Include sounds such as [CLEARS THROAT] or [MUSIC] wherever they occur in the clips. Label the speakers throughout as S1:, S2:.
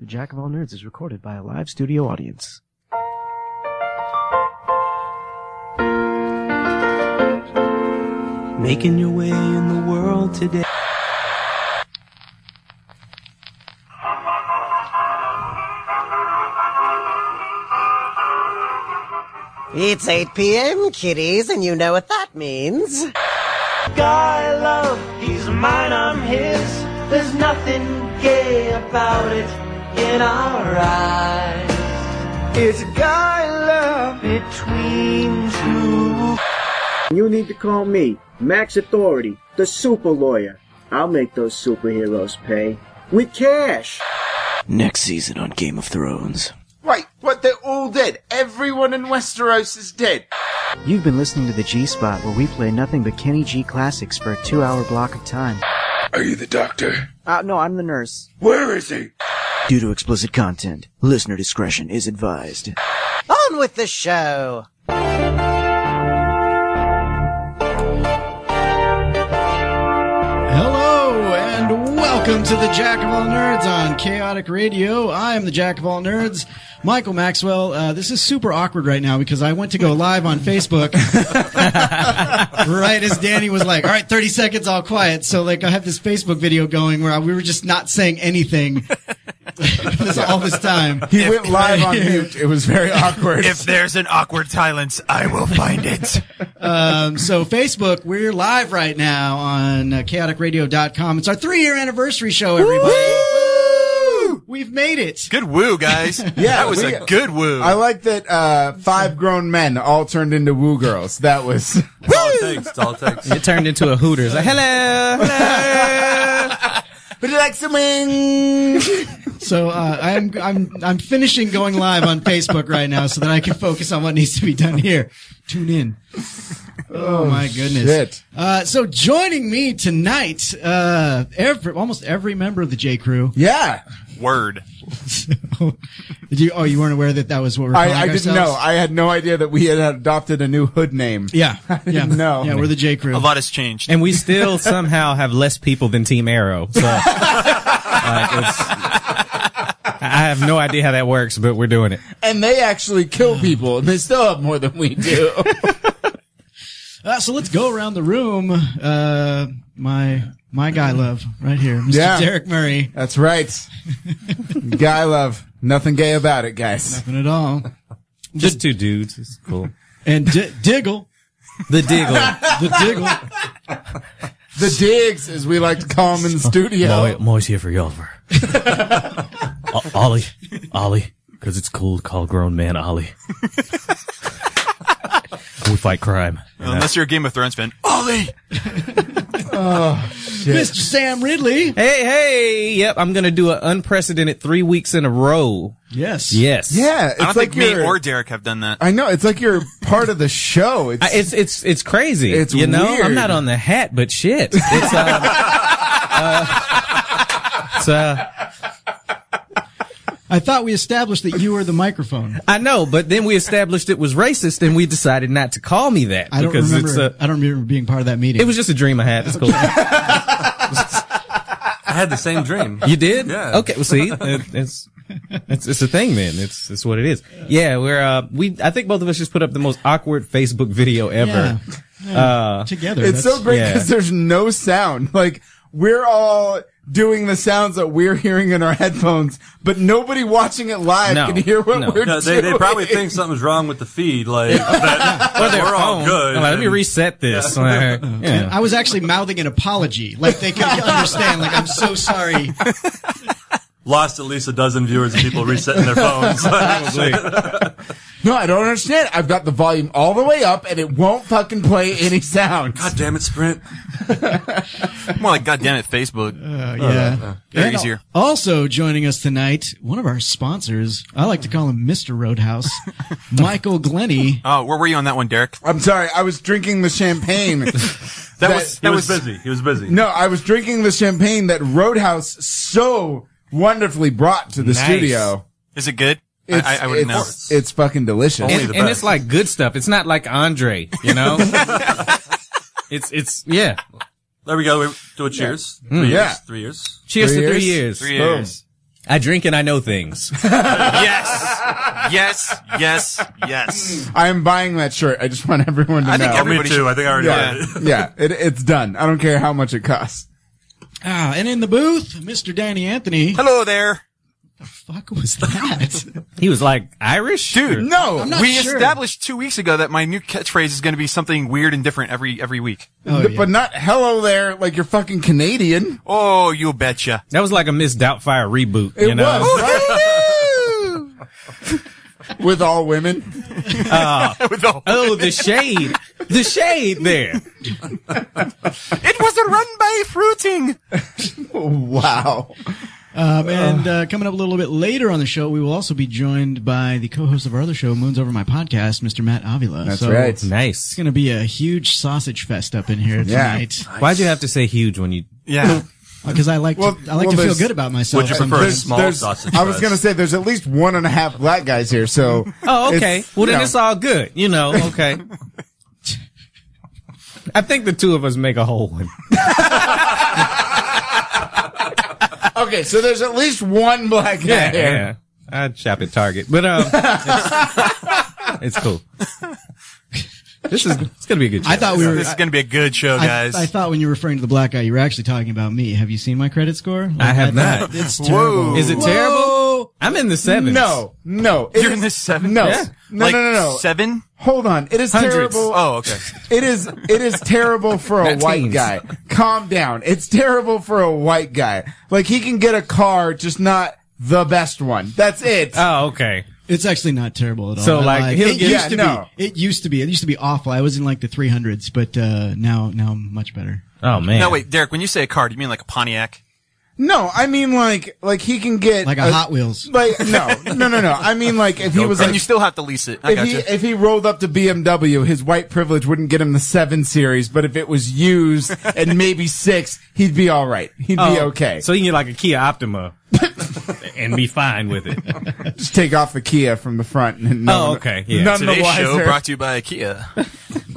S1: The Jack of All Nerds is recorded by a live studio audience.
S2: Making your way in the world today.
S3: It's 8 p.m., kiddies, and you know what that means.
S4: Guy I love, he's mine, I'm his. There's nothing gay about it in our eyes. It's guy love between two.
S5: You need to call me, Max Authority, the super lawyer. I'll make those superheroes pay. With cash!
S1: Next season on Game of Thrones.
S6: Wait, what? They're all dead. Everyone in Westeros is dead.
S1: You've been listening to the G Spot, where we play nothing but Kenny G classics for a two hour block of time.
S6: Are you the doctor?
S1: Uh, no, I'm the nurse.
S6: Where is he?
S1: Due to explicit content, listener discretion is advised.
S3: On with the show!
S7: Hello and welcome to the Jack of All Nerds on Chaotic Radio. I am the Jack of All Nerds, Michael Maxwell. Uh, this is super awkward right now because I went to go live on Facebook [LAUGHS] right as Danny was like, "All right, thirty seconds, all quiet." So like, I have this Facebook video going where I, we were just not saying anything [LAUGHS] this, all this time.
S8: He went live
S9: [LAUGHS]
S8: on mute. It was very awkward.
S9: If there's an awkward silence, I will find it.
S7: Um, so Facebook, we're live right now on uh, chaoticradio.com. It's our three year anniversary show, everybody.
S8: Woo!
S7: We've made it.
S9: [LAUGHS] Good woo, guys. yeah, that was
S8: we-
S9: a good woo.
S8: I like that uh, five grown men all turned into woo girls. That was
S10: Thanks, all thanks.
S11: It turned into a Hooters. Like, hello.
S8: Would you like some wings?
S7: So uh, I'm I'm I'm finishing going live on Facebook right now so that I can focus on what needs to be done here. Tune in. Oh, my goodness.
S8: shit.
S7: Uh, so joining me tonight, uh, every, almost every member of the J Crew.
S8: Yeah,
S9: Word.
S7: Did you? Oh, you weren't aware that that was what we're.
S8: I,
S7: calling
S8: I didn't
S7: ourselves?
S8: know. I had no idea that we had adopted a new hood name. [LAUGHS]
S7: Yeah, yeah,
S8: didn't know.
S7: Yeah, we're the J Crew.
S9: A lot has changed.
S11: and we still [LAUGHS] somehow have less people than Team Arrow. So, like, it's- I have no idea how that works, but we're doing it.
S8: And they actually kill people, and they still have more than we do.
S9: [LAUGHS]
S7: Uh, so let's go around the room. Uh, my my guy love right here, Mr.
S8: Yeah.
S7: Derek Murray.
S8: That's right. Guy love. Nothing gay about it, guys.
S7: Nothing at all.
S11: Just two dudes. It's cool.
S7: And D- Diggle,
S11: The Diggle.
S7: the Diggle.
S8: The digs, as we like to call them in the studio.
S10: Moy's here for
S11: [LAUGHS]
S10: Yolver. O- Ollie. Ollie. Because it's cool to call a grown man Ollie.
S11: [LAUGHS]
S10: we fight crime.
S9: Unless you're a Game of Thrones fan. Ollie!
S7: Mr. Sam Ridley.
S11: hey, hey. Yep, I'm gonna do an unprecedented three weeks in a row.
S7: Yes.
S11: Yes.
S8: Yeah, it's
S9: I don't
S8: like
S9: think me
S8: you're-
S9: or Derek have done that.
S8: I know it's like you're part of the show. It's,
S11: [LAUGHS] I, it's it's it's crazy.
S8: It's
S11: you know,
S8: weird.
S11: I'm not on the hat, but shit. It's uh, [LAUGHS] uh, it's, uh,
S7: I thought we established that you were the microphone.
S11: I know, but then we established it was racist, and we decided not to call me that
S7: [LAUGHS] I don't
S11: because
S7: remember.
S11: it's uh,
S7: I don't remember being part of that meeting.
S11: it was just a dream I had. It's cool.
S10: I had the same dream.
S9: [LAUGHS]
S11: You did?
S10: Yeah.
S11: Okay. Well, see, it, it's. It's, it's a thing, then. It's it's what it is. Yeah, we're uh we I think both of us just put up the most awkward Facebook video ever.
S7: together. That's-
S8: it's so great
S11: yeah.
S8: because there's no sound. [LAUGHS] Like we're all doing the sounds that we're hearing in our headphones, but nobody watching it live
S11: No,
S8: can hear what
S11: no.
S8: we're
S10: No, they,
S8: doing.
S10: they probably think something's wrong with the feed. Like, that,
S11: Or their
S10: we're all
S11: phone.
S10: good.
S11: I'm like, let me
S10: and-
S11: reset this. Like, yeah.
S7: I was actually mouthing an apology, like they [LAUGHS] could understand. Like I'm so sorry. [LAUGHS] Uh,
S10: lost at least a dozen viewers and people resetting their phones.
S9: [LAUGHS]
S8: No, I don't understand. I've got the volume all the way up, and it won't fucking play any sound.
S10: God damn it, Sprint.
S9: More like, goddamn it, Facebook.
S7: Uh, yeah.
S9: They're
S7: And
S9: easier.
S7: Also joining us tonight, one of our sponsors. I like to call him Mr. [LAUGHS] Roadhouse, Michael Glenny.
S9: Oh, where were you on that one, Derek?
S8: I'm sorry. I was drinking the champagne.
S11: [LAUGHS]
S8: that,
S9: was-
S10: He was, busy. He was busy.
S8: no. I was drinking the champagne that Roadhouse so wonderfully brought to the
S11: Nice.
S8: studio.
S9: Is it good? I-
S8: It's,
S9: I, I wouldn't know.
S8: it's, it's fucking delicious.
S10: Only
S11: and,
S10: the
S11: and
S10: best.
S11: it's like good stuff. It's not like Andre, you know. it's it's yeah.
S10: There we go. We do a cheers. Three
S8: Yeah.
S10: years. Three years.
S11: Cheers
S8: Three
S11: to three
S8: years?
S11: years.
S9: Three years.
S11: I drink and I know things.
S8: [LAUGHS]
S9: yes, yes, yes.
S8: I am buying that shirt. I just want [LAUGHS] everyone to
S9: I
S8: know.
S9: think everybody Me too. should- I think I already
S8: yeah.
S9: ordered it.
S8: yeah, it, it's done. I don't care how much it costs.
S7: Ah, and in the booth, Mr. Danny Anthony.
S9: [LAUGHS] Hello there.
S7: What the fuck was that? [LAUGHS]
S11: He was like Irish,
S9: dude.
S7: Or-
S9: No,
S7: I'm not
S9: we
S7: sure.
S9: established two weeks ago that my new catchphrase is going to be something weird and different every every week.
S11: Oh,
S8: But not hello there, like you're fucking Canadian.
S9: Oh, you betcha. [LAUGHS]
S11: That was like a Miss Doubtfire reboot.
S8: It
S11: you know?
S8: was. [LAUGHS]
S11: [LAUGHS]
S8: right? With all women.
S11: Uh, oh, the shade, the shade there.
S9: It was a run by fruiting.
S8: wow.
S7: Um, and uh, coming up a little bit later on the show, we will also be joined by the co-host of our other show, Moons Over My Podcast, Mr. Matt Avila.
S11: That's right. Nice.
S7: It's going to be a huge sausage fest up in here tonight.
S11: Why'd you have to say huge when you?
S9: Yeah.
S7: Because I like to, I like to feel good about myself.
S8: There's- there's- I was gonna say there's at least one and a half black guys here,
S9: [LAUGHS]
S8: so
S11: Oh, okay.
S8: it's,
S11: well,
S8: you
S11: then
S8: know.
S11: it's all good. You know. Okay. I think the two of us make a whole one.
S8: okay, so there's at least one black guy
S11: Yeah,
S8: here.
S11: yeah. I'd shop at Target, but um, it's, it's cool. This is it's gonna be a good. Show.
S7: I thought we were-
S9: This is going to be a good show,
S7: I-
S9: guys.
S7: I, thought when you were referring to the black guy, you were actually talking about me. Have you seen my credit score? Like,
S11: I have
S7: thought-
S11: not.
S7: It's terrible.
S11: Is it terrible? I'm in the sevens.
S8: No, no.
S9: You're in the sevens?
S8: No,
S9: Yeah.
S8: no,
S9: Like
S8: no, no, no.
S9: seven?
S8: Hold on. It is
S9: Hundreds.
S8: terrible.
S9: Oh, okay.
S8: It is. It is terrible for a
S9: Not
S8: white
S9: teens.
S8: guy. Calm down. It's terrible for a white guy. Like he can get a car, just not the best one. That's it.
S11: Oh, okay.
S7: It's actually not terrible at all.
S11: So,
S7: I
S11: like,
S7: lied.
S11: he'll
S7: it
S11: get-
S7: used to
S11: Yeah, no.
S7: be. It used to be. It used to be awful. I was in like the 300s, but uh, now now I'm much better.
S11: Oh man.
S9: No, wait, Derek. When you say a car, do you mean like a Pontiac?
S8: No, I mean like like he can get
S7: Like a
S11: Uh,
S7: Hot Wheels.
S8: Like no, no, no, no. I mean like if he was
S9: and
S8: like
S9: you still have to lease it. I
S8: if
S9: got
S8: he
S9: you.
S8: if he rolled up to BMW, his white privilege wouldn't get him the seven series, but if it was used and maybe six, he'd be all right. He'd be
S11: Oh,
S8: okay.
S11: So you can get like a Kia Optima and be fine with it.
S8: Just take off the Kia from the front and no
S11: Oh,
S8: one-
S11: okay, yeah.
S8: None the
S9: Today's
S8: wiser.
S9: show brought to you by IKEA.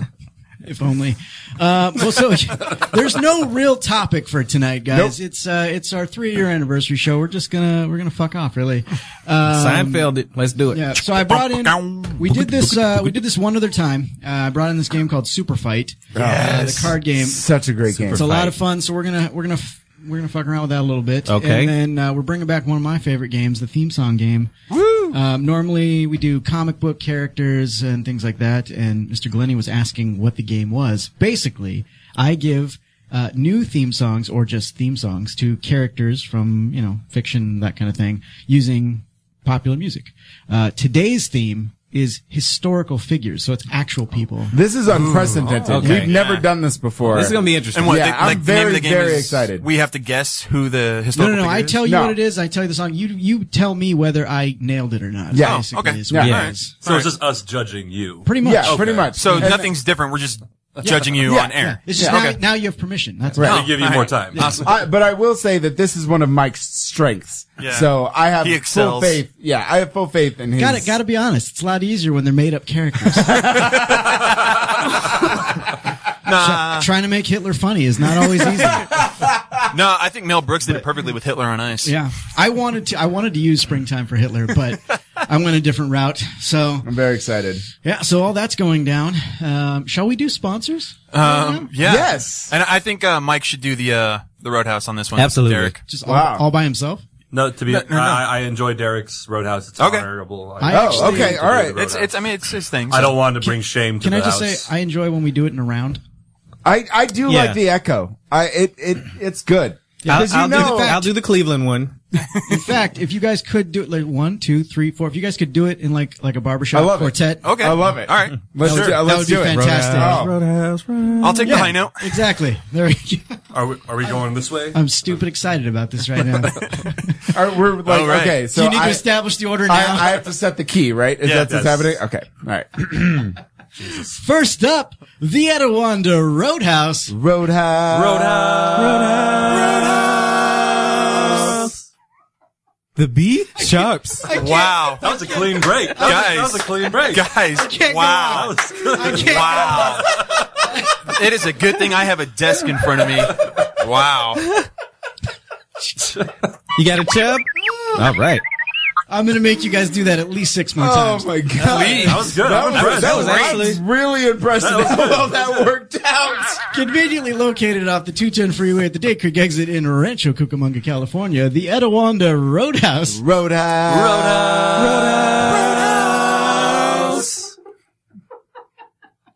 S7: If only. Uh, well, so [LAUGHS] there's no real topic for tonight, guys. It's uh, it's our three year anniversary show. We're just gonna we're gonna fuck off, really. Um,
S11: Seinfeld it. Let's do it.
S7: Yeah. So I brought in. We did this. Uh, we did this one other time. Uh, I brought in this game called Super Fight, uh, the card game.
S8: Such a great game.
S7: It's a lot of fun. So we're gonna we're gonna f- we're gonna fuck around with that a little bit.
S11: Okay.
S7: And then uh, we're bringing back one of my favorite games, the theme song game. Woo! Um, normally we do comic book characters and things like that. And Mr. Glenny was asking what the game was. Basically, I give. Uh, new theme songs or just theme songs to characters from you know fiction that kind of thing using popular music. Uh, today's theme is historical figures, so it's actual people.
S8: This is unprecedented.
S11: Okay.
S8: We've never done this before.
S11: This is gonna be interesting.
S9: And what?
S8: Yeah,
S9: they-
S8: I'm
S9: like the name of
S8: very,
S9: the game
S8: very
S9: is
S8: excited.
S9: We have to guess who the
S7: No,
S9: historical.
S7: no, no. I
S9: figure is?
S7: tell you
S8: No.
S7: what it is. I tell you the song. You you tell me whether I nailed it or not.
S8: Yeah.
S7: basically,
S9: okay.
S7: is what
S8: Yeah.
S7: it
S9: Alright.
S7: is.
S12: So it's just us judging you.
S7: Pretty much.
S8: Yeah, pretty much.
S9: So
S8: And-
S9: nothing's different. We're just judging you
S8: Yeah,
S9: on air.
S7: It's just now, now you have permission. That's
S8: Right.
S7: all.
S12: They give you
S9: all
S12: more
S9: right.
S12: time.
S9: Awesome.
S8: I, but I will say that this is one of Mike's strengths.
S9: Yeah.
S8: So I have
S9: He
S8: full
S9: excels.
S8: faith. Yeah, I have full faith in his.
S7: Got it. Got to be honest. It's a lot easier when they're made up
S8: [LAUGHS]
S7: characters.
S9: Nah,
S7: Trying to make Hitler funny is not always
S8: [LAUGHS]
S7: easy.
S9: no, I think Mel Brooks did it perfectly with Hitler on Ice.
S7: yeah. I wanted to. I wanted to use springtime for Hitler, but I went a different route. So
S8: I'm very excited.
S7: yeah. So all that's going down. Um, shall we do sponsors? Mm-hmm.
S9: Um, yeah.
S8: Yes.
S9: And I think uh, Mike should do the uh, the Roadhouse on this one.
S11: Absolutely.
S9: Derek.
S7: Just all,
S8: Wow.
S7: all by himself.
S12: No, to be,
S9: No, no, no.
S12: I, I enjoy Derek's Roadhouse. It's
S9: Okay.
S12: honorable.
S7: I
S12: I,
S8: Oh,
S7: actually-
S8: okay. All right.
S9: It's it's. I mean, it's his thing.
S12: I
S9: so-
S12: don't want to bring shame to
S7: Can
S12: the
S7: I just
S12: house.
S7: say I enjoy when we do it in a round.
S8: I, I do
S11: Yeah.
S8: like the echo. I it it it's good.
S11: I'll,
S8: Because you
S11: I'll do
S8: know,
S11: the, I'll do the Cleveland one.
S7: In fact, if you guys could do it like one, two, three, four, if you guys could do it in like like a barbershop
S8: I love it.
S7: quartet,
S9: Okay.
S8: I love it.
S9: All right.
S8: let's
S7: That would-
S8: do,
S7: that
S8: let's
S7: would be
S8: do it.
S7: fantastic.
S8: Oh.
S9: I'll take the high note.
S7: exactly. There we go. [LAUGHS]
S12: are, we, are we going this way?
S7: I'm stupid excited about this right now.
S8: All right, we're like
S9: All right.
S8: okay. So
S7: you need
S8: I,
S7: to establish the order now.
S8: I, I have to set the key, right? Is
S9: Yeah,
S8: that what's
S12: that's-
S8: happening? Okay. All right.
S7: First up, the Etowanda Roadhouse.
S8: Roadhouse.
S12: Roadhouse.
S9: Uh,
S11: The B sharps.
S9: Wow.
S12: That was
S7: [LAUGHS]
S12: a clean break. That,
S9: Guys.
S12: was, that was a clean break.
S9: Guys, wow.
S12: That was good.
S9: Wow. it is a good thing I have a desk in front of me. Wow.
S11: You got a chub? All right.
S7: I'm going to make you guys do that at least six more
S8: Oh,
S7: times.
S8: my God. Please. That was good. That I'm was- impressed. that was That was actually-
S7: really
S8: impressed That at was [LAUGHS] how good. well that worked out.
S7: Conveniently located off the 210 freeway at the Day Creek exit in Rancho Cucamonga, California, the Etowanda Roadhouse.
S8: Roadhouse.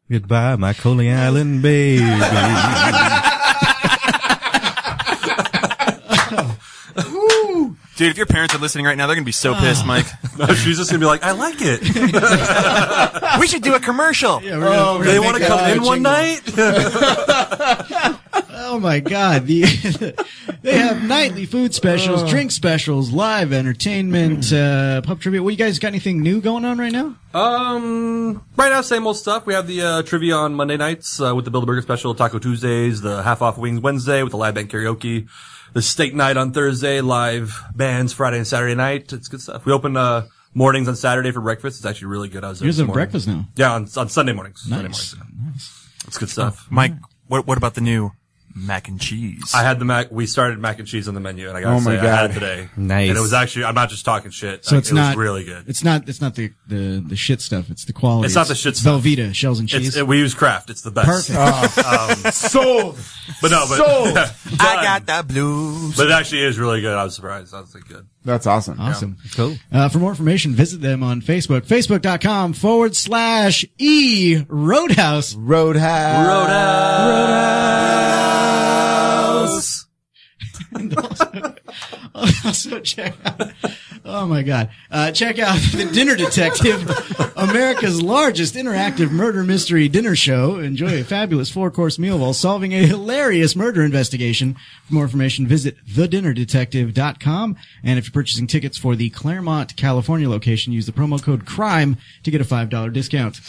S11: Goodbye, my Coney Island baby.
S9: Dude, if your parents are listening right now, they're gonna be so pissed, Mike.
S12: No, she's just gonna be like, I like
S7: [LAUGHS]
S12: it.
S9: [LAUGHS] we should do a commercial.
S7: we're gonna- Oh, we're gonna
S12: they
S7: make
S12: want to
S7: that
S12: come
S7: a
S12: in one
S7: jingle.
S12: night.
S7: [LAUGHS] Oh my God! The [LAUGHS] they have nightly food specials,
S11: Oh.
S7: drink specials, live entertainment, uh, pub trivia. Well, you guys got anything new going on right now?
S12: Um, right now, same old stuff. We have the uh, trivia on Monday nights uh, with the Build a Burger special, Taco Tuesdays, the half off wings Wednesday with the live band karaoke, the steak night on Thursday, live bands Friday and Saturday night. It's good stuff. We open uh, mornings on Saturday for breakfast. It's actually really good. I was there
S7: Yours
S12: this
S7: have
S12: morning.
S7: breakfast now?
S12: Yeah, on, on Sunday mornings. Sunday
S7: Nice.
S12: mornings. It's good stuff.
S9: Mike, what what about the new mac and cheese?
S12: I had the mac. We started mac and cheese on the menu, and I gotta
S7: Oh my
S12: say, I had
S7: God.
S12: it today.
S7: Nice.
S12: And it was actually. I'm not just talking shit.
S7: So
S12: Like,
S7: it's
S12: it
S7: not
S12: was really good.
S7: It's not it's not the the, the shit stuff. It's the quality.
S12: It's not the shit stuff.
S7: Velveeta shells and
S12: It's-
S7: cheese.
S12: it- we use craft. It's the best.
S7: Perfect.
S8: Sold.
S12: But no, but
S8: Sold.
S12: [LAUGHS] I got the blues. But it actually is really good. I was surprised. I was like, good.
S8: That's awesome.
S7: Awesome.
S11: Cool.
S7: Uh, for more information, visit them on Facebook. Facebook.com forward slash E Roadhouse.
S8: Roadhouse.
S12: Roadhouse.
S7: [LAUGHS] also check out, oh my God. Uh, check out The Dinner Detective, America's largest interactive murder mystery dinner show. Enjoy a fabulous four course meal while solving a hilarious murder investigation. For more information, visit thedinnerdetective.com. And if you're purchasing tickets for the Claremont, California location, use the promo code CRIME to get a $5 discount.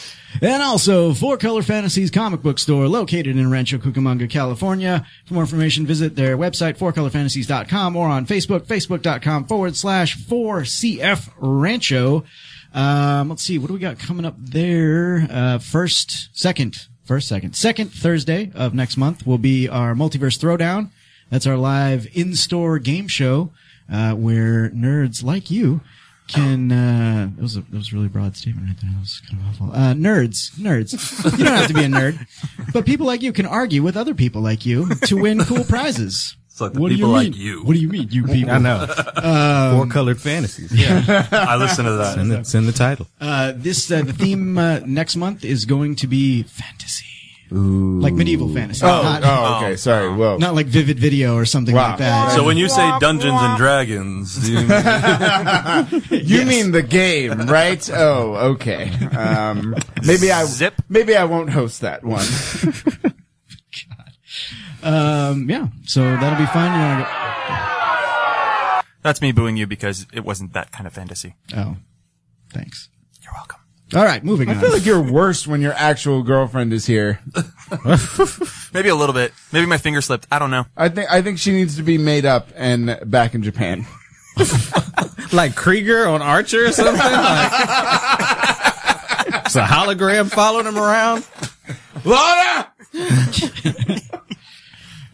S7: And also, Four Color Fantasies comic book store located in Rancho Cucamonga, California. For more information, visit their website, fourcolorfantasies.com or on Facebook, facebook.com forward slash 4CF Rancho. Um, let's see, what do we got coming up there? Uh, first, second, first, second, second Thursday of next month will be our Multiverse Throwdown. That's our live in-store game show, uh, where nerds like you can, uh, that was a, that was a really broad statement right there. That was kind of awful. Uh, nerds, nerds. You don't have to be a nerd, but people like you can argue with other people like you to win cool prizes.
S12: It's like the people
S7: mean?
S12: like you.
S7: What do you mean, you people?
S11: I know.
S7: Um,
S11: Four colored fantasies.
S7: Yeah.
S12: I listen to
S11: [LAUGHS] It's
S12: that.
S11: in the, it's in the title.
S7: Uh, this uh, the theme uh, next month is going to be fantasy, like medieval fantasy.
S8: Oh,
S7: not,
S8: oh, okay. Sorry. Whoa.
S7: not like vivid video or something like that.
S12: So when you say Dungeons and Dragons, you,
S8: You mean the
S7: [LAUGHS]
S8: game, right? Oh, okay. Um, maybe I maybe I won't host
S7: [LAUGHS]
S8: that one.
S7: um, yeah, so that'll be fun. You wanna go-
S9: That's me booing you because it wasn't that kind of fantasy.
S7: Oh, thanks. You're welcome. All right, moving
S8: I
S7: on.
S8: feel like you're worse when your actual girlfriend is here.
S9: Maybe a little bit. Maybe my finger slipped. I don't know.
S8: I think I think she needs to be made up and back in Japan.
S11: like Krieger on Archer or something? Like- it's a hologram following him around.
S8: Laura!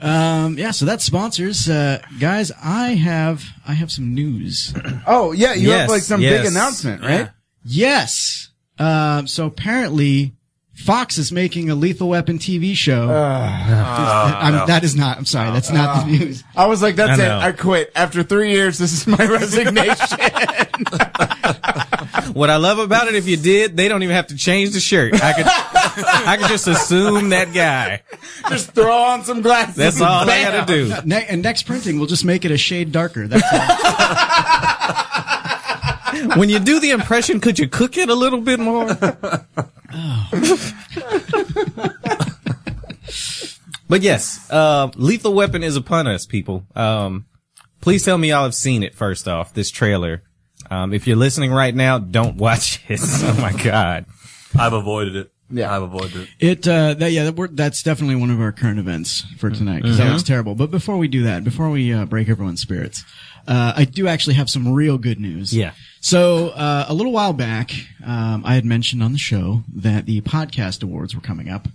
S7: um, yeah, so that's sponsors, uh, guys. I have I have some news.
S8: Oh yeah, you have like some big announcement, right?
S7: Yes. Um, so apparently, Fox is making a Lethal Weapon TV show. I'm-
S8: no.
S7: That is not. I'm sorry. That's not the news.
S8: I was like, that's
S7: I
S8: it.
S7: know.
S8: I quit. After three years, this is my [LAUGHS] resignation. [LAUGHS]
S11: What I love about it, if you did, they don't even have to change the shirt. I could, I could just assume that guy.
S8: Just throw on some glasses.
S11: That's all I
S8: Bam.
S11: gotta do.
S7: Ne- and next printing, we'll just make it a shade darker. That's all.
S11: When you do the impression, could you cook it a little bit more? [LAUGHS] but yes, uh, Lethal Weapon is upon us, people. Um, please tell me y'all have seen it first off, this trailer. Um, if you're listening right now, don't watch [LAUGHS] it. oh my God.
S12: I've avoided it. Yeah, I've avoided it.
S7: It uh, that, yeah, that we're, that's definitely one of our current events for tonight because that
S12: Mhm.
S7: looks terrible. But before we do that, before we uh, break everyone's spirits, uh, I do actually have some real good news.
S11: Yeah.
S7: So uh, a little while back, um, I had mentioned on the show that the podcast awards were coming up,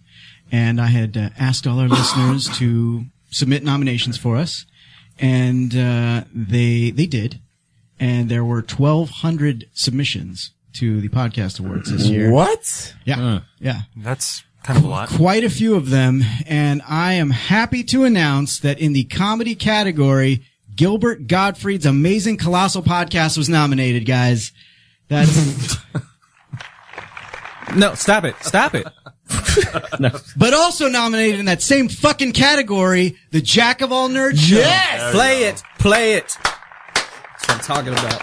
S7: and I had uh, asked all our listeners to submit nominations for us, and uh, they they did. and there were 1,200 submissions to the podcast awards this year.
S8: What?
S7: Yeah. Yeah.
S9: That's kind of a lot.
S7: Quite a few of them, and I am happy to announce that in the comedy category, Gilbert Gottfried's amazing colossal podcast was nominated, guys.
S9: [LAUGHS]
S7: That's
S11: No, stop it. Stop it.
S7: but also nominated in that same fucking category, the Jack of All Nerds. Show.
S11: Play it. Play it. That's what I'm talking about.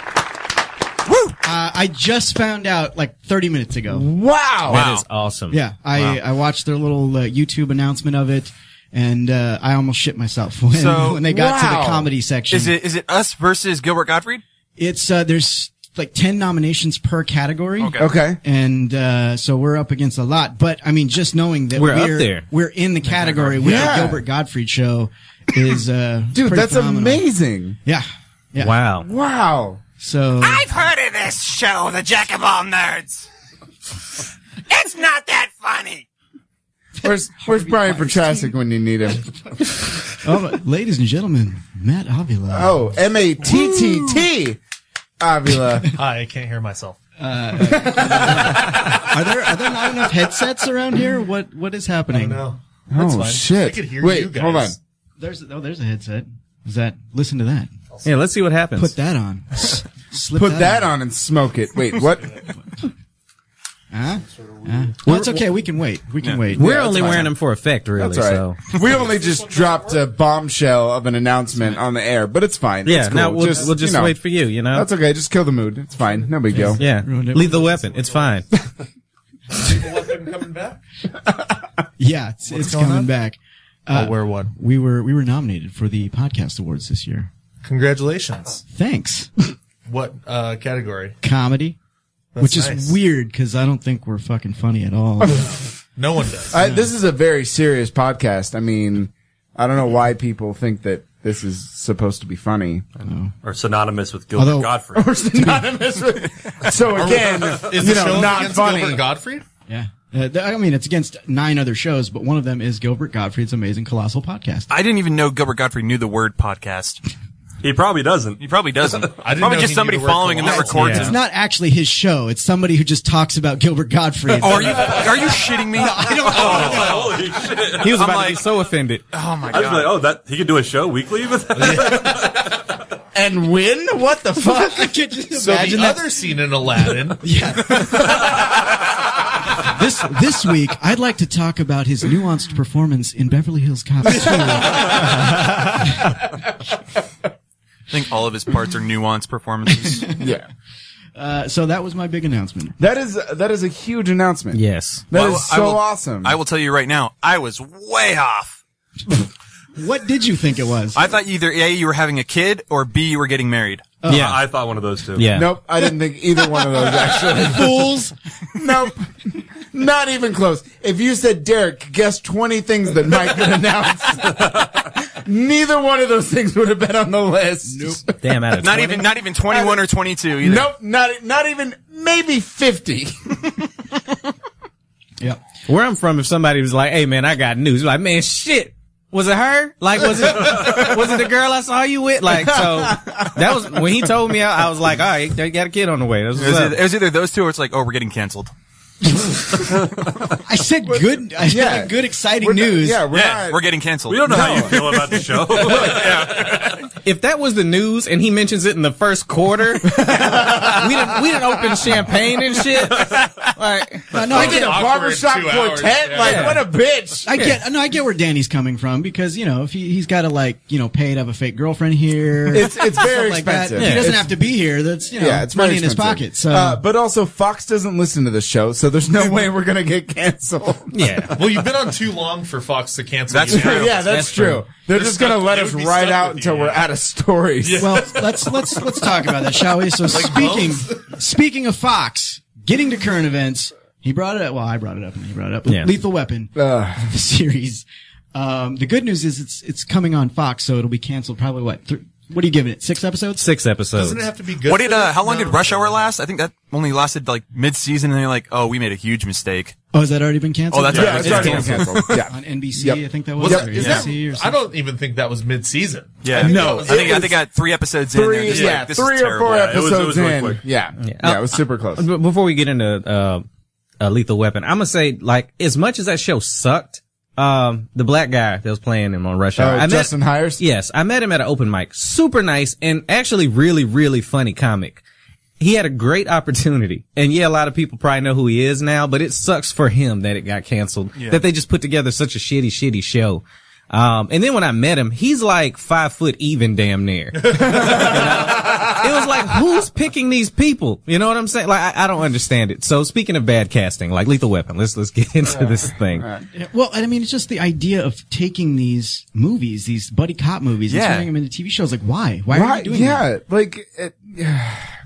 S7: Woo! Uh, I just found out like 30 minutes ago.
S8: Wow.
S11: That is awesome.
S7: Yeah, I,
S11: Wow.
S7: I watched their little uh, YouTube announcement of it, and uh, I almost shit myself [LAUGHS] when,
S9: so
S7: when they got to
S9: Wow.
S7: the comedy section.
S9: Is it is it us versus Gilbert Gottfried?
S7: It's uh, there's like ten nominations per category.
S9: Okay. Okay.
S7: And uh, so we're up against a lot, but I mean, just knowing that
S11: We're
S7: we're
S11: up there.
S7: we're in the category with
S11: Yeah.
S7: the Gilbert Gottfried show is uh,
S8: Dude,
S7: pretty
S8: that's
S7: phenomenal.
S8: amazing.
S7: Yeah. yeah.
S11: Wow.
S8: Wow.
S7: So
S4: I've heard of this show, The Jack of All Nerds. It's not that funny.
S8: Where's Where's Brian Petrasic when you need him?
S7: oh, but ladies and gentlemen, Matt Avila.
S8: Oh, M A T T T. Avila.
S13: I can't hear myself.
S7: Are there are there not enough headsets around here? What what is happening?
S13: No.
S8: That's Oh, fine. shit. I could hear Wait, you guys. hold on.
S7: There's oh, there's a headset. Is that listen to that?
S11: Yeah, let's see what happens.
S7: Put that on. S- slip
S8: Put that on and smoke it. Wait, what?
S7: Huh? Huh? Well, it's okay. We can wait. We can wait.
S11: We're only wearing them for effect, really.
S8: That's all
S11: So.
S8: right. We only just dropped a bombshell of an announcement on the air, but it's fine.
S11: Yeah,
S8: It's cool.
S11: now we'll we'll just
S8: you know.
S11: wait for you, you know?
S8: That's okay. Just kill the mood. It's fine. No big deal.
S11: Yeah. Leave the weapon. It's fine.
S13: coming back?
S7: Yeah, it's,
S13: What's
S7: it's
S13: going
S7: coming
S13: on?
S7: back.
S13: I'll wear one.
S7: We were we were nominated for the podcast awards this year.
S13: Congratulations.
S7: Thanks.
S13: What uh, category?
S7: Comedy,
S13: That's
S7: which is
S13: nice.
S7: weird because I don't think we're fucking funny at all.
S13: No one does.
S8: I, this is a very serious podcast. I mean, I don't know why people think that this is supposed to be funny.
S12: Or synonymous with Gilbert
S7: [LAUGHS]
S8: Although-
S12: Godfrey.
S8: Or synonymous with. So again,
S11: [LAUGHS]
S13: is
S8: you
S13: the show
S8: know, not
S13: against
S8: funny.
S13: Gilbert Gottfried?
S7: yeah. Uh, th- I mean, it's against nine other shows, but one of them is Gilbert Gottfried's amazing colossal podcast.
S9: I didn't even know Gilbert Gottfried knew the word podcast.
S12: He probably doesn't.
S9: [LAUGHS] He probably
S13: [LAUGHS]
S9: doesn't.
S13: I didn't
S9: probably
S13: know
S9: just
S13: he
S9: somebody
S13: knew the word
S9: following him that
S13: colossal.
S9: records
S7: It's
S9: him.
S7: not actually his show. It's somebody who just talks about Gilbert Gottfried.
S9: Oh, are you are you shitting
S13: [LAUGHS]
S9: me?
S7: I don't
S12: Holy shit.
S11: He was
S12: I'm
S11: about to
S12: like,
S11: be so offended.
S9: oh my
S12: I was like,
S9: god.
S12: oh, that he could do a show weekly with
S8: and win? What the
S11: [LAUGHS]
S8: fuck?
S7: I could just
S13: So
S7: imagine
S13: the
S7: that.
S13: other scene in Aladdin.
S7: this this week, I'd like to talk about his nuanced performance in Beverly Hills Cop 2.
S9: I think all of his parts are
S13: [LAUGHS]
S9: nuanced performances.
S8: Yeah.
S7: Uh, so that was my big announcement.
S8: That is that is a huge announcement.
S11: Yes.
S8: That is
S9: Well, I
S8: so
S9: will-
S8: awesome.
S9: I will tell you right now, I was way off.
S7: What did you think it was?
S9: I thought either A you were having a kid or B you were getting married.
S11: Yeah.
S12: [LAUGHS] I thought one of those two.
S11: yeah.
S8: Nope, I didn't think either one of those actually.
S7: Fools.
S8: Nope. Not even close. If you said Derek, guess 20 things that Mike would announce. [LAUGHS] Neither one of those things would have been on the list. Nope.
S11: Damn, out
S9: [LAUGHS]
S11: of
S9: Not
S11: 20?
S9: even not even 21 or 22 either.
S8: Nope, not not even maybe 50. [LAUGHS]
S7: Yep.
S11: Where I'm from, if somebody was like, "Hey, man, I got news," like, "Man, shit, was it her? Like, was it was it the girl I saw you with?" Like, so that was when he told me. I, I was like, "All right, they got a kid on the way." That's
S9: It was,
S11: what's
S9: either, it
S11: up.
S9: was either those two or it's like, oh, we're getting canceled.
S7: I said good. I said
S8: Yeah.
S7: like good, exciting
S8: We're not-
S7: news.
S8: yeah, we're
S9: yeah,
S8: not.
S9: we're getting canceled.
S12: We don't know how you feel about the show.
S11: If that was the news and he mentions it in the first quarter, [LAUGHS] we didn't we didn't open champagne and shit. Like,
S7: Uh, no, I
S8: we did a
S7: get.
S8: barbershop
S13: two hours,
S8: quartet.
S13: yeah.
S8: Like, what a bitch.
S7: I get. No, I get where Danny's coming from because you know if he he's got to like you know pay to have a fake girlfriend here.
S8: It's it's very
S7: like that.
S8: expensive.
S7: He doesn't
S8: It's-
S7: have to be here. That's you know
S8: yeah, it's very
S7: money in his
S8: expensive.
S7: pocket. So
S8: uh, [LAUGHS] but also Fox doesn't listen to the show, so there's no way we're gonna get
S13: [LAUGHS]
S8: canceled.
S11: yeah.
S13: Well, you've been on too long for Fox to cancel.
S9: That's
S13: you
S9: true.
S13: now.
S8: yeah, that's,
S11: That's
S8: true.
S11: true.
S8: They're,
S13: They're
S8: just
S13: stuck-
S8: gonna let
S13: they
S8: us
S13: would be
S8: right
S13: stuck
S8: out
S13: with
S8: until
S13: you,
S8: we're
S13: yeah.
S8: out of stories.
S7: well, let's let's let's talk about that, shall we? So speaking speaking of Fox, getting to current events, he brought it up. Well, I brought it up, and he brought it up.
S11: Yeah.
S7: Lethal Weapon [LAUGHS]
S8: Ugh.
S7: the series. Um, the good news is it's it's coming on Fox, so it'll be canceled probably what th- What are you giving it? Six episodes?
S11: Six
S13: [LAUGHS]
S11: episodes.
S13: Doesn't it have to be good?
S9: What did uh, how long
S13: No.
S9: did Rush Hour last? I think that only lasted like mid season, and they're like, oh, we made a huge mistake.
S7: Oh, has that already been canceled?
S9: Oh, that's right.
S7: it's already
S9: On
S7: NBC, I think that
S13: Was
S7: was.
S13: that-
S7: or
S13: is
S7: NBC
S13: that-
S7: or
S13: I
S7: something.
S13: don't even think that was mid-season. I
S9: Yeah,
S13: think that
S9: no, I
S13: was-
S9: think
S13: it
S9: I
S13: was-
S9: think I had three episodes in. They're
S8: Three,
S9: just
S8: yeah,
S9: like, this is
S8: three or
S9: terrible.
S8: four
S9: Yeah, it was-
S8: episodes
S9: it was really
S8: in.
S9: quick.
S8: Yeah, yeah, it was super close.
S11: But before we get into uh, uh, Lethal Weapon, I'm gonna say like as much as that show sucked, um, the black guy that was playing him on Rush Hour,
S8: Uh,
S11: I met-
S8: Justin Hires.
S11: Yes, I met him at an open mic. Super nice and actually really really funny comic. He had a great opportunity, and yeah, a lot of people probably know who he is now. But it sucks for him that it got canceled.
S10: Yeah.
S11: That they just put together such a shitty, shitty show. Um, and then when I met him, he's like five foot even, damn near [LAUGHS] it was like, who's picking these people? You know what I'm saying? Like, I, I don't understand it. So speaking of bad casting, like Lethal Weapon, let's let's get [LAUGHS] into this thing.
S7: Yeah, Well, and I mean, it's just the idea of taking these movies, these buddy cop movies,
S11: Yeah.
S7: and turning them into TV shows. Like, why? Why are
S8: Right,
S7: you doing
S8: yeah,
S7: that? like.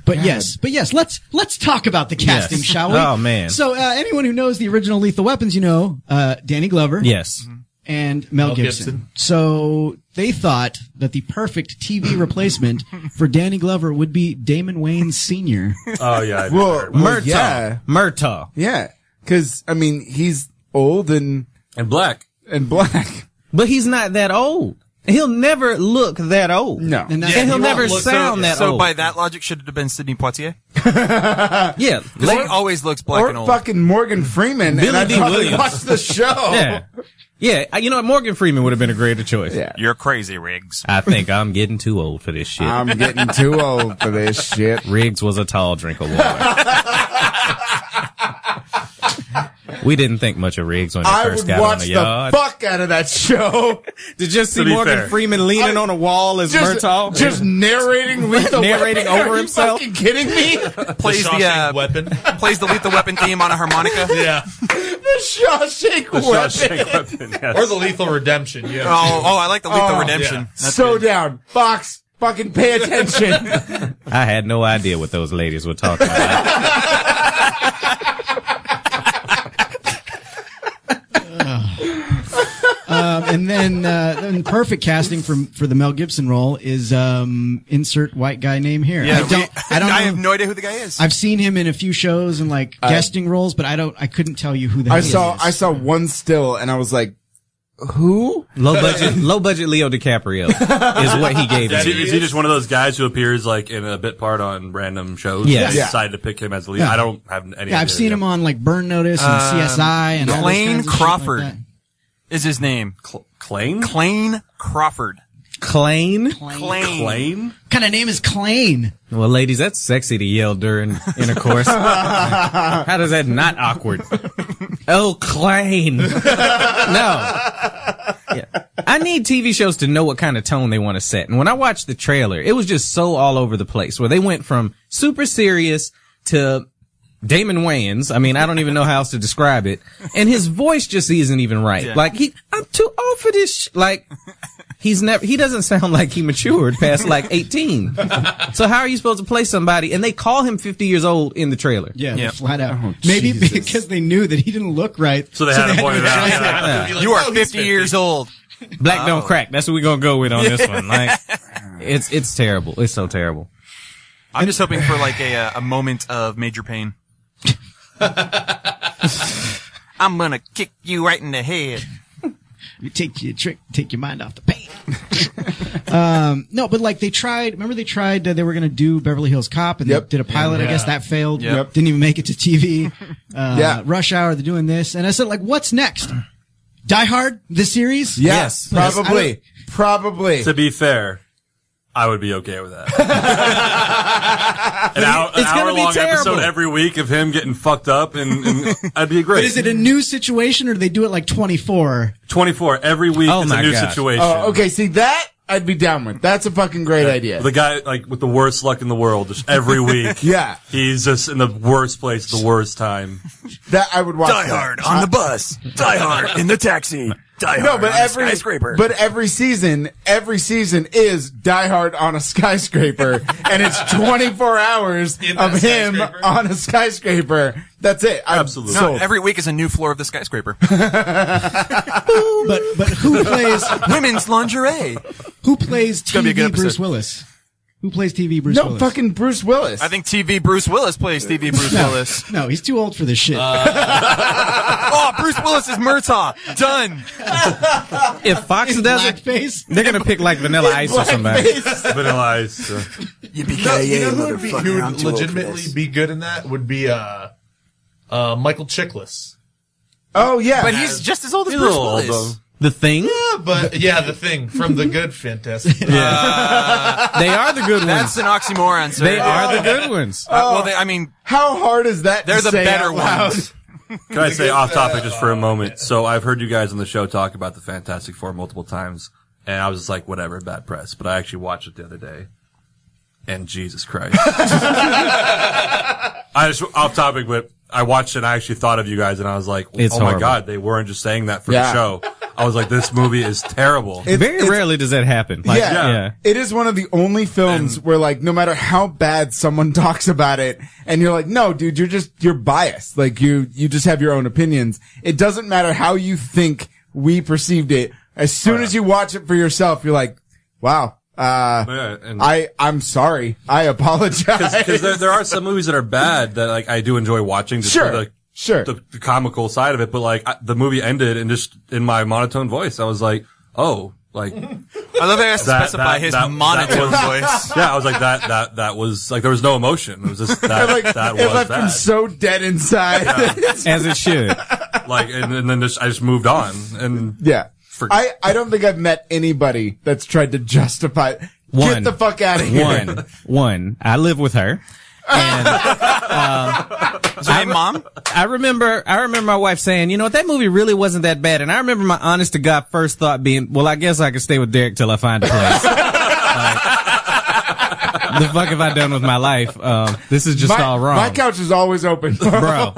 S7: but yes, but yes, let's let's talk about the casting,
S11: Yes.
S7: shall we?
S11: Oh, man.
S7: So uh, anyone who knows the original Lethal Weapons, you know, uh, Danny Glover,
S11: Yes.
S7: and Mel,
S11: Mel
S7: Gibson.
S11: Gibson.
S7: So they thought that the perfect TV replacement for Danny Glover would be Damon Wayne Senior.
S12: Oh yeah.
S8: Well, well,
S11: Murtaugh.
S8: yeah,
S11: Murtaugh.
S8: Yeah, because I mean he's old and
S12: and black
S8: and black.
S11: But he's not that old. He'll never look that old. No, and,
S9: Yeah,
S11: he'll
S9: he
S11: never
S9: won't look-
S11: sound
S9: so,
S11: that
S9: so
S11: old.
S9: by that logic, should it have been Sidney Poitier?
S11: yeah,
S9: Because he always looks black
S8: or
S9: and old.
S8: fucking Morgan Freeman.
S11: Billy
S8: and I'd
S11: D.
S8: probably
S11: Williams.
S8: Watch the
S9: [LAUGHS]
S8: show.
S11: yeah, yeah. I- You know, what? Morgan Freeman would have been a greater choice. Yeah.
S9: You're crazy, Riggs.
S11: I think I'm getting too old for this shit.
S8: I'm getting too old for this shit.
S11: Riggs was a tall drink of water. we didn't think much of Riggs when he
S8: I
S11: first
S8: would
S11: got on
S8: watch
S11: the
S8: the,
S11: yard.
S8: fuck out of that show. [LAUGHS]
S11: Did you see Morgan Freeman leaning on a wall as
S8: just,
S11: Murtaugh?
S8: Just narrating Lethal
S11: Narrating
S8: Weapon.
S11: over
S8: Are you
S11: himself?
S8: fucking kidding
S9: [LAUGHS]
S8: me?
S9: plays the, uh, weapon. Plays the lethal weapon theme on a harmonica.
S13: Yeah.
S8: the
S13: The
S8: Shawshank Weapon.
S13: Shawshank Weapon, yes. Or the Lethal Redemption, yeah.
S9: Oh, oh, I like the lethal
S8: Oh,
S9: redemption.
S8: yeah. So down. Fox, fucking pay attention.
S11: I had no idea what those ladies were talking about.
S7: um, and then, uh, then perfect casting for for the Mel Gibson role is um, insert white guy name here.
S9: Yeah,
S7: I don't.
S9: we-
S7: I don't. Know,
S9: [LAUGHS] I have no idea who the guy is.
S7: I've seen him in a few shows and like
S8: I-
S7: guesting roles, but I don't. I couldn't tell you who that
S8: I
S7: is.
S8: saw I saw one still and I was like, who?
S11: Low budget, low budget Leo DiCaprio is what he gave
S12: Is he,
S11: me.
S12: is he just one of those guys who appears like in a bit part on random shows?
S11: Yes.
S12: And they
S11: Yeah.
S12: decided to pick him as the lead.
S7: Yeah.
S12: I don't have any.
S7: Yeah, I've
S12: idea.
S7: seen him on like Burn Notice and
S9: Um,
S7: CSI and all those
S9: Clayne
S7: kinds of shit like
S9: Crawford
S7: that.
S9: is his name.
S12: Clane?
S9: Clane Crawford.
S11: Clane?
S9: Clane.
S12: Clane?
S7: What kind of name is Clayne?
S11: Well, ladies, that's sexy to yell during intercourse. How does that not [LAUGHS] awkward? Oh, [LAUGHS] Clane. no. Yeah. I need TV shows to know what kind of tone they want to set. And when I watched the trailer, it was just so all over the place where they went from super serious to Damon Wayans. I mean, I don't even know how else to describe it. And his voice just isn't even right.
S10: Yeah.
S11: Like he, I'm too old for this. Sh-. Like he's never, he doesn't sound like he matured past like [LAUGHS] 18. so how are you supposed to play somebody? And they call him 50 years old in the trailer.
S7: Yeah, flat out. Maybe because they knew that he didn't look right,
S11: So they had him
S9: [LAUGHS]
S11: pointed out. Yeah.
S9: You are 50 years old.
S11: Black don't crack. That's what we're gonna go with on this one. Like, [LAUGHS] it's it's terrible. It's so terrible.
S9: I'm just hoping for like a, uh, a moment of major [LAUGHS] pain. I'm gonna kick you right in the head.
S7: You take your trick, take your mind off the pain. [LAUGHS] um, no, but like they tried. Remember they tried. Uh, they were going to do Beverly Hills Cop, and
S8: Yep.
S7: they did a pilot. I
S8: Yeah.
S7: guess that failed.
S8: Yep.
S7: Didn't even make it to TV. Uh,
S8: Yeah.
S7: Rush Hour. They're doing this, and I said, like, what's next? Die Hard, the series.
S8: Yes,
S7: Yes, I
S8: probably.
S7: don't-
S8: Probably.
S12: To be fair, I would be okay
S7: [LAUGHS]
S12: with that. an hour, an
S7: it's gonna
S12: hour
S7: be
S12: long
S7: terrible.
S12: episode every week of him getting fucked up, and, and I'd be great.
S7: But is it a new situation, or do they do it like twenty four?
S12: 24 every week?
S7: Oh
S12: is
S7: my
S12: a new
S7: gosh.
S12: situation.
S8: Oh, okay. See that I'd be down with. That's a fucking great idea.
S12: The guy like with the worst luck in the world, just
S7: [LAUGHS]
S12: every week.
S8: Yeah.
S12: he's just in the worst place, at the worst time.
S8: That Uh, I would watch.
S12: Die
S8: that.
S12: Hard on the
S8: I-
S9: [LAUGHS]
S12: bus. Die Hard in the taxi.
S14: Die Hard on a skyscraper.
S8: But every season, every season is Die Hard on a [LAUGHS] skyscraper, and it's 24 hours
S9: In that
S8: of him
S9: skyscraper.
S8: on a skyscraper. That's it. I'm
S9: Absolutely.
S8: sold.
S9: every week is a new floor of the skyscraper.
S7: but but
S13: [LAUGHS]
S7: who plays
S9: [LAUGHS] women's lingerie?
S7: Who plays
S9: It's gonna be a good
S7: TV Bruce
S9: episode.
S7: Willis? Who plays TV Bruce
S8: no
S7: Willis?
S8: fucking Bruce Willis.
S9: I think TV Bruce Willis plays [LAUGHS] TV Bruce
S7: No.
S9: Willis.
S7: No, he's too old for this shit.
S13: Uh,
S7: [LAUGHS]
S9: oh, Bruce Willis is Murtaugh. Done.
S11: If Fox
S9: In
S11: does it, they're gonna pick like Vanilla Ice or somebody.
S12: Vanilla Ice. uh,
S13: No, you know who would, be, who
S14: I'm
S13: would
S14: too old for
S13: legitimately be good in that would be uh, uh, Michael Chiklis.
S8: Oh yeah,
S13: But he's just
S9: as old
S13: as He's a Bruce little old, Willis.
S11: The thing.
S13: Yeah, Uh,
S7: [LAUGHS]
S13: but yeah, the thing from the good Fantastic.
S11: Uh, they are the good
S9: That's an oxymoron, sir.
S11: They are the good ones.
S9: Uh, well, they, I mean,
S8: how hard is that?
S9: They're the better ones.
S12: Can I say off topic just for a moment? So I've heard you guys on the show talk about the Fantastic Four multiple times, and I was just like, whatever, bad press. But I actually watched it the other day, and Jesus Christ! I just off topic, but I watched it. and I actually thought of you guys, and I was like,
S11: It's
S12: oh my
S11: horrible.
S12: god, they weren't just saying that for
S11: Yeah.
S12: the show. I was like, this movie is terrible.
S11: Very rarely does that happen. Like,
S8: yeah. It is one of the only films where like no matter how bad someone [LAUGHS] talks about it and you're like, no, dude, you're just, you're biased. Like you, you just have your own opinions. It doesn't matter how you think we perceived it. As soon as you watch it for yourself, you're like, wow, uh,
S12: Yeah, and-
S8: I, I'm sorry. I [LAUGHS] apologize.
S9: [LAUGHS]
S12: because there, there are some movies that are bad that like I do enjoy watching. Just
S8: Sure,
S12: for the,
S8: sure.
S12: The, the comical side of it, but like I, the movie ended and just in my monotone voice, I was like, oh,
S9: [LAUGHS]
S12: like.
S9: I love how he has to specify his monotone
S12: [LAUGHS] was-
S9: voice.
S12: Yeah, I was like that. That that was like there was no emotion. It
S8: [LAUGHS]
S12: was just that that
S8: it
S12: was
S8: left him
S12: that.
S8: so dead inside. [LAUGHS]
S11: As it should.
S12: Like and, and then just, I just moved on and
S8: Yeah.
S12: For-
S8: I, I don't think I've met anybody that's tried to justify.
S11: One.
S8: Get the fuck out of here.
S11: One. [LAUGHS] One. I live with her. um,
S9: Is her name mom?
S11: I remember, I remember my wife saying, you know what, that movie really wasn't that bad. And I remember my honest to God first thought being, well, I guess I could stay with Derek till I find a place. Like, the fuck have I done with my life? Um, this is just
S8: my,
S11: all wrong.
S8: My couch is always
S11: [LAUGHS]
S8: open,
S11: bro.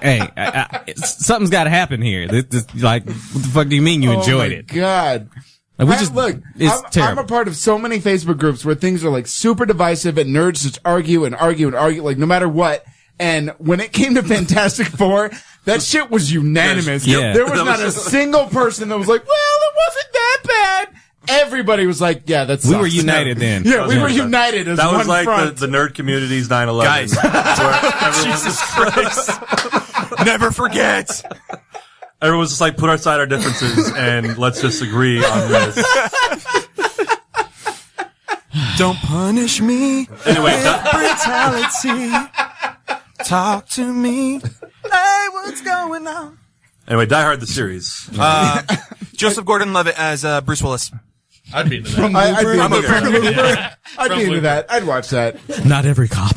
S11: hey, I, I, it's- something's got to happen here. This, this, like, what the fuck do you mean you
S8: Oh
S11: enjoyed
S8: my
S11: it?
S8: [LAUGHS] God.
S11: Like, we
S8: I-
S11: just-
S8: look,
S11: it's
S8: I'm, I'm
S11: terrible.
S8: a part of so many Facebook groups where things are like super divisive and nerds just argue and argue and argue, like no matter what. And when it came to Fantastic [LAUGHS] Four, that shit was unanimous.
S11: Yeah.
S8: There was
S11: That
S8: not a
S11: was- [LAUGHS]
S8: single person that was like, well, it wasn't that bad. Everybody was like, yeah, that's
S11: We were united then.
S8: [LAUGHS] Yeah, we
S11: Yeah.
S8: were united as
S12: that
S8: one
S12: was like
S8: front.
S12: the, the nerd community's 9-11.
S9: Guys. [LAUGHS]
S12: Jesus
S9: Christ. Never forget.
S12: Everyone's just like put aside our differences and let's just agree on this.
S14: Don't punish me.
S12: Anyway,
S14: with
S12: that-
S14: brutality. Talk to me. Hey, what's going on?
S12: Anyway, Die Hard the series.
S9: Uh, Joseph Gordon-Levitt as uh, Bruce Willis.
S13: I'd be into that.
S8: I, I'd be,
S9: I'm
S8: into,
S9: okay.
S8: from Bloomberg.
S9: Yeah.
S8: [LAUGHS] I'd
S9: From
S8: be into that. I'd watch that.
S11: Not every cop.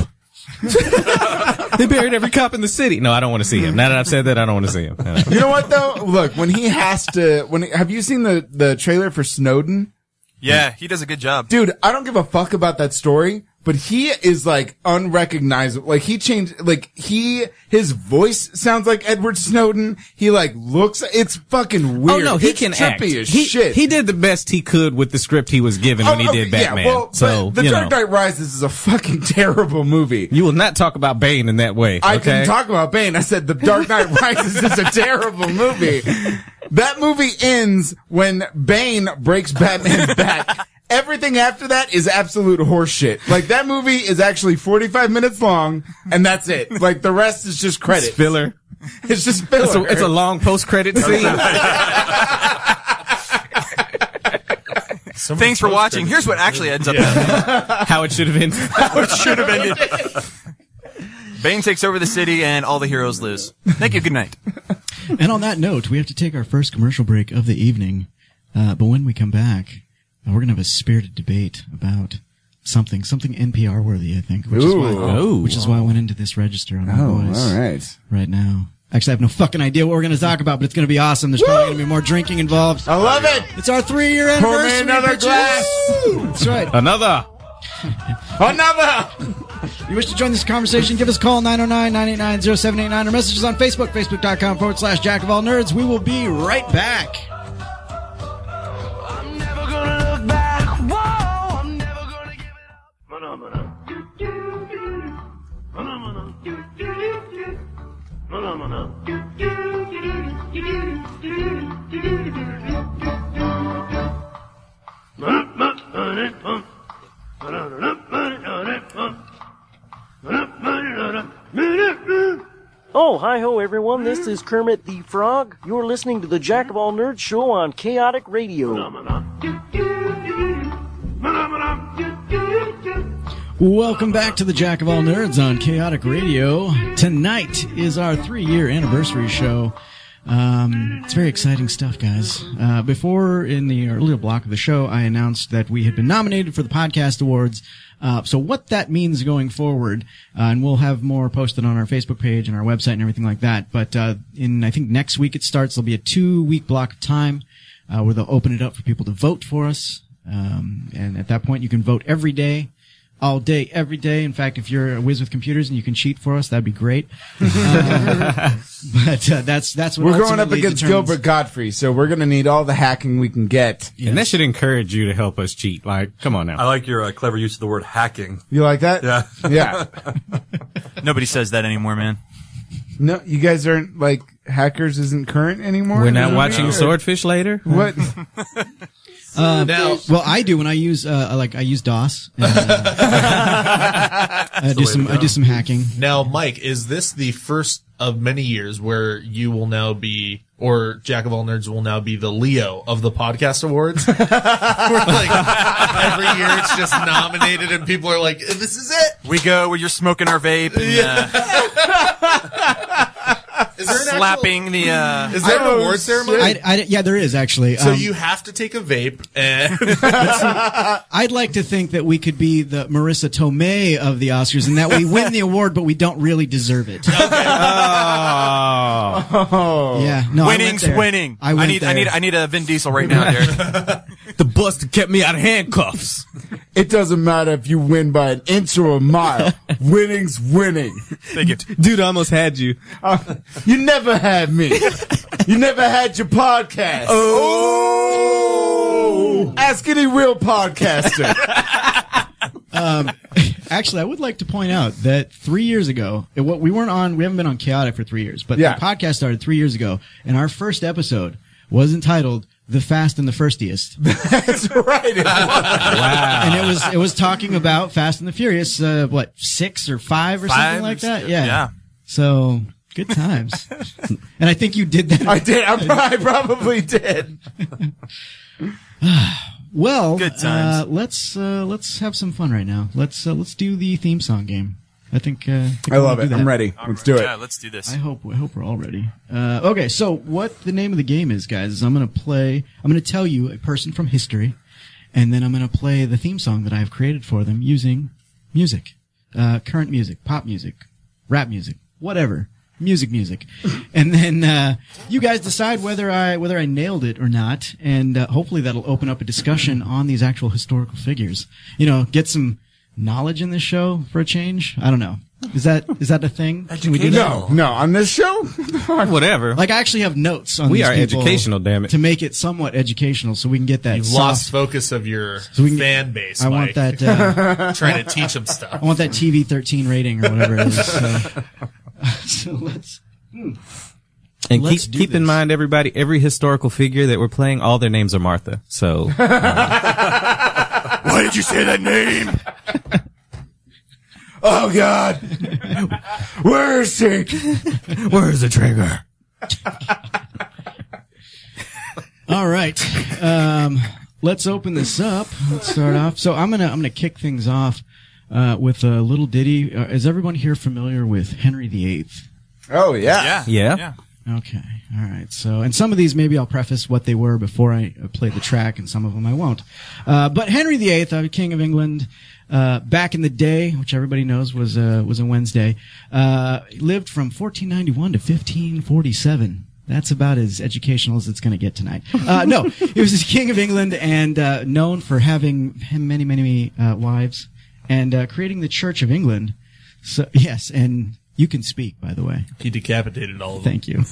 S11: they buried every cop in the city. No, I don't want to see him. Now that I've said that, I don't want to
S7: [LAUGHS]
S11: see him. No, no.
S8: You know what though? Look, when he has to, when have you seen the the trailer for Snowden?
S9: Yeah, he does a good job.
S8: Dude, I don't give a fuck about that story, but he is like unrecognizable. Like he changed, like he, his voice sounds like Edward Snowden. He like looks, it's fucking weird.
S11: Oh no, he
S8: It's
S11: can
S8: trippy
S11: act.
S8: As
S11: he,
S8: shit. Oh,
S11: he did the best he could with the script he was given when he did Batman.
S8: well,
S11: so
S8: but The
S11: you know,
S8: Dark Knight Rises is a fucking [LAUGHS] terrible movie.
S11: you will not talk about Bane in that way.
S8: I
S11: okay?
S8: didn't talk about Bane. I said The Dark
S11: [LAUGHS]
S8: Knight Rises is a terrible movie. That movie ends when Bane breaks
S11: [LAUGHS]
S8: Batman's back. Everything after that is absolute horseshit. Like that movie is actually 45 minutes long and that's it. Like the rest is just credit.
S11: Spiller.
S8: It's just filler.
S11: It's a, it's a long post-credit scene.
S9: Thanks for watching. Here's what actually ends up happening.
S11: How it
S8: [LAUGHS]
S11: should have ended.
S9: How it should have ended. Bane takes over the city and all the heroes lose. Thank you. Good night.
S7: and on that note, we have to take our first commercial break of the evening. Uh, but when we come back, uh, we're going to have a spirited debate about something, something NPR worthy, I think, which, is
S8: Ooh.
S7: why,
S8: Oh.
S7: which is why I went into this register on my
S8: Oh,
S7: voice.
S8: all right.
S7: Right now. Actually, I have no fucking idea what we're going to talk about, but it's going to be awesome. There's probably going to be more drinking involved.
S8: I love it.
S7: It's our three year
S8: Pour me
S7: anniversary.
S8: another
S7: bitches.
S8: glass.
S7: That's right.
S11: Another.
S8: Another.
S7: you wish to join this conversation, give us a call 909-989-0789 or messages on Facebook, facebook.com forward slash jack of all nerds. We will be right back.
S15: Oh, hi ho, everyone. This is Kermit the Frog. You're listening to the Jack of All Nerds show on Chaotic Radio.
S7: Welcome back to the Jack of All Nerds on Chaotic Radio. Tonight is our three year anniversary show. Um, it's very exciting stuff, guys. Uh, before in the earlier block of the show, I announced that we had been nominated for the podcast awards. Uh, so what that means going forward, uh, and we'll have more posted on our Facebook page and our website and everything like that. But, uh, in, I think next week it starts, there'll be a two week block of time, uh, where they'll open it up for people to vote for us. Um, and at that point you can vote every day all day, every day. In fact, if you're a whiz with computers and you can cheat for us, that'd be great. Uh, but uh, that's that's what
S8: We're going up
S7: ultimately
S8: against
S7: determines-
S8: Gilbert Godfrey, so we're going to need all the hacking we can get.
S11: And that should encourage you to help us cheat. Like, come on now.
S12: I like your uh, clever use of the word hacking.
S8: You like that?
S12: Yeah.
S11: [LAUGHS]
S8: Yeah.
S9: Nobody says that anymore, man.
S8: No, you guys aren't like hackers isn't current anymore.
S11: We're not
S8: Or-
S11: watching Swordfish later.
S8: What?
S7: Uh, well, I do when I use uh, like I use DOS. And, uh,
S11: [LAUGHS]
S7: I do some I do some hacking.
S13: Now, Mike, is this the first of many years where you will now be, or Jack of all nerds will now be the Leo of the podcast
S8: [LAUGHS]
S13: awards? Where, like, every year it's just nominated and people are like, this is it.
S9: We go where you're smoking our vape and uh, slapping the. Uh,
S13: Is there an
S9: Oh,
S13: award
S9: shit.
S13: ceremony?
S7: I, I- yeah, there is actually.
S13: So
S7: Um,
S13: you have to take a vape
S9: [LAUGHS]
S13: and
S7: I'd like to think that we could be the Marissa Tomei of the Oscars, and that we win the award, but we don't really deserve it.
S8: Oh.
S7: Yeah, no, I went
S9: winning's
S7: there.
S9: winning.
S7: I went
S9: need. I
S7: there.
S9: need. I need a Vin Diesel right now,
S13: [LAUGHS]
S9: Derek.
S8: The buster kept me out of handcuffs. It doesn't matter if you win by an inch or a [LAUGHS] mile. Winning's winning.
S9: Thank you.
S8: Dude, I almost had you. you never had me. you never had your podcast. Oh. Ask any real [LAUGHS] podcaster.
S7: um, actually, I would like to point out that three years ago, it, what we weren't on, we haven't been on Chaotic for three years, but
S8: Yeah.
S7: the podcast started three years ago, and our first episode was entitled "The Fast and the
S9: [LAUGHS]
S7: Firstiest."
S9: Ah.
S7: and it was it was talking about Fast and the Furious, uh, what six or five or
S9: Five
S7: something like
S9: or
S7: that.
S9: six,
S7: Yeah.
S9: yeah.
S7: So good
S9: [LAUGHS]
S7: times. and I think you did that.
S8: I did. I, pro- I probably did.
S7: well,
S8: Good times.
S7: Uh, let's uh, let's have some fun right now. Let's uh, let's do the theme song game. I think. Uh, I, think
S8: I
S7: we
S8: love
S7: can do
S8: it. I'm
S7: that.
S8: ready. Let's do it.
S9: Yeah, let's do this.
S7: I hope I hope we're all ready. Uh, okay, so what the name of the game is, guys? Is I'm gonna play. I'm gonna tell you a person from history, and then I'm gonna play the theme song that I have created for them using music, uh, current music, pop music, rap music, whatever, music, music, and then uh, you guys decide whether I whether I nailed it or not, and uh, hopefully that'll open up a discussion on these actual historical figures. You know, get some knowledge in this show for a change. I don't know. Is that is that a thing? Can we do that?
S8: No, no, on this show?
S11: Whatever.
S7: Like I actually have notes on.
S11: We
S7: these
S11: are
S7: people
S11: educational, damn it.
S7: To make it somewhat educational, so we can get that.
S13: you've
S7: soft-
S13: lost focus of your
S7: we can-
S13: fan base.
S7: I
S13: Mike.
S7: want that,
S13: [LAUGHS]
S7: uh,
S13: trying to
S7: [LAUGHS]
S13: teach them stuff.
S7: I want that TV thirteen rating or whatever it is. So,
S13: [LAUGHS]
S7: [LAUGHS] so let's. hmm.
S11: And
S7: Let's
S11: keep,
S7: do
S11: keep in mind, everybody, every historical figure that we're playing, all their names are Martha.
S7: [LAUGHS]
S11: So
S14: Why did you say that name?
S4: [LAUGHS]
S8: Oh God! Where is he?
S14: Where's the trigger?
S7: All right. Um, let's open this up. Let's start off. So I'm gonna I'm gonna kick things off uh, with a little ditty. Uh, is everyone here familiar with Henry VIII?
S8: Oh yeah.
S11: Yeah.
S7: Okay. All right. So, and some of these maybe I'll preface what they were before I uh, play the track, and some of them I won't. Uh, but Henry VIII, uh, King of England, uh, back in the day, which everybody knows was uh, was a Wednesday, uh, lived from 1491 to 1547. That's about as educational as it's going to get tonight. Uh, no, [LAUGHS] he was the King of England and uh, known for having many, many, many uh, wives and uh, creating the Church of England. So yes, and you can speak, by the way.
S13: He decapitated all of them.
S7: Thank
S13: [LAUGHS]
S7: you.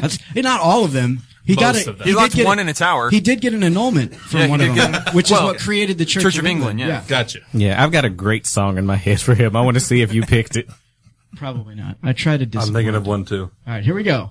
S7: That's, eh, not all of them. He
S13: Most
S7: got it.
S13: of them.
S9: He
S7: did
S9: locked
S7: get
S9: one in a tower.
S7: He did get an annulment from
S9: Yeah, he
S7: one of
S9: did
S7: them,
S9: get-
S7: which
S9: well,
S7: is what created the Church,
S9: Church of England, yeah.
S13: Gotcha.
S11: Yeah, I've got a great song in my head for him. I want to see if you picked it.
S7: Probably not. I tried to.
S12: I'm
S7: Disappoint.
S12: thinking of one too.
S7: All right, here we go.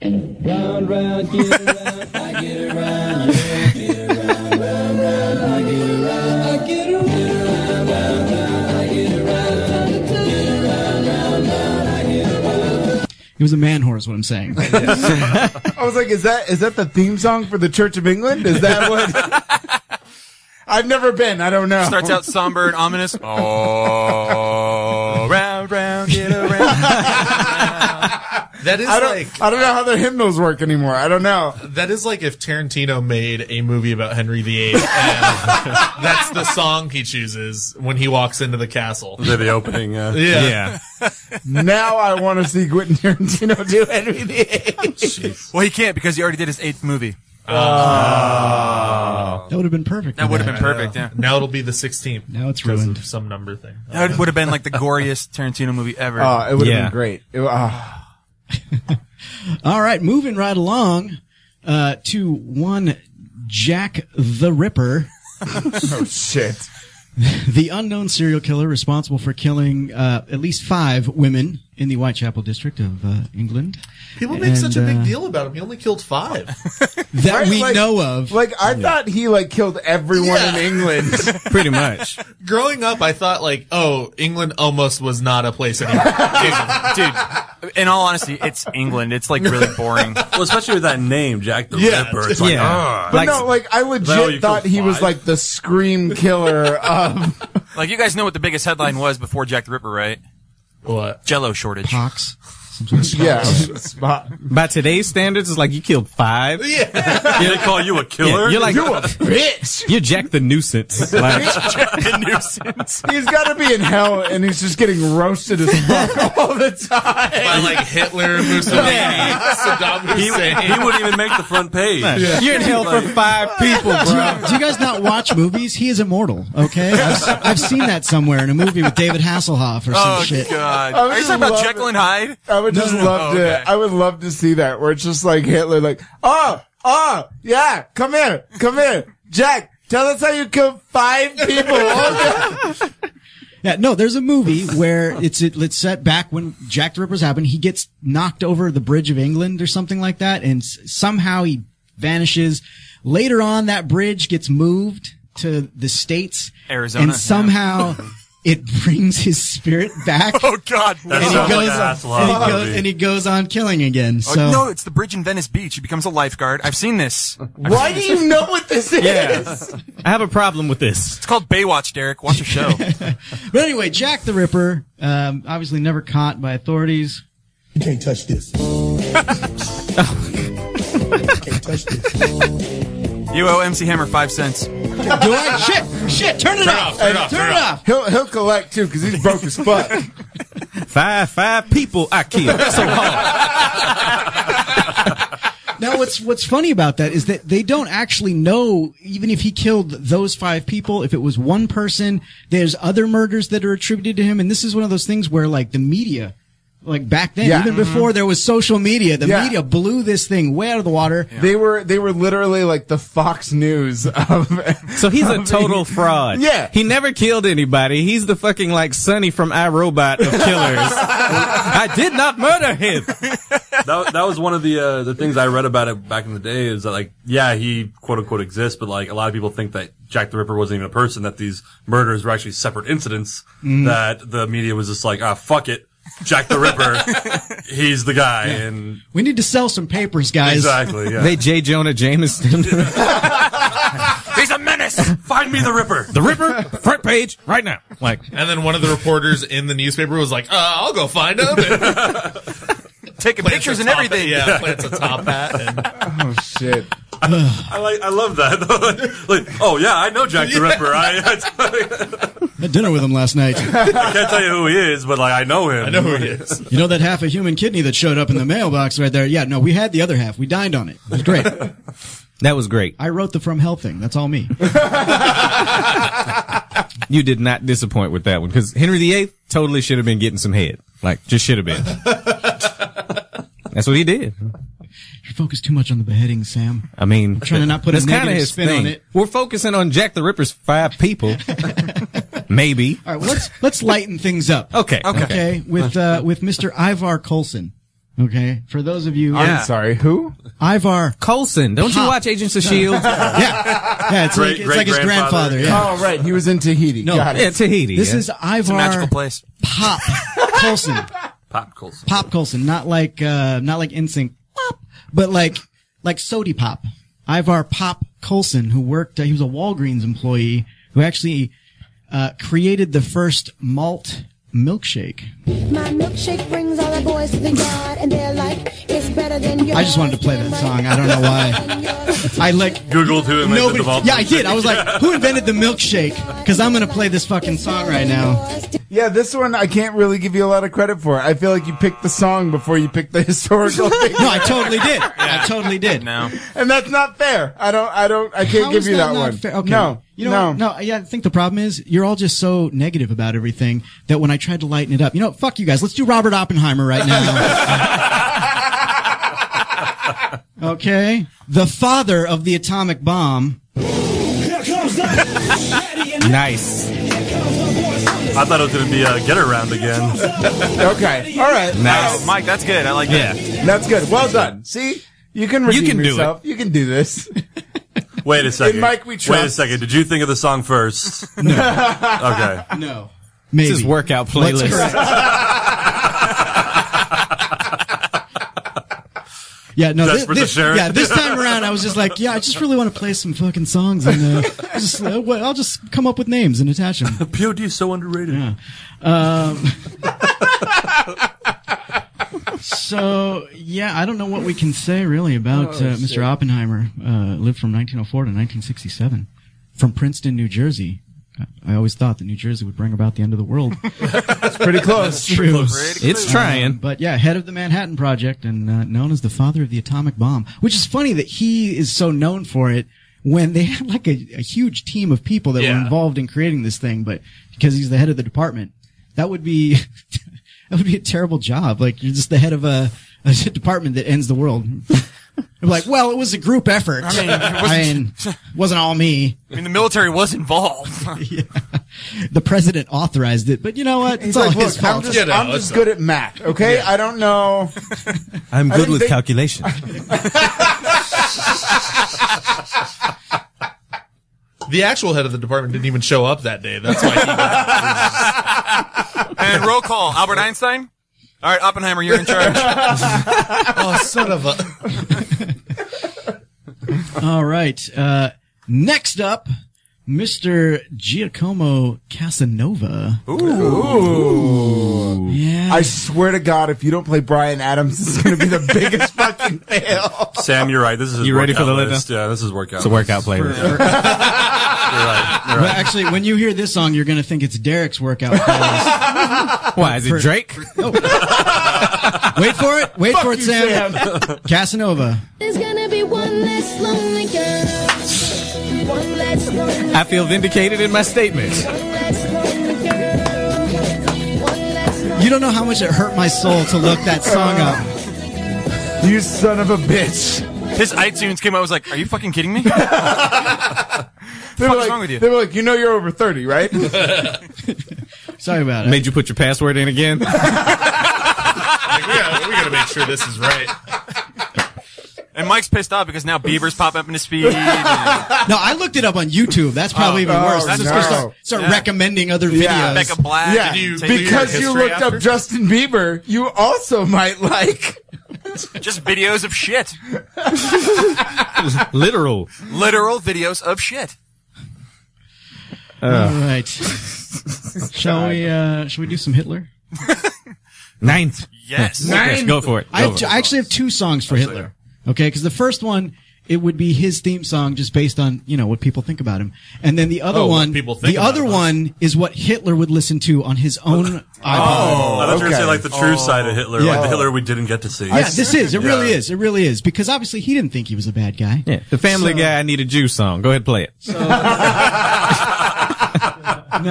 S4: Round, round, get around, I get around, yeah. Get around, round, round, I get around, I get around. Get around, round, I get around, get around, round, round, I get around.
S7: It was a man whore, is what I'm
S9: [LAUGHS]
S7: saying.
S8: I was like, is that is that the theme song for the Church of England? Is that what? [LAUGHS] I've never been. I don't know.
S7: [LAUGHS]
S9: Starts out somber and ominous. Oh, round, round, get around.
S13: That is
S8: I don't,
S13: like-
S8: I don't know how their hymnals work anymore. I don't know.
S13: That is like if Tarantino made a movie about Henry VIII, and that's the song he chooses when he walks into the castle.
S12: They're the opening. Uh,
S13: Yeah.
S8: now I want to see Quentin Tarantino [LAUGHS] do Henry VIII.
S9: well, he can't because he already did his eighth movie.
S7: That would have been perfect.
S9: That would have been perfect. Yeah.
S13: Now it'll be the 16th.
S7: Now it's
S13: because
S7: ruined.
S13: of some number thing.
S9: That would have been like the goriest Tarantino movie ever.
S7: Uh,
S8: Oh, it would have been great. It, ah.
S7: All right, moving right along uh, to one Jack
S13: [LAUGHS]
S7: the Ripper.
S8: oh shit!
S7: the unknown serial killer responsible for killing uh, at least five women in the Whitechapel district of uh, England.
S13: People make such a
S7: And,
S13: big
S7: uh,
S13: deal about him. He only killed five.
S11: uh,
S7: that
S8: Right,
S7: we
S8: like-
S7: know of.
S8: Like I thought he like killed everyone in England.
S11: Pretty much.
S13: Growing up, I thought like, oh, England almost was not a place anymore.
S9: dude, in all honesty, it's England. It's like really boring.
S7: [LAUGHS]
S12: Well, especially with that name, Jack the
S9: Yeah.
S12: Ripper. It's like,
S9: Yeah.
S12: ah.
S8: But no, like I
S12: Well, you
S8: legit
S12: killed
S8: thought he was
S12: five.
S8: like the scream killer of
S9: Like you guys know what the biggest headline was before Jack the Ripper, right?
S13: What?
S9: Jello shortage.
S7: Pox.
S8: [LAUGHS] yeah spot.
S11: By today's standards, it's like you killed five. Yeah.
S12: they call oh, you a killer.
S11: you're like [LAUGHS]
S8: You a bitch.
S11: You're Jack the nuisance. Like, [LAUGHS]
S9: nuisance.
S8: He's got to be in hell, and he's just getting roasted as fuck [LAUGHS] all the time.
S13: By like Hitler, Mussolini, Saddam
S12: He,
S13: Hussein.
S12: he wouldn't even make the front page.
S11: You're in hell for five people,
S7: Do [LAUGHS]
S11: bro.
S7: you, do you guys not watch movies? He is immortal. Okay, I've, s- I've seen that somewhere in a movie with David Hasselhoff or some
S9: Oh
S7: shit.
S9: god!
S8: I would
S9: Are you
S8: just
S9: talking about
S8: love
S9: Jekyll and Hyde?
S8: I would just love
S9: Oh,
S8: to.
S9: okay.
S8: I would love to see that where it's just like Hitler, like, oh, oh, yeah, come here, come here, Jack. Tell us how you killed five people. [LAUGHS] Okay.
S7: Yeah, no, there's a movie where it's it, it's set back when Jack the Ripper's happened. He gets knocked over the bridge of England or something like that, and s- somehow he vanishes. Later on, that bridge gets moved to the states,
S9: Arizona,
S7: and
S9: yeah.
S7: somehow
S9: [LAUGHS]
S7: it brings his spirit back.
S9: Oh god!
S7: and he
S12: sounds like
S7: goes,
S12: an Hasselhoff
S7: and he goes
S12: movie.
S7: and he goes on killing again.
S9: Oh,
S7: So
S9: no, it's the bridge in Venice Beach. He becomes a lifeguard. I've seen this. I've
S8: Why
S9: seen
S8: do
S9: this.
S8: you know what this is?
S11: Yeah. I have a problem with this.
S9: It's called Baywatch, Derek. Watch
S7: [LAUGHS]
S9: a show.
S7: But anyway, Jack the Ripper, um, obviously never caught by [LAUGHS] authorities.
S14: You can't touch this. can't touch this.
S9: you owe MC Hammer five cents.
S7: Do I? Shit! Shit! Turn it off!
S13: Turn it off, turn it off.
S8: He'll he'll collect too because he's broke as fuck.
S7: [LAUGHS]
S11: Five, five people I killed. So hard.
S7: Now, what's what's funny about that is that they don't actually know, even if he killed those five people, if it was one person, there's other murders that are attributed to him, and this is one of those things where like the media. Like back then,
S8: Yeah. Mm-hmm.
S7: even before there was social media, the
S8: Yeah.
S7: media blew this thing way out of the water.
S8: They were they were literally like the Fox News of. [LAUGHS]
S11: So [LAUGHS] he's a total fraud.
S8: Yeah.
S11: He never killed anybody. He's the fucking like Sonny from iRobot of killers. [LAUGHS] I did not murder him.
S12: that, that was one of the uh, the things I read about it back in the day is that like yeah he quote unquote exists but like a lot of people think that Jack the Ripper wasn't even a person that these murders were actually separate incidents that the media was just like ah fuck it Jack the Ripper he's the guy and
S7: We need to sell some papers, guys.
S12: exactly yeah.
S11: They J. Jonah Jameson.
S9: He's a menace.
S12: find me the Ripper
S11: [LAUGHS] the Ripper, front page, right now. Like,
S13: And then one of the reporters in the newspaper was like, uh, I'll go
S4: [LAUGHS]
S13: find him. And
S9: Taking
S13: plants
S9: pictures
S13: a
S9: and
S13: top-
S9: everything.
S13: Yeah, plants a top hat.
S4: [LAUGHS]
S13: And
S8: oh shit!
S12: I like I love that [LAUGHS] like oh yeah I know Jack the Ripper I,
S7: Had dinner with him last
S8: [LAUGHS]
S7: night.
S12: I can't tell you who he is but like I know him
S13: I know who he is.
S7: You know that half a human kidney that showed up in the mailbox right there? Yeah, no, we had the other half. We dined on it. It was great.
S11: that was great.
S7: [LAUGHS] I wrote the From Hell thing. That's all me.
S11: you did not disappoint with that one because Henry VIII totally should have been getting some head. Like, just should have [LAUGHS] been. That's what he did.
S7: You focus too much on the beheading, Sam.
S11: I mean,
S7: I'm trying to not put a
S11: that's kinda
S7: negative
S11: his
S7: spin on
S11: thing.
S7: it.
S11: We're focusing on Jack the Ripper's five
S7: [LAUGHS]
S11: people, maybe.
S7: All right, well, let's let's lighten things up.
S11: Okay, okay.
S7: okay, with uh, with Mr. Ivar Colson. Okay, for those of you,
S11: I'm sorry,
S8: who?
S7: Ivar
S11: Colson. Don't you watch [LAUGHS] Agents of Shield?
S7: yeah, yeah, it's like, it's like his grandfather. Yeah.
S8: Oh, right. He was in Tahiti.
S7: No,
S8: Got it.
S11: Yeah, Tahiti,
S7: This
S11: yeah.
S7: is Ivar
S11: It's a magical place.
S7: Pop Colson.
S12: Pop Colson.
S7: Pop Colson, not like uh not like NSYNC pop, but like like Sody Pop. Ivar Pop Colson, who worked, uh, he was a Walgreens employee who actually uh created the first malt milkshake.
S16: My milkshake brings all the boys to the yard, and they're like, it's better than yours.
S7: I just wanted to play that song. I don't know why. I like
S12: [LAUGHS] Googled who invented
S7: nobody.
S12: the vault.
S7: Yeah, I did. I was like, who invented the milkshake? Because I'm gonna play this fucking song right now.
S8: Yeah, this one I can't really give you a lot of credit for. I feel like you picked the song before you picked the [LAUGHS] historical. figure.
S7: No, I totally did. I totally did.
S9: No.
S8: and that's not fair. I don't. I don't. I can't
S7: How
S8: give
S7: is
S8: you that,
S7: not
S8: one.
S7: fair? Okay.
S8: No.
S7: You know
S8: no.
S7: what? No, yeah, I think the problem is you're all just so negative about everything that when I tried to lighten it up, you know, fuck you guys. Let's do Robert Oppenheimer right now.
S11: [LAUGHS]
S7: okay? The father of the atomic bomb.
S4: Here comes the
S11: Nice.
S12: I thought it was going to be a get around again. [LAUGHS]
S8: okay. All right.
S9: Nice. Oh, Mike, that's good. I like that.
S8: That's good. Well done. See, you can
S9: You
S8: redeem
S9: can do
S8: yourself. You can do this.
S12: Wait a second.
S8: In Mike we
S12: Wait a
S8: trust.
S12: second. Did you think of the
S8: [LAUGHS]
S12: song first? okay.
S7: No. Maybe.
S11: This is workout
S7: Let's
S11: playlist.
S7: [LAUGHS] Yeah, no, this,
S12: Desperate to
S7: this-
S12: share it.
S7: yeah, this time around I was just like, yeah, I just really want to play some fucking songs and uh, just, uh, what- I'll just come up with names and attach them.
S12: POD is so underrated.
S7: Um, so yeah, I don't know what we can say really about
S15: Oh,
S7: uh,
S15: shit.
S7: Mr. Oppenheimer. Uh, lived from 1904 to 1967, from Princeton, New Jersey. I always thought that New Jersey would bring about the end of the world.
S8: [LAUGHS] It's pretty close.
S7: It's true.
S11: It's trying.
S7: Um, but yeah, head of the Manhattan Project and uh, known as the father of the atomic bomb, which is funny that he is so known for it when they [LAUGHS] had like a, a huge team of people that were involved in creating this thing, but because he's the head of the department, that would be, [LAUGHS] that would be a terrible job. Like you're just the head of a, a [LAUGHS] department that ends the world. [LAUGHS] They're like, well, it was a group effort.
S9: I mean,
S7: [LAUGHS]
S9: it
S7: I mean, wasn't all me.
S9: I mean, the military was
S7: [LAUGHS]
S9: involved.
S7: The president authorized it, but you know what? It's
S8: [LAUGHS] He's
S7: all
S8: like,
S7: his
S8: look, I'm
S7: fault.
S8: just, I'm just good at math. Okay, I don't know.
S11: I'm
S8: I
S11: good
S8: didn't
S11: with
S8: think-
S11: calculation.
S13: The actual head of the department didn't even show up that day. That's why.
S9: and roll call. Albert Einstein. All right, Oppenheimer, you're
S7: [LAUGHS]
S9: in charge.
S13: oh, son of a.
S7: All right. Uh, next up, Mr. Giacomo Casanova.
S8: Ooh.
S7: Yeah.
S8: I swear to God, if you don't play Brian Adams, this is going to be
S9: [LAUGHS]
S8: the biggest fucking fail.
S12: Sam, you're right. This is his
S11: [LAUGHS] You ready for
S12: workout
S11: the lineup?
S12: list. Yeah, this is workout.
S11: It's a workout playlist.
S12: you're right. You're
S7: Well,
S12: right.
S7: actually, when you hear this song, you're going to think it's Derek's workout. playlist.
S11: [LAUGHS] Why, is it
S7: For-
S11: Drake?
S7: No. Wait for it. Wait
S16: Fuck
S7: for it,
S16: you,
S7: Sam. [LAUGHS] Casanova.
S16: There's gonna be one less lonely girl. One less lonely
S11: I feel vindicated in my statement.
S7: You don't know how much it hurt my soul to look that song up.
S8: You son of a bitch.
S9: His iTunes came out. I was like, "Are you fucking kidding me?"
S8: They
S9: fuck
S8: were
S9: is
S8: like,
S9: wrong with you?
S8: They were like, you know you're over 30,
S9: [LAUGHS]
S8: right?
S7: Sorry about it.
S11: Made you put your password in again? [LAUGHS]
S13: Like, we, gotta, we gotta make sure this is right.
S9: And Mike's pissed off because now Bieber's popping up in his
S7: [LAUGHS]
S9: feed. and-
S7: No, I looked it up on YouTube. That's probably even
S9: Oh,
S7: worse.
S9: oh,
S7: That's just
S9: no.
S7: gonna start, start
S9: Yeah.
S7: recommending other videos.
S8: Yeah.
S9: Becca Black.
S8: yeah,
S9: Did you take
S8: because
S9: your
S8: you
S9: history
S8: looked
S9: after?
S8: up Justin Bieber, you also might like.
S9: Just videos of shit.
S11: Literal.
S9: Literal videos of shit.
S7: All right. shall we? Uh, shall we do some Hitler?
S11: Ninth.
S9: Yes.
S11: [LAUGHS] Okay, go for it.
S7: I,
S11: Go
S7: have
S11: for
S7: two,
S11: it.
S7: I actually have two songs for Hitler. Okay, because the first one it would be his theme song, just based on you know what people think about him, and then the other
S13: Oh,
S7: one,
S13: what people think
S7: the
S13: about
S7: other
S13: him.
S7: one is what Hitler would listen to on his own [LAUGHS] iPod.
S12: I thought you were gonna say like the true side of Hitler,
S7: Yeah.
S12: like the Hitler we didn't get to see.
S7: Yeah, this is it. Really
S12: Yeah.
S7: is it? Really is because obviously he didn't think he was a bad guy.
S11: Yeah, the Family
S7: So-
S11: Guy, I Need a Jew song. Go ahead, play it.
S7: no,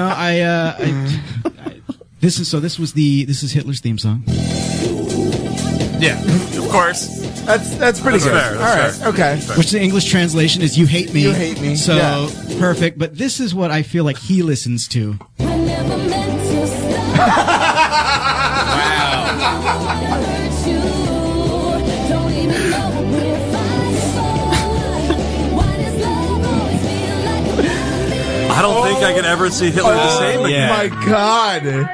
S7: I, uh, I, I- [LAUGHS] This is so. This was the. This is Hitler's theme song.
S9: Yeah, of course.
S8: That's that's pretty
S9: That's
S8: good.
S9: fair, that's
S8: All right,
S9: fair.
S8: okay.
S9: Fair.
S7: Which the English translation is "You hate me."
S8: You hate me,
S7: So
S8: yeah.
S7: perfect. But this is what I feel like he listens to.
S12: I don't think I can ever see Hitler the same again.
S8: Oh my
S9: [LAUGHS]
S8: god.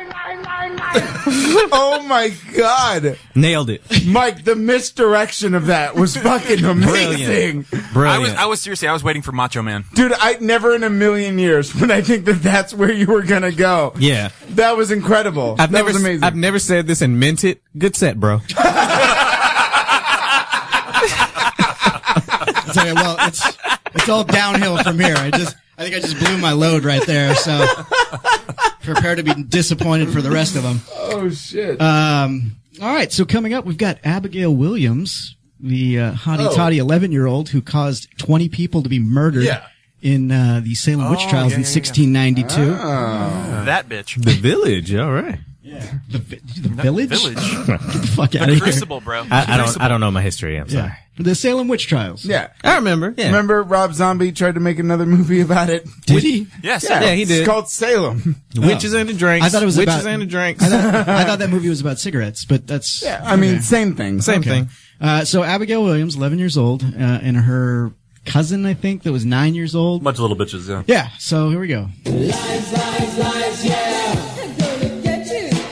S8: oh my god.
S11: Nailed it.
S8: Mike, the misdirection of that was fucking amazing.
S9: I was, I was seriously, I was waiting for Macho Man.
S8: Dude, I never in a million years would I think that that's where you were gonna go.
S11: Yeah.
S8: That was incredible. that
S11: I've never,
S8: was amazing.
S11: I've never said this and meant it. Good set, bro.
S7: I tell you, well, it's it's all downhill from here. I just I think I just blew my load right there. So prepare to be disappointed for the rest of them.
S8: oh shit.
S11: Uh,
S7: Um, all right, so coming up, we've got Abigail Williams, the uh, hottie
S8: Oh.
S7: toddy 11 year old who caused 20 people to be murdered
S8: Yeah.
S7: in uh, the Salem witch
S9: Oh,
S7: trials
S9: yeah,
S7: in
S9: yeah, Ah. yeah.
S7: 1692.
S9: That bitch.
S11: The village. All right.
S7: The village?
S9: Village.
S7: [LAUGHS] Get the fuck out
S9: The
S7: of here.
S9: Crucible, bro.
S11: I, I don't. I don't know my history. I'm sorry.
S7: Yeah. The Salem witch trials.
S8: Yeah.
S11: I remember. Yeah.
S8: Remember Rob Zombie tried to make another [LAUGHS] movie about it?
S7: Did he?
S9: Yes.
S8: Yeah,
S11: Yeah, he did.
S8: It's called
S11: [LAUGHS]
S8: Salem.
S11: Witches and the drinks.
S7: I thought it was
S11: witches
S7: about-
S11: and the drinks.
S7: I thought, I thought that movie was about cigarettes, but that's
S8: Yeah, I mean, same thing.
S11: Same thing.
S7: Uh, so Abigail Williams, 11 years old, uh, and her cousin, I think, that was nine years old.
S12: Bunch of little bitches, yeah.
S7: Yeah. So here we go.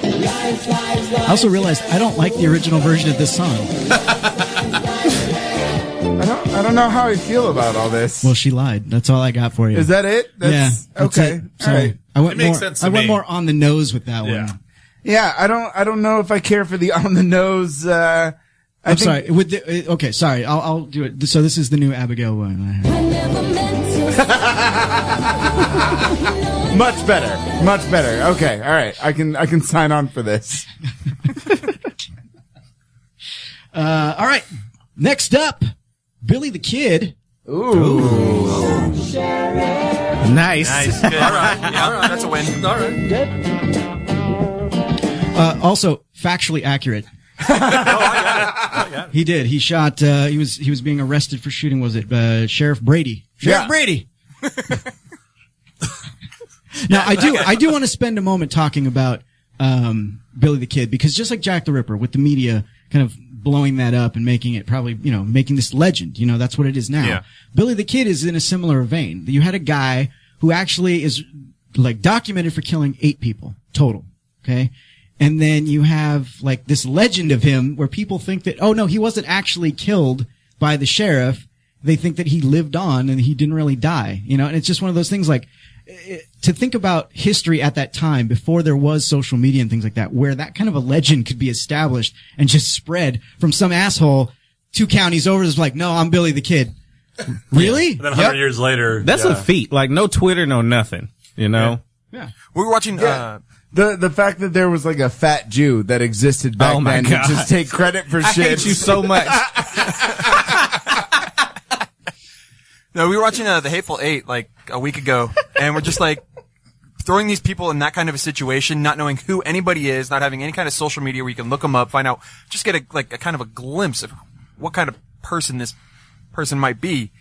S7: I also realized I don't like the original version of this song.
S8: I don't I don't know how I feel about all this.
S7: Well, she lied. That's all I got for you.
S8: Is that it? That's-
S7: yeah. that's
S8: okay.
S7: it.
S8: All
S7: Sorry.
S8: right.
S7: I went
S8: It makes
S7: more.
S8: sense to
S7: I went
S8: me.
S7: more on the nose with that
S8: Yeah.
S7: one.
S8: Yeah, I don't I don't know if I care for the [LAUGHS] on the nose uh I
S7: I'm
S8: think-
S7: sorry. With the, uh, okay, sorry. I'll, I'll do it. So this is the new Abigail one.
S8: Much better. Much better. Okay. All right. I can I can sign on for this.
S7: Uh, all right. Next up, Billy the Kid.
S8: Ooh.
S11: Nice.
S9: Nice. Good. All right. Yeah, all right. That's a win. All right.
S7: Uh, also factually accurate. He did. He shot. Uh, he was. He was being arrested for shooting. Was it uh, Sheriff Brady? Sheriff
S8: Yeah.
S7: Brady. [LAUGHS] now I do. I do want to spend a moment talking about um, Billy the Kid because just like Jack the Ripper, with the media kind of blowing that up and making it probably you know making this legend. You know that's what it is now.
S9: Yeah.
S7: Billy the Kid is in a similar vein. You had a guy who actually is like documented for killing eight people total. Okay. And then you have like this legend of him where people think that, oh no, he wasn't actually killed by the sheriff. They think that he lived on and he didn't really die, you know, and it's just one of those things like eh, to think about history at that time before there was social media and things like that, where that kind of a legend could be established and just spread from some asshole two counties over that's like, no, I'm Billy the Kid. Really?
S12: And then 100 years later.
S11: That's
S12: yeah.
S11: a feat. Like no Twitter, no nothing. You know.
S9: We were watching. Uh,
S8: The the fact that there was like a fat Jew that existed back
S11: Oh my
S8: then
S11: God.
S8: to just take credit for
S11: [LAUGHS] I
S8: shit.
S11: hate you so much.
S9: no, we were watching uh, the Hateful Eight like a week ago, and we're just like throwing these people in that kind of a situation, not knowing who anybody is, not having any kind of social media where you can look them up, find out, just get a like a kind of a glimpse of what kind of person this person might be.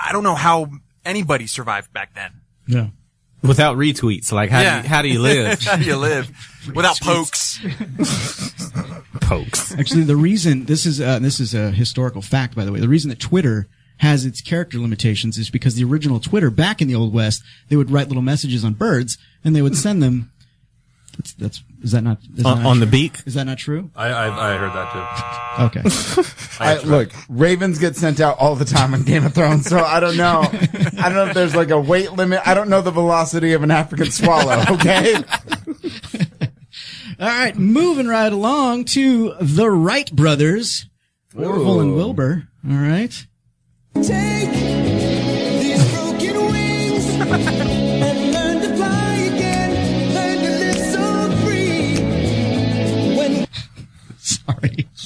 S9: I don't know how anybody survived back then.
S7: Yeah.
S11: [LAUGHS] Without retweets, like how do you, how do you live?
S7: [LAUGHS]
S9: [LAUGHS] how do you live without pokes?
S11: Pokes.
S7: Actually, the reason this is uh, this is a historical fact, by the way. The reason that Twitter has its character limitations is because the original Twitter back in the old west, they would write little messages on birds and they would send them. That's, that's is that not is that
S11: On-
S7: not
S11: on the
S7: true?
S11: beak?
S7: Is that not true?
S12: I, I, I heard that too.
S7: Okay. [LAUGHS]
S8: I, look, ravens get sent out all the time on Game of Thrones, so I don't know. I don't know if there's like a weight limit. I don't know the velocity of an African swallow. Okay,
S7: All right, moving right along to the Wright brothers, Orville and Wilbur. All
S11: [LAUGHS]
S7: right.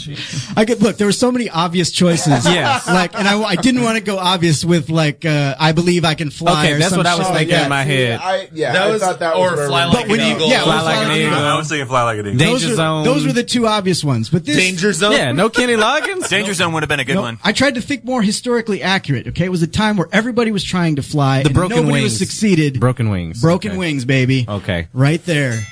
S7: [LAUGHS] I could look. There were so many obvious choices.
S11: [LAUGHS] Yes.
S7: Like, and I, I didn't want to go obvious with like uh, I believe I can fly.
S11: Okay,
S7: or
S11: that's
S7: some
S11: what I was
S7: shit
S11: thinking
S7: like
S11: in my
S7: that.
S11: head.
S8: I, yeah,
S11: That
S8: I
S11: was-
S8: thought that
S11: or
S8: was where
S11: fly
S8: we
S11: like
S8: were
S11: an
S8: going.
S11: eagle.
S7: Yeah,
S11: Fly
S7: or
S11: like an eagle.
S12: I was thinking fly like an eagle.
S7: Those
S11: Danger
S7: are-
S11: zone.
S7: Those were the two obvious ones. But this
S11: Danger zone? Yeah, no Kenny
S7: [LAUGHS]
S11: Loggins?
S9: Danger zone would have been a good
S7: No,
S9: one.
S7: I tried to think more historically accurate. Okay, it was a time where everybody was trying to fly.
S11: The
S7: and
S11: broken
S7: nobody
S11: wings
S7: was succeeded.
S11: Broken wings. Oh.
S7: Broken
S11: Okay.
S7: wings, baby.
S11: Okay.
S7: Right there.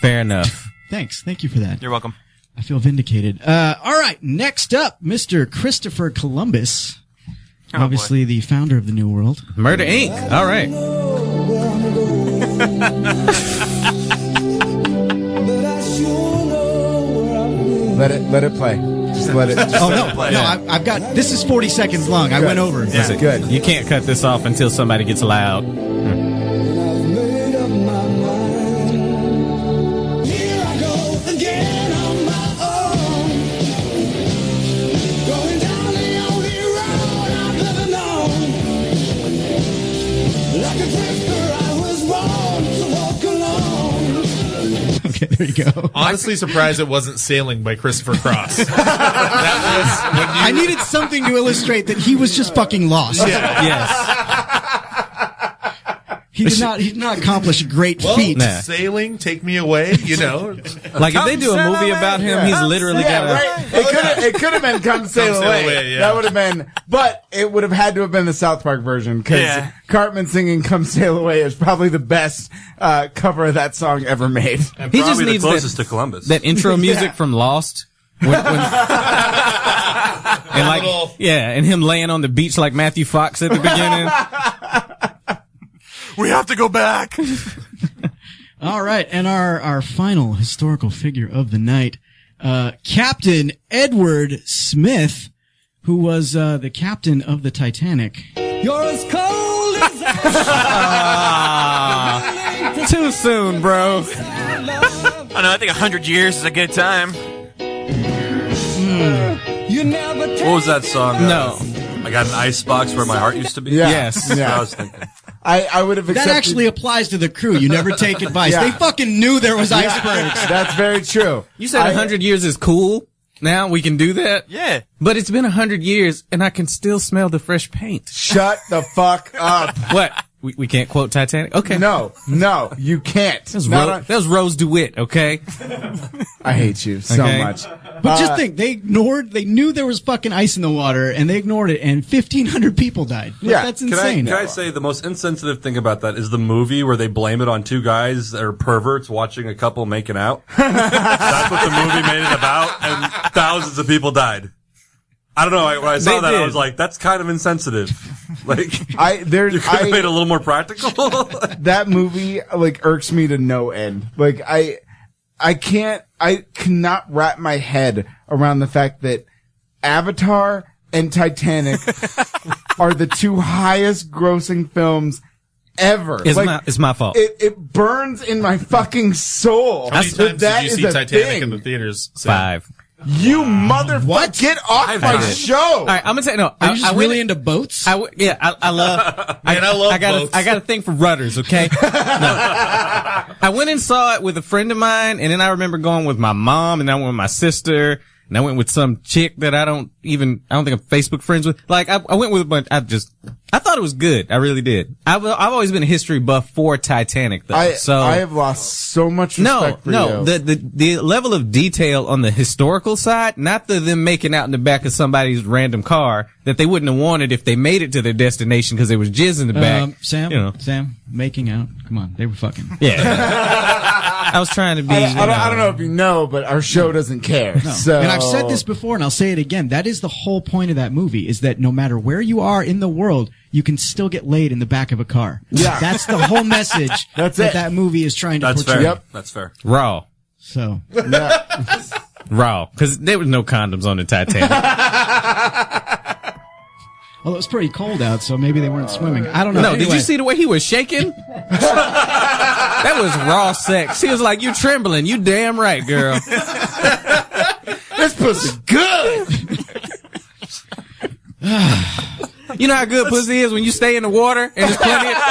S11: Fair enough.
S7: Thanks. Thank you for that.
S9: You're welcome.
S7: I feel vindicated. Uh, all right. Next up, Mr. Christopher Columbus.
S13: Oh,
S7: Obviously, the founder of the New World.
S11: Murder Inc. All right.
S8: Let it let it play. Just let it. just
S7: Oh,
S8: let
S7: no.
S8: it
S7: No,
S8: play.
S7: I, I've got this is 40 seconds long. I
S8: Good.
S7: went over.
S11: Listen, good. You can't cut this off until somebody gets loud.
S7: Okay, there you go.
S13: Honestly, surprised it wasn't "Sailing" by Christopher Cross.
S7: I needed something to illustrate that he was just fucking lost.
S13: Yeah.
S11: Yes.
S7: He did not. He did not accomplish a great
S13: well,
S7: feat.
S13: sailing, take me away. You know,
S11: Like, if they do a movie about him, he's literally
S8: yeah,
S11: got
S8: right. It could have it could have been come sail
S13: Sail
S8: away.
S13: Away, yeah.
S8: That would have been, but it would have had to have been the South Park version because
S13: Yeah.
S8: Cartman singing "Come Sail Away" is probably the best uh, cover of that song ever made.
S11: He just probably the needs that- closest
S12: to Columbus.
S8: [LAUGHS]
S11: that intro music from Lost. When- when- and like, yeah, and him laying on the beach like Matthew Fox at
S8: [LAUGHS]
S11: the beginning.
S9: we have to go back.
S7: All right, and our our final historical figure of the night, uh, Captain Edward Smith, who was uh, the captain of the Titanic.
S4: You're as cold as ash.
S11: Too soon, bro.
S9: I don't know. I think hundred years is a good time.
S4: You never take
S12: What was that song? uh,
S11: No.
S12: I got an ice box where my heart used to be.
S8: Yeah. Yes.
S12: That's what
S8: Yeah.
S12: I was thinking.
S8: I, I would have
S7: That
S8: accepted.
S7: actually applies to the crew. You never
S11: [LAUGHS]
S7: take advice.
S8: Yeah.
S7: They fucking knew there was
S8: Yeah.
S7: icebergs.
S8: That's very true.
S11: You said
S8: I-
S11: a hundred years is cool. Now we can do that.
S9: Yeah.
S11: But it's been a hundred years and I can still smell the fresh
S8: [LAUGHS]
S11: paint.
S8: Shut the fuck up.
S11: What? We, we can't quote Titanic? Okay.
S8: No, no, you can't.
S11: That was,
S8: Not
S11: Ro-
S8: on-
S11: that was Rose DeWitt, okay?
S8: I hate you so
S11: Okay.
S8: much.
S7: But just
S8: Uh,
S7: think, they ignored. They knew there was fucking ice in the water, and they ignored it, and fifteen hundred people died. Like, that's
S12: Can I-
S7: insane.
S12: Can I, say the most insensitive thing about that is the movie where they blame it on two guys that are perverts watching a couple
S8: [LAUGHS]
S12: making out. That's what the movie made it about, and thousands of people died. I don't know. I- When I saw
S8: They
S12: that,
S8: did.
S12: I was like, "That's kind of insensitive." [LAUGHS] Like,
S8: I there
S12: you could have
S8: I-
S12: made it a little more
S8: [LAUGHS]
S12: practical.
S8: that movie like irks me to no end. Like I, I can't, I cannot wrap my head around the fact that Avatar and Titanic are the two highest grossing films ever.
S11: It's my- it's my fault.
S8: It, it burns in my fucking soul.
S13: How many
S8: that
S13: times
S8: that
S13: did you
S8: is
S13: see
S8: a
S13: Titanic
S8: thing.
S13: in the theaters? Sam?
S11: Five.
S8: You motherfucker! Get off my
S11: did.
S8: show!
S11: All right, I'm gonna say no.
S7: Are
S11: I,
S7: you just
S11: I went-
S7: really into boats?
S11: I w- yeah, I, I love.
S13: Man, I love
S11: got
S13: boats.
S11: A, I got a thing for rudders. Okay. No. I went and saw it with a friend of mine, and then I remember going with my mom, and I went with my sister, and I went with some chick that I don't even. I don't think I'm Facebook friends with. Like I, I went with a bunch. I just. I thought it was good. I really did. I've, I've always been a history buff for Titanic, though.
S8: I,
S11: so
S8: I have lost so much
S11: no,
S8: respect for you.
S11: no. The, the the level of detail on the historical side, not the them making out in the back of somebody's random car that they wouldn't have wanted if they made it to their destination because there was jizz in the back.
S7: Um, Sam,
S11: you know,
S7: Sam, making out. Come on, they were fucking.
S11: yeah. [LAUGHS] I was trying to be.
S8: I, I
S11: you
S8: don't, I
S11: know.
S8: don't know if you know, but our show doesn't care.
S7: No.
S8: So,
S7: and I've said this before, and I'll say it again. That is the whole point of that movie: is that no matter where you are in the world, you can still get laid in the back of a car.
S8: Yeah.
S7: that's the whole message
S8: That's
S7: that
S8: it.
S7: that movie is trying to
S12: That's fair.
S7: portray.
S12: That's fair.
S11: Raw,
S7: So
S11: raw, because there was no condoms on the Titanic.
S7: Well, it was pretty cold out, so maybe they weren't swimming. I don't know.
S11: [LAUGHS] no, did
S7: Anyway,
S11: you see the way he was [LAUGHS] shaking? that was raw sex. He was like, "You trembling? You damn right, girl."
S8: this pussy good.
S11: You know how good pussy is when
S9: [LAUGHS]
S11: you stay in the water and there's plenty of,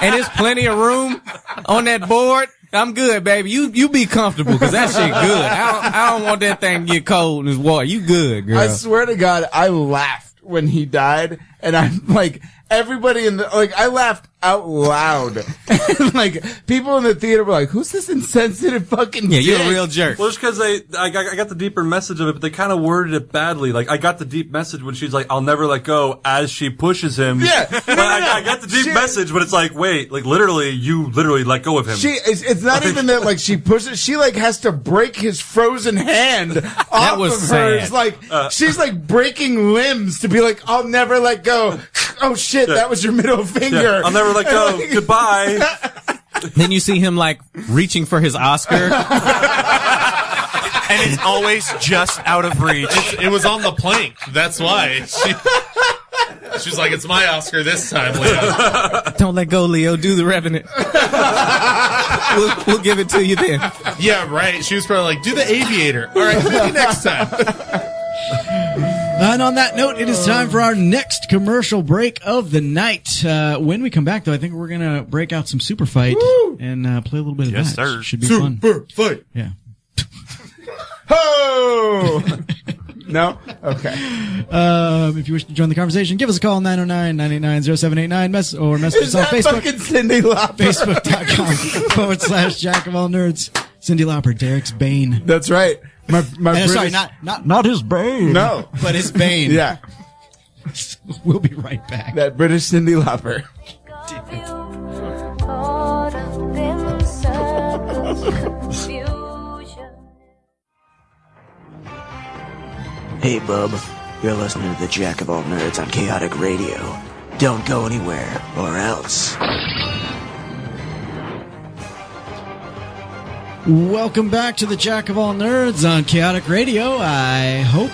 S11: and there's plenty of room on that board. I'm good, baby. You you be comfortable because that shit good. I don't, I don't want that thing to get cold in this water. You good, girl?
S8: I swear to God, I laughed when he died, and I'm like, everybody in the like, I laughed out loud, [LAUGHS] and like people in the theater were like, "Who's this insensitive fucking?" dick?"
S12: Well, just because they, I, got- I got the deeper message of it, but they kind of worded it badly. Like I got the deep message when she's like, "I'll never let go," as she pushes him. Yeah, but I, I got the deep message, but it's like, wait, like literally, you literally let go of him.
S8: She it's, it's not even that like she pushes. She like has to break his frozen hand off
S12: was
S8: of her.
S12: sad.
S8: It's like
S11: Uh.
S8: she's like breaking limbs to be like, I'll never let go. [LAUGHS] oh shit,
S11: Yeah.
S8: that was your middle finger.
S11: Yeah, I'll never
S8: [LAUGHS]
S11: let
S7: [LAUGHS]
S8: And,
S11: go.
S8: like-
S12: Goodbye.
S11: then you see him like reaching for his
S8: [LAUGHS]
S11: Oscar.
S13: and it's
S9: [LAUGHS]
S13: always just out of reach. It, was on the plank. That's why [LAUGHS] she, she's like, "It's my Oscar this time, Leo."
S11: Don't let go, Leo. Do
S8: [LAUGHS]
S11: the revenant. we'll, we'll give it to you then.
S13: yeah, right. She was probably like, "Do the Aviator." All right, maybe next time.
S7: And on that note, it is time for our next commercial break of the night. Uh, when we come back, though, I think we're gonna break out some super fight and uh, play a little bit of
S11: Yes,
S7: that.
S11: sir.
S7: Should be
S11: Super
S7: fun.
S13: fight.
S7: Yeah.
S8: Ho! no? Okay.
S7: Um, if you wish to join the conversation, give us a call 909-989-0789 mess- or message
S8: Is
S7: us on
S8: that
S7: Facebook.
S8: fucking Cindy Lauper? [LAUGHS]
S7: Facebook.com forward slash jack of all nerds. Cindy Lauper, Derek's Bane.
S8: That's right. My, my
S7: Eh, sorry,
S8: British-
S7: not, not, not his Bane.
S8: [LAUGHS] No.
S7: But his Bane.
S8: yeah.
S7: we'll be right back.
S8: That British Cindy Lauper.
S16: Caught up in circles, confusion.
S2: Hey, bub. You're listening to the Jack of All Nerds on Chaotic Radio.
S3: Don't go anywhere, or else.
S7: Welcome back to the Jack of All Nerds on Chaotic Radio. I hope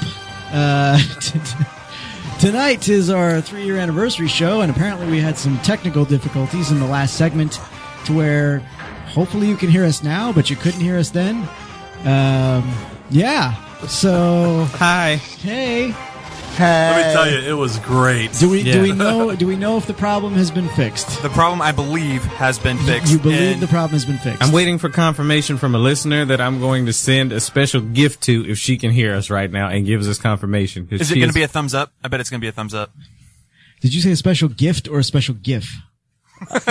S7: uh, [LAUGHS] t- t- tonight is our three-year anniversary show, and apparently we had some technical difficulties in the last segment, to where hopefully you can hear us now, but you couldn't hear us then. Um, yeah. So
S11: hi,
S7: hey,
S12: Let me tell you, it was great.
S7: Do we do we know do we know if the problem has been fixed?
S11: The problem, I believe, has been fixed.
S7: You believe the problem has been fixed?
S11: I'm waiting for confirmation from a listener that I'm going to send a special gift to if she can hear us right now and gives us confirmation. 'cause
S9: Is it
S11: she
S9: going to be a thumbs up? I bet it's going to be a thumbs up.
S7: Did you say a special gift or a special gif?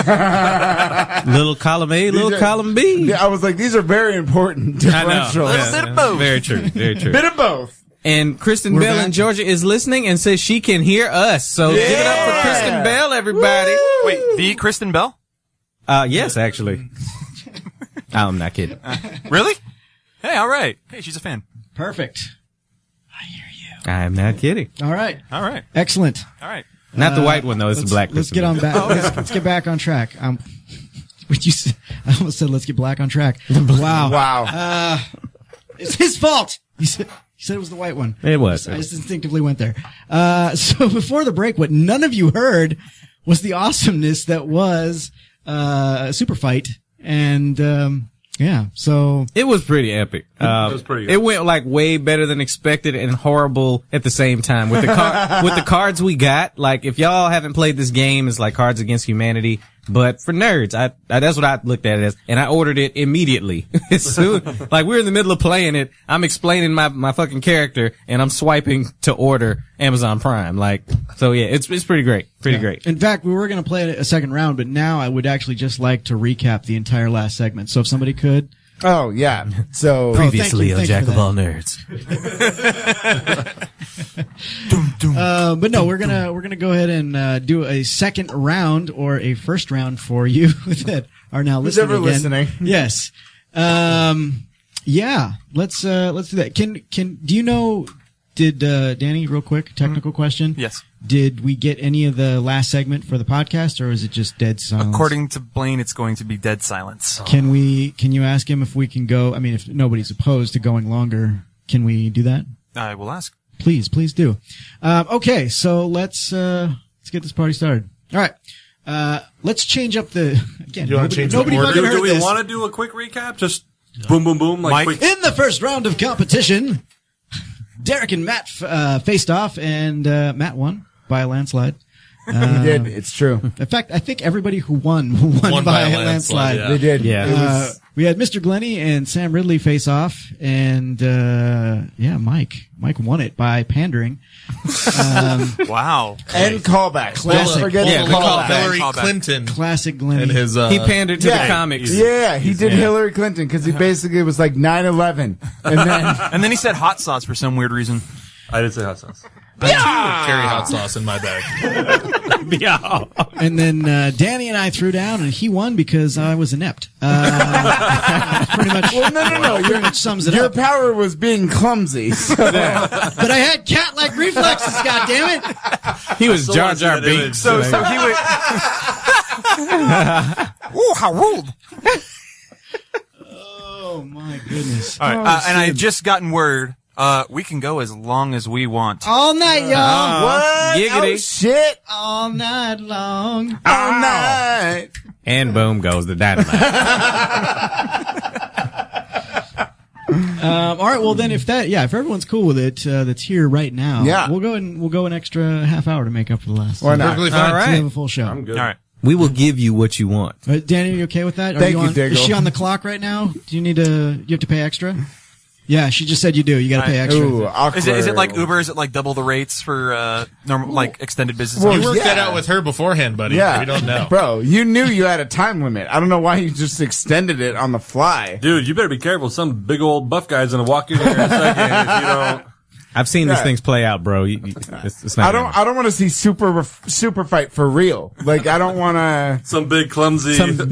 S11: little column A, little
S8: These are-
S11: column B?
S8: Yeah, I was like, these are very important
S11: I know.
S8: differentials.
S11: Yeah, yeah. Very true. Very true. [LAUGHS]
S8: Bit of both.
S11: And Kristen
S8: We're
S11: Bell
S8: back.
S11: in Georgia is listening and says she can hear us. So give it up for Kristen Bell, everybody.
S9: Wait, the Kristen Bell?
S11: Uh, yes, actually. I'm not kidding.
S9: Really? Hey, all right. Hey, she's a fan.
S7: Perfect.
S11: I'm not kidding.
S7: All right.
S9: All right.
S7: Excellent.
S9: All right.
S11: Not the white one, though. It's the
S7: let's-
S11: black
S7: Let's
S11: Kristen
S7: get on
S11: Bell.
S7: back. let's, let's get back on track. Um, [LAUGHS] would you? s- I almost said [LAUGHS] let's get black on track. Wow.
S8: wow.
S7: Uh, it's his fault. He said. He said it was the white one.
S11: It was.
S7: I just instinctively went there. Uh, [LAUGHS] so before the break, what none of you heard was the awesomeness that was uh, Super Fight, and um, yeah. So
S11: It was pretty epic. Um, it
S12: was pretty
S11: It went like way better than expected and horrible at the same time. With the car- with the cards we got, like if y'all haven't played this game, it's like Cards Against Humanity, but for nerds. I, I that's what I looked at it as, and I ordered it immediately. [LAUGHS] As soon, like we're in the middle of playing it, I'm explaining my my fucking character, and I'm swiping to order Amazon Prime. Like so, yeah, it's it's pretty great, pretty great.
S7: In fact, we were going to play a second round, but now I would actually just like to recap the entire last segment. So if somebody could.
S8: Oh, yeah. So
S7: Previously on Jack of All
S11: Nerds.
S7: Uh, but no, we're gonna we're gonna go ahead and uh, do a second round or a first round for you [LAUGHS] that are now
S8: Who's
S7: listening.
S8: ever
S7: again.
S8: listening. [LAUGHS]
S7: Yes. Um, yeah. Let's uh, let's do that. Can can do you know? Did uh, Danny real
S8: Hmm.
S7: quick technical question?
S9: Yes.
S7: Did we get any of the last segment for the podcast, or is it just dead silence?
S9: According to Blaine, it's going to be dead silence.
S7: Can we? Can you ask him if we can go? I mean, if nobody's opposed to going longer, can we do that?
S9: I will ask.
S7: Please, please do. Um, okay, so let's uh, let's get this party started. All right, uh, let's change up the [LAUGHS] again.
S12: You wanna
S7: nobody
S12: change the
S7: nobody
S12: order?
S7: fucking
S12: Do- do
S7: heard
S12: we
S7: this.
S12: wanna do a quick recap? Just boom, boom, boom, like quick-
S7: in the first round of competition, Derek and Matt f- uh, faced off, and uh, Matt won by a landslide. Uh,
S8: he did. It's true.
S7: [LAUGHS] In fact, I think everybody who won won, by, a landslide.
S8: They did.
S7: Uh,
S8: It was
S7: We had Mr. Glenny and Sam Ridley face off, and uh, yeah, Mike. Mike won it by pandering. Um,
S9: wow.
S8: And callbacks. Don't
S7: Classic. [LAUGHS]
S8: forget
S7: Yeah,
S8: the
S7: good call.
S8: callbacks.
S7: Hillary
S8: Callback.
S7: Clinton. Classic Glenny.
S8: And his, uh,
S11: he pandered to
S8: Yeah.
S11: the comics.
S8: Yeah, he did
S9: yeah.
S8: Hillary Clinton because he basically was like 9-11. And then
S12: [LAUGHS]
S9: and then he said hot sauce for some weird reason.
S12: I did say hot sauce.
S13: I do carry hot sauce in my bag.
S11: yeah.
S7: and then uh, Danny and I threw down, and he won because I was inept. Uh, [LAUGHS] pretty much.
S8: Well, no, no, no.
S7: Pretty much sums it
S8: your
S7: up.
S8: power was being clumsy. [LAUGHS] So
S7: but I had cat-like reflexes. God damn it!
S11: He was
S8: So
S11: Jar
S8: was
S11: Jar
S8: that image,
S11: Binks.
S8: so- so
S9: he would.
S11: Ooh, how rude!
S7: Oh my goodness!
S9: All right. uh, and I just gotten word. Uh, we can go as long as we want.
S7: All night, y'all.
S9: Uh, What? giggity. Oh,
S8: shit.
S7: All night long.
S8: All night.
S11: And boom goes the dynamite.
S7: Um, all right. Well, then, if that, yeah, if everyone's cool with it, uh, that's here right now.
S11: Yeah.
S7: we'll go and we'll go an extra half hour to make up for the last.
S11: Or not.
S7: Perfectly
S11: Perfectly
S7: fine.
S11: fine.
S7: All right.
S11: Alright.
S7: We have a full show.
S11: I'm good. Alright. We will give you what you want.
S7: Uh, Danny, are you okay with that? Are
S11: Thank
S7: you,
S11: you,
S7: on, Is
S11: Diggle.
S7: she on the clock right now? Do you need to? You have to pay extra. Yeah, she just said you do. You got to pay extra.
S9: Is it, is it like Uber? Is it like double the rates for uh, normal, like extended business?
S8: Well,
S9: hours?
S8: You worked yeah. that out
S13: with her beforehand, buddy.
S8: yeah. Bro, you knew you had a time limit. I don't know why you just extended it on the fly.
S12: Dude, you better be careful. Some big old buff guy's gonna walk in here in a second if you don't.
S9: [LAUGHS]
S11: I've seen
S8: Yeah.
S11: these things play out, bro. You, you- it's, it's not
S8: I don't. I don't want to see super ref- super fight for real. Like I don't want to
S12: some big clumsy, [LAUGHS]
S8: some, some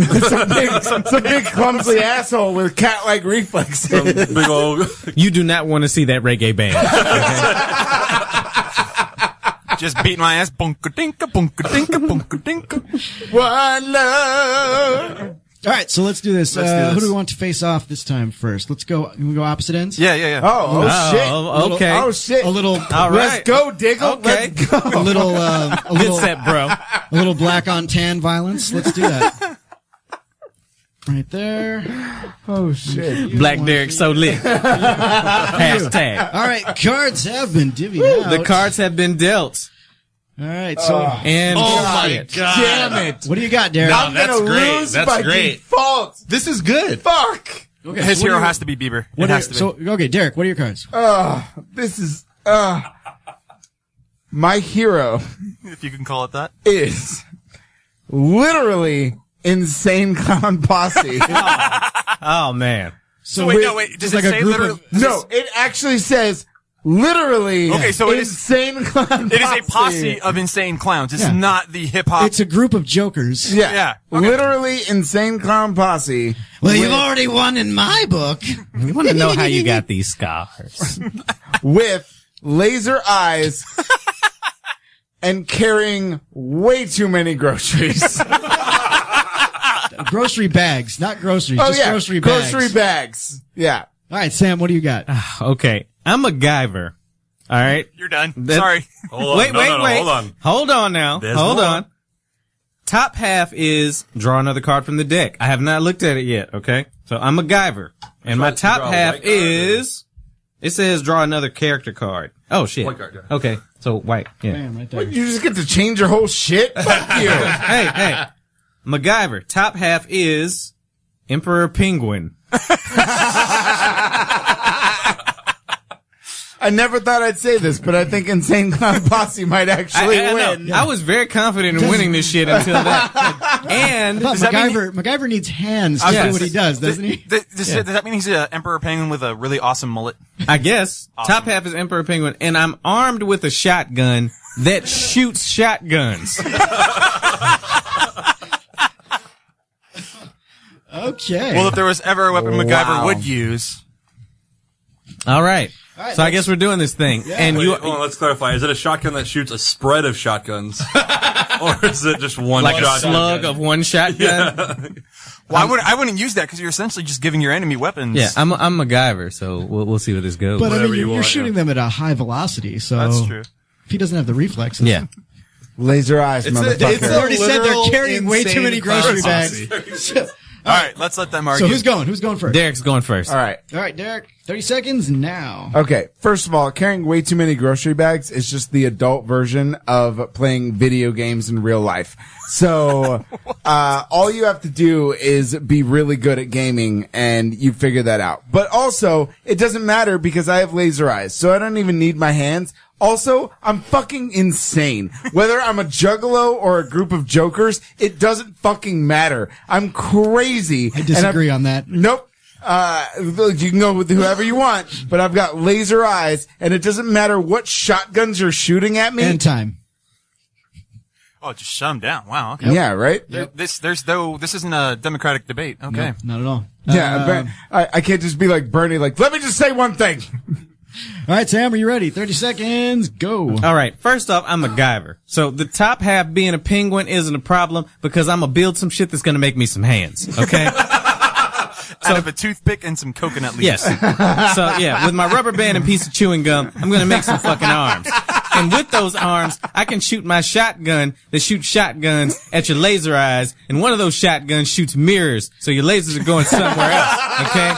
S8: big, some big clumsy asshole with cat like reflexes.
S12: [LAUGHS]
S9: [LAUGHS]
S12: big old.
S11: You do not want to see that reggae band.
S9: Just beating my ass. Bunka dinka, bunka dinka, bunka dinka.
S8: One love.
S7: All right, so let's do this.
S9: Let's do
S7: uh, Who
S9: this.
S7: do we want to face off this time first? Let's go. Can we go opposite ends?
S9: Yeah, yeah, yeah.
S8: Oh, oh,
S7: Oh,
S8: shit.
S7: okay.
S8: Oh shit.
S7: A little.
S8: All right. Let's go, Diggle. Okay. Let's go.
S7: A little.
S9: [LAUGHS]
S7: Uh, a little
S11: bro.
S7: A little black on tan violence. Let's do that. [LAUGHS] Right there.
S8: Oh shit.
S11: Black Derek's so lit. Hashtag.
S7: All right, cards have been divvied out.
S11: The cards have been dealt.
S7: All right, so
S11: And
S13: Oh my
S11: shit.
S13: God. Damn it.
S7: What do you got, Derek?
S13: No, I'm that's gonna great. lose That's by great.
S8: default.
S13: This is good.
S8: Fuck.
S9: His hero has to be Bieber. It has to be.
S7: So okay, Derek, what are your cards?
S8: Uh, this is uh my hero
S9: if you can call it that.
S8: is literally insane clown posse.
S11: Oh man.
S9: So, wait, no, wait. Does it say literally?
S8: no, it actually says literally
S9: Okay, so it is-
S8: insane clown
S9: It is a posse of insane clowns. It's not the hip hop.
S7: It's a group of jokers.
S8: Yeah.
S9: Yeah,
S8: Literally insane clown posse.
S7: Well,
S8: with-
S7: you've already won in my book.
S11: We want to know how you got these scars.
S8: with laser [LAUGHS] eyes and carrying way too many [LAUGHS] groceries.
S7: grocery bags, not groceries.
S8: Oh,
S7: just
S8: yeah.
S7: grocery bags.
S8: Grocery bags. Yeah.
S7: All right, Sam, what do you got?
S11: okay. I'm a Guyver. All right.
S9: You're done.
S11: That-
S9: Sorry.
S12: Oh,
S11: wait, wait, wait. Hold on now.
S12: There's
S11: hold
S12: more.
S11: on. Top half is draw another card from the deck. I have not looked at it yet. Okay. So I'm a Guyver. And my top
S12: draw a
S11: half
S12: white card
S11: is, it says draw another character card. Oh shit.
S12: White card, yeah.
S11: Okay. So white. Yeah.
S7: right
S8: What, you just get to change your whole shit? Fuck you. [LAUGHS]
S11: hey,
S12: [LAUGHS]
S11: hey. MacGyver, top half is Emperor Penguin.
S8: I never thought I'd say this, but I think Insane Clown Posse might actually
S11: I, I, know.
S8: win.
S11: I was very confident in winning this shit until that.
S7: I
S11: and
S7: thought MacGyver, MacGyver needs hands to
S11: Yes.
S7: do what he does, doesn't he?
S9: Th- does,
S11: Yeah.
S9: does that mean he's an emperor penguin with a really awesome mullet?
S11: I guess top half is Emperor Penguin, and I'm armed with a shotgun that shoots shotguns.
S7: Okay.
S9: Well, if there was ever a weapon MacGyver
S11: Wow.
S9: would use,
S11: All right.
S7: right,
S11: so I
S7: let's-
S11: guess we're doing this thing, and
S12: Wait,
S11: you
S12: hold on, let's clarify. Is it a shotgun that shoots a spread
S9: [LAUGHS]
S12: of shotguns, or is it just one
S11: like
S12: shotgun?
S11: a slug of one shotgun. Yeah,
S9: well, I wouldn't. I wouldn't use that because you're essentially just giving your enemy weapons.
S11: I'm I'm MacGyver, so we'll we'll see where this goes.
S7: but I mean, you're, you're shooting them at a high velocity, so
S11: That's true.
S7: If he doesn't have the reflexes,
S11: Yeah.
S8: Laser eyes, motherfucker.
S7: already said they're carrying way too many grocery bags.
S9: All right, let's let them
S7: So who's going? Who's going first?
S11: Derek's going first.
S8: All right.
S7: All right, Derek. Thirty seconds now.
S8: Okay, first of all, carrying way too many grocery bags is just the adult version of playing video games in real life. So, uh, all you have to do is be really good at gaming and you figure that out. But also, it doesn't matter because I have laser eyes, so I don't even need my hands. Also, I'm fucking insane. Whether I'm a juggalo or a group of jokers, it doesn't fucking matter. I'm crazy. I
S7: disagree
S8: on
S7: that.
S8: Nope. Uh, you can go with whoever you want, but I've got laser eyes, and it doesn't matter what shotguns you're shooting at me.
S7: And time.
S9: Oh, just shut them down. Wow. Okay.
S8: Yeah, right?
S9: There- This there's no this isn't a democratic debate. Okay.
S7: No, not at all.
S8: Yeah,
S7: Um,
S8: but I, I can't just be like Bernie, like, let me just say one thing.
S7: All right, Sam, are you ready? 30 seconds, go.
S11: All right. First off, I'm a MacGyver. So the top half being a penguin isn't a problem because I'm gonna build some shit that's gonna make me some
S7: [LAUGHS]
S11: hands. Okay.
S9: Out of a toothpick and some coconut leaves.
S11: yes. So yeah, with my rubber band and piece of chewing gum, I'm gonna make some fucking arms. And with those arms, I can shoot my shotgun that shoots shotguns at your laser eyes, and one of those shotguns shoots mirrors, so your lasers are going somewhere else. Okay?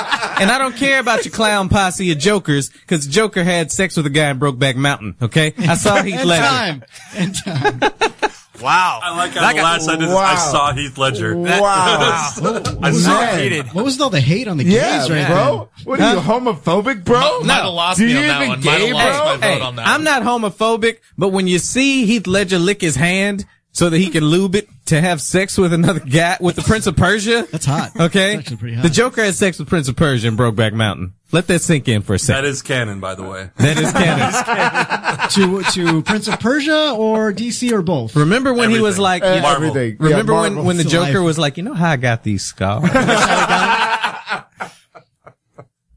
S11: And I don't care about your clown posse of jokers, cause Joker had sex with a guy in Brokeback Mountain, okay? I saw Heath
S7: And
S11: Ledger.
S7: time. And time.
S9: [LAUGHS] Wow. I
S12: like how
S9: [LAUGHS]
S12: the last sentence is, I saw Heath
S11: [LAUGHS]
S12: Ledger.
S8: Wow.
S12: I
S7: was
S12: saw
S7: that?
S12: it heated.
S7: What was all the hate on the gays
S8: Yeah,
S7: right
S8: bro. What are you, homophobic, bro?
S11: Um, Might have lost
S8: Do
S11: me
S8: you
S11: on that
S8: even
S11: one. Might have
S8: gay,
S11: lost
S8: bro?
S11: Hey, I'm not homophobic, but when you see Heath Ledger lick his hand so that he can lube it to have sex with another guy, with the Prince of Persia. That's
S7: hot.
S11: Okay.
S7: That's actually pretty hot.
S11: The Joker had sex with Prince of Persia in Brokeback Mountain. Let that sink in for a
S12: That
S11: second.
S12: is canon, by the way.
S11: That is canon.
S7: to, to Prince of Persia or DC or both?
S11: Remember when he was like, you know- Remember when, when the Joker was like, you know how I got these scars?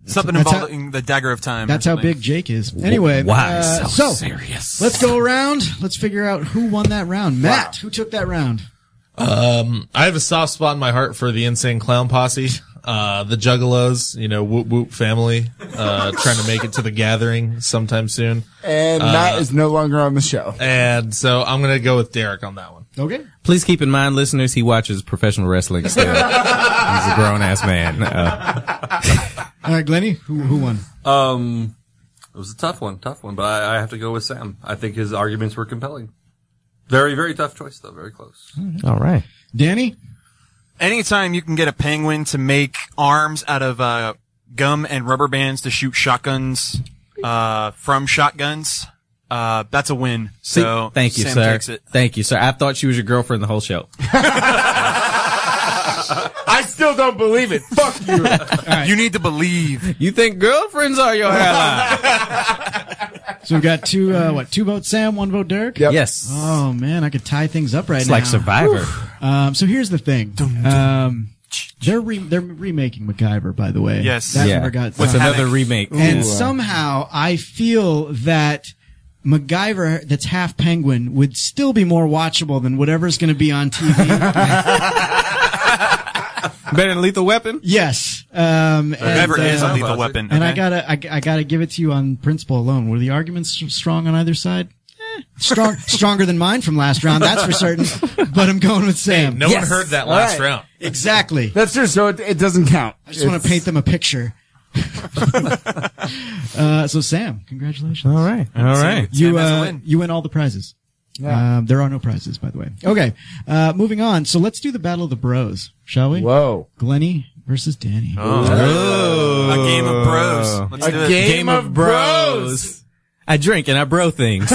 S9: Something
S7: That's how-
S9: involving the dagger of time. or
S7: That's how
S9: something.
S7: big Jake is. [LAUGHS] Anyway,
S9: why
S7: uh,
S9: so
S7: serious? Let's go around. Let's figure out who won that round. Matt, who took that round?
S13: Um, I have a soft spot in my heart for the insane clown posse, [LAUGHS] uh, the Juggalos, you know, whoop whoop family, uh, trying to make it to the gathering sometime soon.
S8: And
S13: Uh,
S8: Matt is no longer on the show.
S13: and so I'm gonna go with Derek on that one.
S7: Okay.
S11: Please keep in mind, listeners, he watches professional wrestling still. [LAUGHS] He's
S9: [LAUGHS]
S11: a grown ass man. Uh,
S7: All right, Glenny, who, who won?
S12: Um, it was a tough one, tough one, but I, I have to go with Sam. I think his arguments were compelling. Very, very tough choice though. Very close.
S11: all right.
S7: Danny?
S9: Anytime you can get a penguin to make arms out of uh, gum and rubber bands to shoot shotguns uh, from shotguns, uh, that's a win.
S11: See,
S9: So
S11: thank you,
S9: Sam
S11: sir.
S9: Takes it.
S11: Thank you, sir. I thought she was your girlfriend the whole show.
S8: I still don't believe it. Fuck you.
S9: You need to believe.
S11: You think girlfriends are
S9: [LAUGHS]
S11: your hairline?
S7: So we've got two, uh, what, two votes Sam, one vote Derek?
S11: Yes.
S7: Oh man, I could tie things up right
S11: It's
S7: now.
S11: like Survivor.
S7: Um, so here's the thing. Um, they're re- they're remaking MacGyver, by the way.
S11: Yes.
S7: that
S11: Yeah.
S7: never got
S11: With
S7: done.
S11: another remake.
S7: And
S11: Ooh.
S7: somehow I feel that MacGyver, that's half penguin, would still be more watchable than whatever's going to be on TV.
S11: Better than Lethal Weapon?
S7: yes. Um,
S9: MacGyver
S7: and,
S9: is a
S7: uh,
S9: lethal weapon.
S7: And I
S9: okay?
S7: gotta, I, I gotta give it to you on principle alone. Were the arguments s- strong on either side? Eh, strong, stronger than mine from last round, that's for certain. But I'm going with Sam.
S13: No one heard that
S7: All
S13: last
S7: right.
S13: round.
S7: Exactly.
S8: That's true. So it, it doesn't count.
S7: I just want to paint them a picture. [LAUGHS] uh, so Sam, congratulations. All
S11: right. All right.
S7: You,
S11: Sam has a
S7: uh,
S11: win.
S7: you win all the prizes.
S11: Yeah.
S7: Um, there are no prizes, by the way. Okay. Uh, moving on. So let's do the battle of the bros, shall we?
S8: Whoa.
S7: Glenny versus Danny.
S11: Oh.
S9: A game of bros. Let's
S11: A
S9: do it.
S11: game, of bros. I drink and I bro things.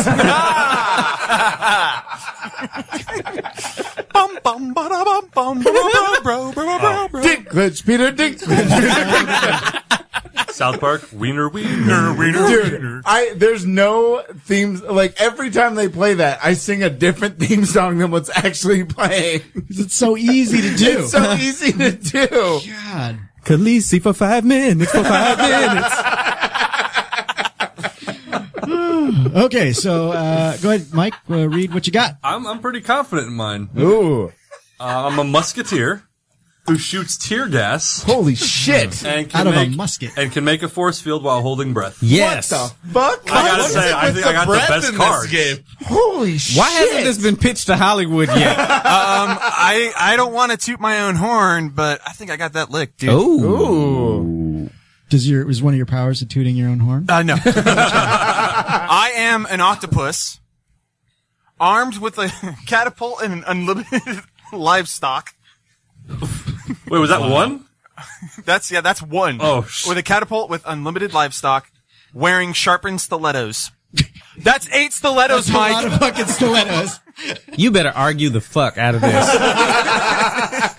S9: Bum, bum, ba-da-bum, bum, ba-da-bum, bro, bro, bro, bro, bro.
S8: Glitch, Peter
S12: South Park, Wiener, Wiener, Wiener,
S8: Dude, I there's no themes like every time they play that, I sing a different [LAUGHS] theme song than what's actually playing.
S7: It's so easy to do.
S8: It's [LAUGHS] so easy to do.
S7: God.
S11: Khaleesi for five minutes, for five minutes.
S7: okay. So, uh, go ahead, Mike, uh, read what you got.
S12: I'm, I'm pretty confident in mine.
S8: Ooh.
S12: Uh, I'm a musketeer. who shoots tear
S7: [LAUGHS]
S12: gas.
S8: Holy shit!
S12: And can
S7: Out of a
S12: make, musket. And can make a force field while holding breath.
S11: [LAUGHS] Yes.
S12: What
S8: the fuck?
S12: I gotta
S11: What is
S12: say,
S11: it
S12: I
S11: with
S12: think
S11: the
S12: I got the
S11: breath in
S12: best
S11: this
S12: cards.
S11: game?
S8: Holy shit.
S11: Why hasn't this been pitched to Hollywood yet?
S9: um, I I don't want to toot my own horn, but I think I got that lick, dude.
S7: Oh. Does your was one of your powers of tooting your own horn?
S9: Uh, no. [LAUGHS] I am an octopus, armed with a [LAUGHS] catapult and an unlimited [LAUGHS] livestock.
S12: Wait, was that one?
S9: That's yeah, that's one.
S12: Oh, sh-
S9: with a catapult with unlimited livestock, wearing sharpened stilettos. That's eight stilettos,
S7: That's a
S9: Mike.
S7: lot of fucking stilettos.
S11: [LAUGHS] You better argue the fuck out of this.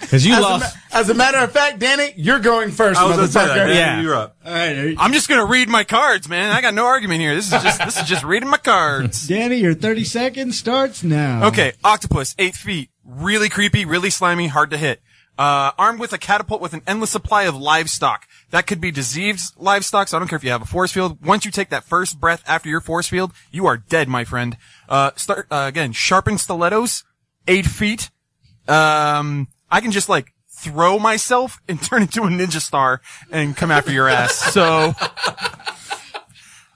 S11: Because you
S8: as
S11: lost.
S8: A, ma- as a matter of fact, Danny, you're going first,
S11: I was gonna say that,
S8: motherfucker.
S11: Danny, Yeah. you're
S12: up.
S7: All right,
S9: I'm just gonna read my cards, man. I got no argument here. This is just this is just reading my cards.
S7: Danny, your 30 seconds starts now.
S9: Okay, octopus, eight feet, really creepy, really slimy, hard to hit. Uh, armed with a catapult with an endless supply of livestock. That could be diseased livestock, so I don't care if you have a force field. Once you take that first breath after your force field, you are dead, my friend. Uh, start, uh, again, sharpened stilettos, eight feet. Um, I can just like throw myself [LAUGHS] and turn into a ninja star and come after your ass. So.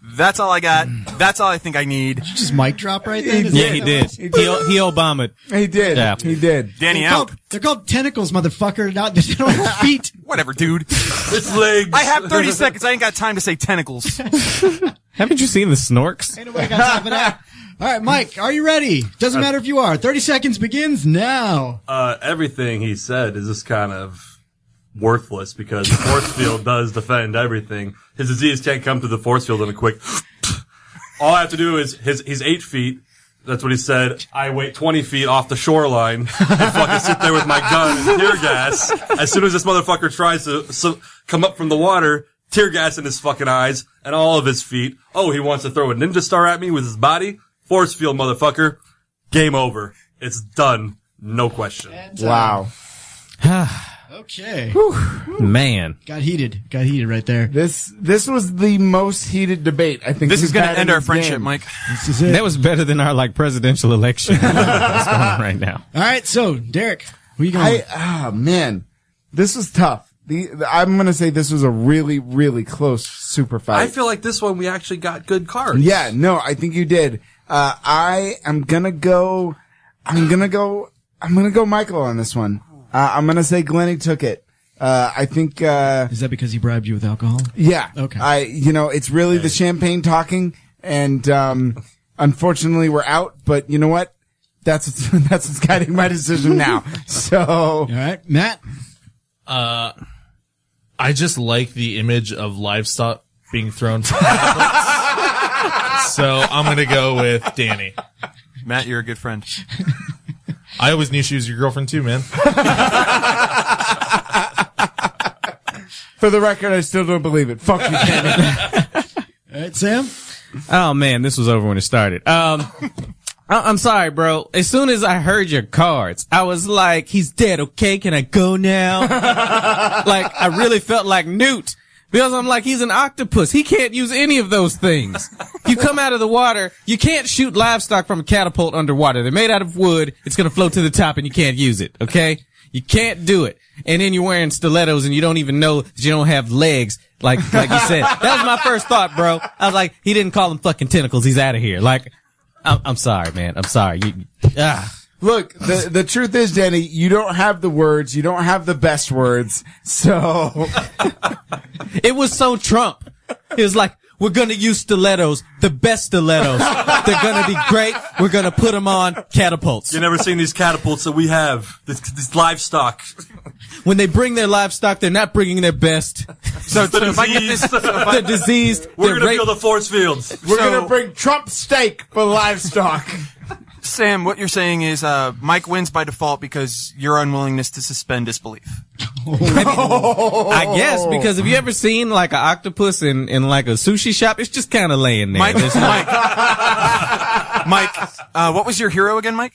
S9: That's all I got. That's all I think I need.
S7: Just mic drop right there. Is
S11: yeah,
S7: that-
S11: he did. He, he Obama.
S8: He did.
S11: Yeah.
S8: He did.
S9: Danny
S7: they're
S9: out.
S7: Called, they're called tentacles, motherfucker. Not [LAUGHS] they don't have feet.
S9: Whatever, dude.
S12: It's legs.
S9: I [LAUGHS] have
S12: [LAUGHS]
S9: 30 seconds. I ain't got time to say [LAUGHS] tentacles.
S11: Haven't you seen the snorks?
S7: Anyway, I got time for that. All right, Mike, are you ready? Doesn't matter if you are. 30 seconds begins now.
S12: Uh, everything he said is just kind of worthless because the force field does defend everything. His disease can't come through the force field in a quick. [SNIFFS] All I have to do is his he's eight feet. That's what he said. I wait twenty feet off the shoreline and fucking sit there with my gun and tear gas. As soon as this motherfucker tries to so, come up from the water, tear gas in his fucking eyes and all of his feet. Oh, he wants to throw a ninja star at me with his body. Force field, motherfucker. Game over. It's done. No question.
S8: Wow.
S7: Okay.
S11: Man.
S7: Got heated. Got heated right there.
S8: This this was the most heated debate I think. we've had in this game.
S7: This is it.
S11: That was better than our like presidential election that's going on right now.
S7: All right, so Derek, who you going?
S8: I ah man, this was tough. The, the- I'm gonna say this was a really really close super fight.
S12: I feel like this one we actually got good cards.
S8: Yeah, no, I think you did. Uh, I am gonna go. I'm gonna go. I'm gonna go Michael on this one. Uh, I'm gonna say Glennie took it. Uh, I think. Uh,
S7: Is that because he bribed you with alcohol?
S8: Yeah.
S7: Okay.
S8: I, you know, it's really the champagne talking, and um, unfortunately, we're out. But you know what? That's [LAUGHS] what's, that's what's guiding my decision now. So, all
S7: right, Matt.
S13: Uh, I just like the image of livestock being thrown. From so I'm gonna go with Danny.
S9: Matt, you're a good friend.
S13: I always knew she was your girlfriend too, man.
S8: For the record, I still don't believe it. Fuck you, Kenny.
S7: All right, Sam.
S11: Oh man, this was over when it started. Um, I- I'm sorry, bro. As soon as I heard your cards, I was like, he's dead. Okay. Can I go now? like I really felt like Newt because I'm like, he's an octopus. He can't use any of those things. You come out of the water. You can't shoot livestock from a catapult underwater. They're made out of wood. It's going to float to the top and you can't use it. Okay. You can't do it. And then you're wearing stilettos and you don't even know that you don't have legs. Like, like you said, that was my first thought, bro. I was like, he didn't call them fucking tentacles. He's out of here. Like, I'm, I'm sorry, man. I'm sorry. You, ah.
S8: Look, the the truth is, Danny, you don't have the words. You don't have the best words. So,
S11: It was so Trump. It was like, we're gonna use stilettos, the best stilettos. They're gonna be great. We're gonna put them on catapults.
S12: You never seen these catapults that we have. This, this livestock.
S11: When they bring their livestock, they're not bringing their
S12: [LAUGHS]
S11: best.
S9: So, so if I get this, so if I-
S11: They're diseased.
S12: We're
S11: they're
S12: gonna
S11: raped.
S12: build the force fields.
S8: we're
S9: So-
S8: gonna bring Trump steak for livestock.
S9: Sam, what you're saying is uh, Mike wins by default because your unwillingness to suspend disbelief.
S12: Oh.
S11: I guess because have you ever seen like an octopus in, in like a sushi shop? It's just kind of laying there.
S9: Mike,
S11: There's no-
S9: Mike, Mike, uh, what was your hero again, Mike?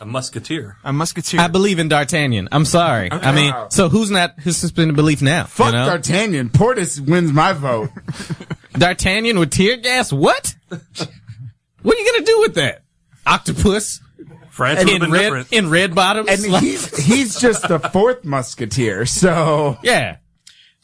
S12: A musketeer.
S9: A musketeer.
S11: I believe in D'Artagnan. I'm sorry. I mean, so who's not who's suspended belief now?
S8: Fuck
S11: you know?
S8: D'Artagnan. Portis wins my
S11: [LAUGHS]
S8: vote.
S11: D'Artagnan
S12: [LAUGHS]
S11: with tear gas? What? what are you gonna do with that? Octopus?
S12: France
S11: And
S12: would have
S11: in
S12: been
S11: red,
S12: different.
S11: in red bottoms.
S8: And he's he's just the fourth musketeer. So
S11: yeah.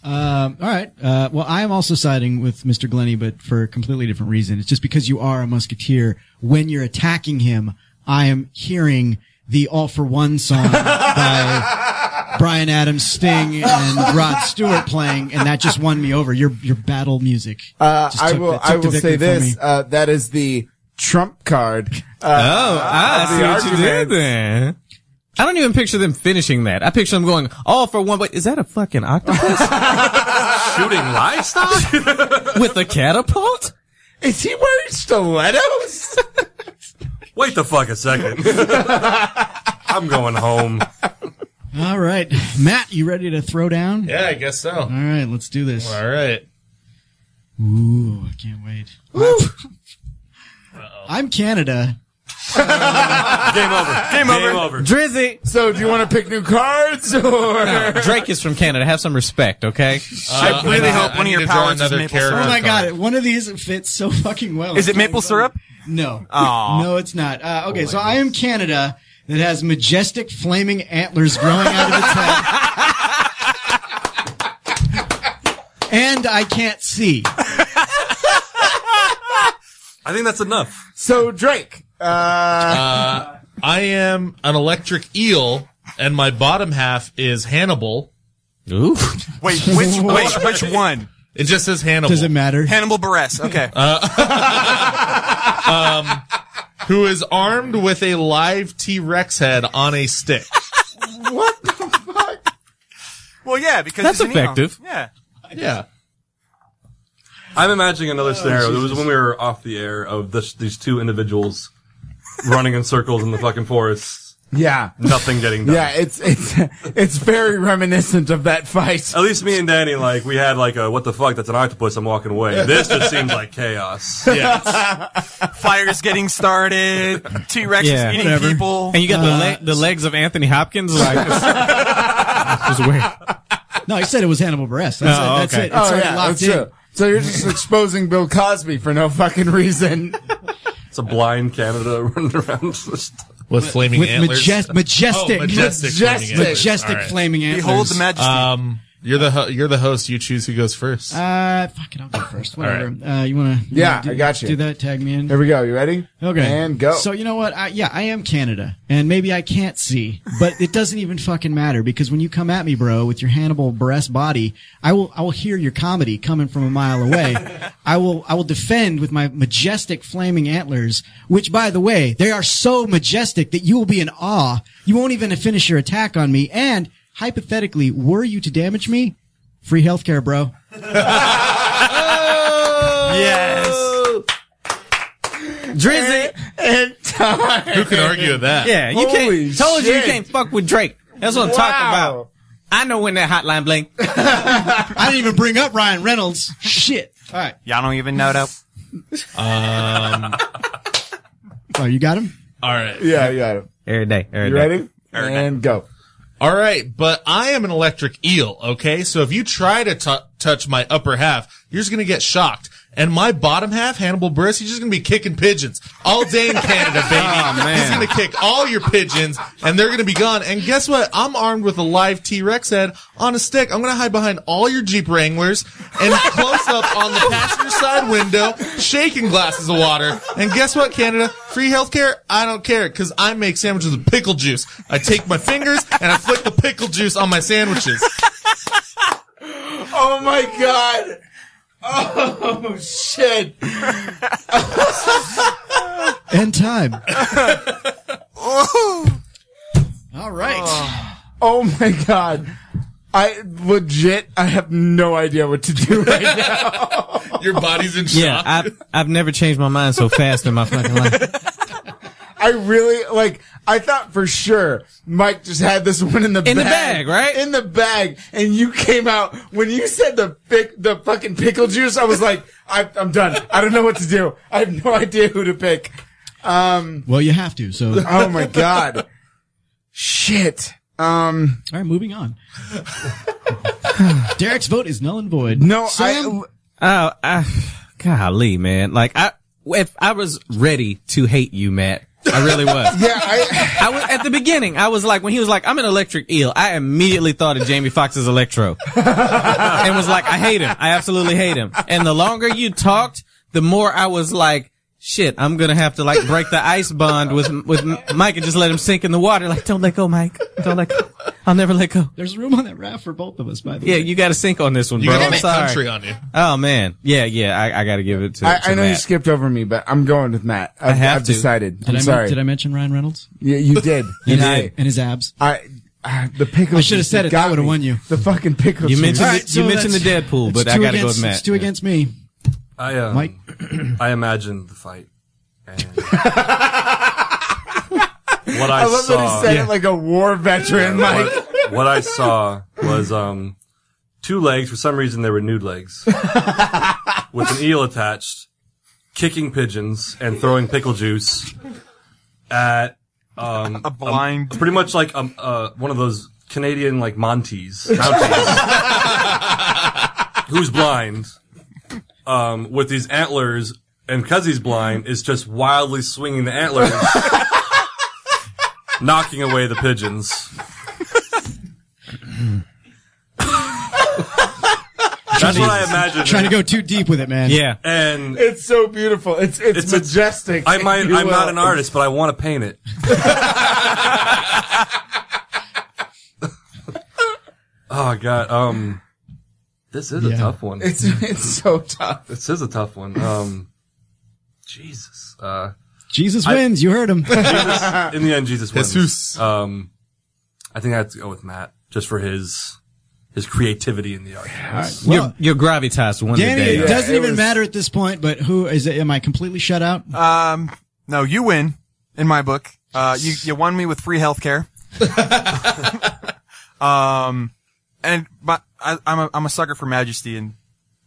S7: Um, all right. Uh, well, I am also siding with Mr. Glenny, but for a completely different reason. It's just because you are a musketeer. When you're attacking him, I am hearing the All for One
S8: [LAUGHS]
S7: song by Brian Adams, Sting, and Rod Stewart playing, and that just won me over. Your your battle music.
S8: Uh,
S7: just
S8: I
S7: took
S8: will.
S7: the- took
S8: I
S7: the
S8: will
S7: victory
S8: say
S7: for me.
S8: this. Uh, that is the trump card. Uh,
S11: oh, I
S8: of
S11: see
S8: the
S11: what you did
S8: argument.
S11: there. I don't even picture them finishing that. I picture them going all for one. But is that a fucking octopus
S12: shooting
S11: [LAUGHS]
S12: livestock
S11: with a catapult?
S8: Is he wearing stilettos?
S12: Wait the fuck a second. I'm going home.
S7: All right, Matt, you ready to throw down?
S13: Yeah, I guess so. All
S7: right, let's do this.
S13: All right.
S7: Ooh, I can't wait. [LAUGHS] I'm Canada.
S12: Game over. Game, over.
S11: Drizzy.
S8: So, do you want to pick new cards or
S11: No, [LAUGHS] Drake is from Canada. Have some respect, okay?
S9: Uh, I really hope one of your powers is maple syrup.
S7: Oh my god, one of these fits so fucking well.
S9: [LAUGHS] Is it
S7: It's like-
S9: maple syrup?
S7: No.
S9: Aw.
S7: No, it's not. Uh, okay, so I am Canada that has majestic flaming antlers growing out of its head. and I can't see.
S12: I think that's enough.
S8: So Drake. Uh,
S13: Uh, I am an electric eel, and my bottom half is Hannibal.
S11: Ooh.
S9: [LAUGHS] Wait, which which which one?
S13: It just says Hannibal.
S7: Does it matter?
S9: Hannibal Barres. Okay.
S13: um, who is armed with a live T Rex head on a stick.
S9: what the fuck? Well, yeah, because
S13: That's
S9: it's an eel.
S13: effective.
S9: Yeah.
S13: Yeah.
S12: I'm imagining another scenario. It was when we were off the air of this, these two individuals running in circles in the fucking forest.
S8: Yeah.
S12: Nothing getting done.
S8: Yeah, it's it's it's very reminiscent of that fight.
S12: At least me and Danny, like, we had like a what the fuck? That's an octopus. I'm walking away. This just seems like chaos.
S9: Fires getting started. T Rex is eating people.
S11: And you
S7: Uh,
S11: got the le- the legs of Anthony Hopkins. Like, was weird.
S7: No, I said it was Hannibal Barres. That's
S11: Oh,
S7: it. That's
S11: okay.
S7: it. It's
S8: oh
S7: already
S8: yeah,
S7: locked
S8: that's
S7: in.
S8: true. So you're just exposing Bill Cosby for no fucking
S11: [LAUGHS]
S8: reason.
S12: It's a blind Canada [LAUGHS] running around
S13: with flaming
S7: with antlers? majest- majestic-
S13: Oh, majestic,
S7: majestic- majestic flaming antlers. Behold the majesty.
S13: Um, you're the ho- you're the host. You choose who goes first.
S7: Uh, fuck it, I'll go first.
S13: All right.
S7: Whatever. Uh, you want to?
S13: Yeah,
S7: do,
S13: I got you.
S7: Do that. Tag me in.
S8: Here we go. You ready?
S7: Okay.
S8: And go.
S7: So you know what? I, yeah, I am Canada, and maybe I can't see, but it doesn't even fucking matter because when you come at me, bro, with your Hannibal Barres body, I will I will hear your comedy coming from a mile
S8: [LAUGHS]
S7: away. I will I will defend with my majestic flaming antlers, which by the way, they are so majestic that you will be in awe. You won't even finish your attack on me, and hypothetically, were you to damage me, free healthcare, bro.
S9: yes.
S11: Drizzy.
S8: And time.
S13: Who can argue with that?
S11: Yeah, you
S13: Holy
S11: can't. Told you you
S13: shit.
S11: can't fuck with Drake. That's what I'm talking
S13: Wow.
S11: about. I know when that hotline bling.
S7: I didn't even bring up Ryan Reynolds. Shit. All right.
S9: Y'all don't even know that.
S13: Um.
S7: Oh, you got him.
S13: All right.
S8: Yeah, you got it.
S11: Every day. Every
S8: You
S11: day.
S8: ready? And go.
S13: All right, but I am an electric eel, okay? So if you try to t- touch my upper half, you're just going to get shocked. And my bottom half, Hannibal Burris, he's just going to be kicking pigeons all day in Canada, baby. He's going to kick all your pigeons and they're going to be gone. And guess what? I'm armed with a live T-Rex head on a stick. I'm going to hide behind all your Jeep Wranglers and close up on the passenger side window, shaking glasses of water. And guess what, Canada? Free healthcare? I don't care because I make sandwiches with pickle juice. I take my fingers and I flick the pickle juice on my sandwiches.
S8: Oh my god. Oh shit.
S7: End time. [LAUGHS] All right.
S8: Oh my god. I legit I have no idea what to do [LAUGHS] right now.
S13: Your body's in
S11: Yeah, I've, I've never changed my mind so fast in my fucking life.
S8: I really like I thought for sure Mike just had this one in the bag,
S11: In the bag, right?
S8: In the bag, and you came out when you said the pick, the fucking pickle juice. I was like, I, I'm done. I don't know what to do. I have no [LAUGHS] idea who to pick. Um,
S7: [SIGHS] Well, you have to. So.
S8: oh my
S11: [LAUGHS]
S8: god, shit. Um,
S7: All right, moving on. Derek's vote is null and void.
S8: No,
S7: Sam,
S11: Oh, I, golly, man. Like, I, if I was ready to hate you, Matt, I
S7: [LAUGHS]
S11: really was.
S8: yeah, I,
S11: was at the beginning. I was like, when he was like, "I'm an electric eel," I immediately thought of Jamie
S7: [LAUGHS]
S11: Foxx's Electro, and was like, "I hate him. I absolutely hate him." And the longer you talked, the more I was like, "Shit, I'm gonna have to like break the ice bond with with Mike and just let him sink in the water. Like, don't let go, Mike. Don't let go. I'll never let go."
S7: There's room on that raft for both of us, by the
S11: Yeah,
S7: way.
S11: you got to sink on this one,
S7: You
S11: bro.
S7: gotta
S11: I'm
S7: make
S11: sorry.
S7: country on you.
S11: Oh man, yeah, yeah. I, I got to give it to.
S8: I,
S11: to
S8: I know you
S11: Matt.
S8: skipped over me, but I'm going with Matt. I've,
S11: I have
S8: I've
S11: to.
S8: decided.
S11: Did
S8: I'm
S11: I men-
S8: sorry.
S7: Did I mention Ryan Reynolds?
S8: Yeah, you did.
S7: You
S8: And
S7: did.
S8: I-
S7: And his abs.
S8: I uh, the pickles.
S7: I should have said it. That
S8: got
S7: would have
S8: me.
S7: won you.
S8: The fucking pickles.
S11: You mentioned
S7: All
S11: the- you mentioned
S7: that's-
S11: the Deadpool,
S7: it's
S11: but I
S7: two
S11: gotta go
S7: against-
S11: with Matt.
S7: It's two against
S11: [LAUGHS]
S7: me.
S12: I um,
S7: Mike?
S12: [CLEARS THROAT] I imagined the fight.
S8: [LAUGHS]
S12: And what I,
S8: I, love
S12: saw,
S8: that he said it like a war veteran, Mike.
S12: What, what I saw was um, two legs. For some reason, they were
S8: [LAUGHS]
S12: nude legs with an eel attached, kicking pigeons and throwing pickle juice at um, [LAUGHS] a blind, pretty much like um, uh, one of those Canadian like Montes, Mounties, who's blind, um, with these antlers, and because he's blind, is just wildly swinging the antlers, knocking away the pigeons. That's what I imagined.
S7: Trying to go too deep with it, man.
S12: and
S8: it's so beautiful. It's it's,
S12: It's a-
S8: majestic.
S12: I might,
S8: You
S12: I'm not
S8: will.
S12: an artist, but I want to paint it.
S8: [LAUGHS]
S12: oh god, um, this is a
S8: Yeah.
S12: tough one.
S8: It's it's so tough.
S12: This is a tough one. Um, Jesus, uh,
S7: Jesus
S12: I-
S7: wins. You
S11: [LAUGHS]
S7: heard him.
S8: Uh,
S12: Jesus, in the end, Jesus wins. Um, I think I have to go with Matt just for his his creativity in the art.
S11: you're, you're gravitized one
S7: Oh. Danny,
S11: day.
S7: it doesn't even matter at this point. But who is it? Am I completely shut out?
S11: Uh,
S9: Um, [LAUGHS] no, you win in my book. Uh, you, you won me with free
S12: [LAUGHS]
S9: healthcare. um, and but I, I'm a, I'm a sucker for majesty, and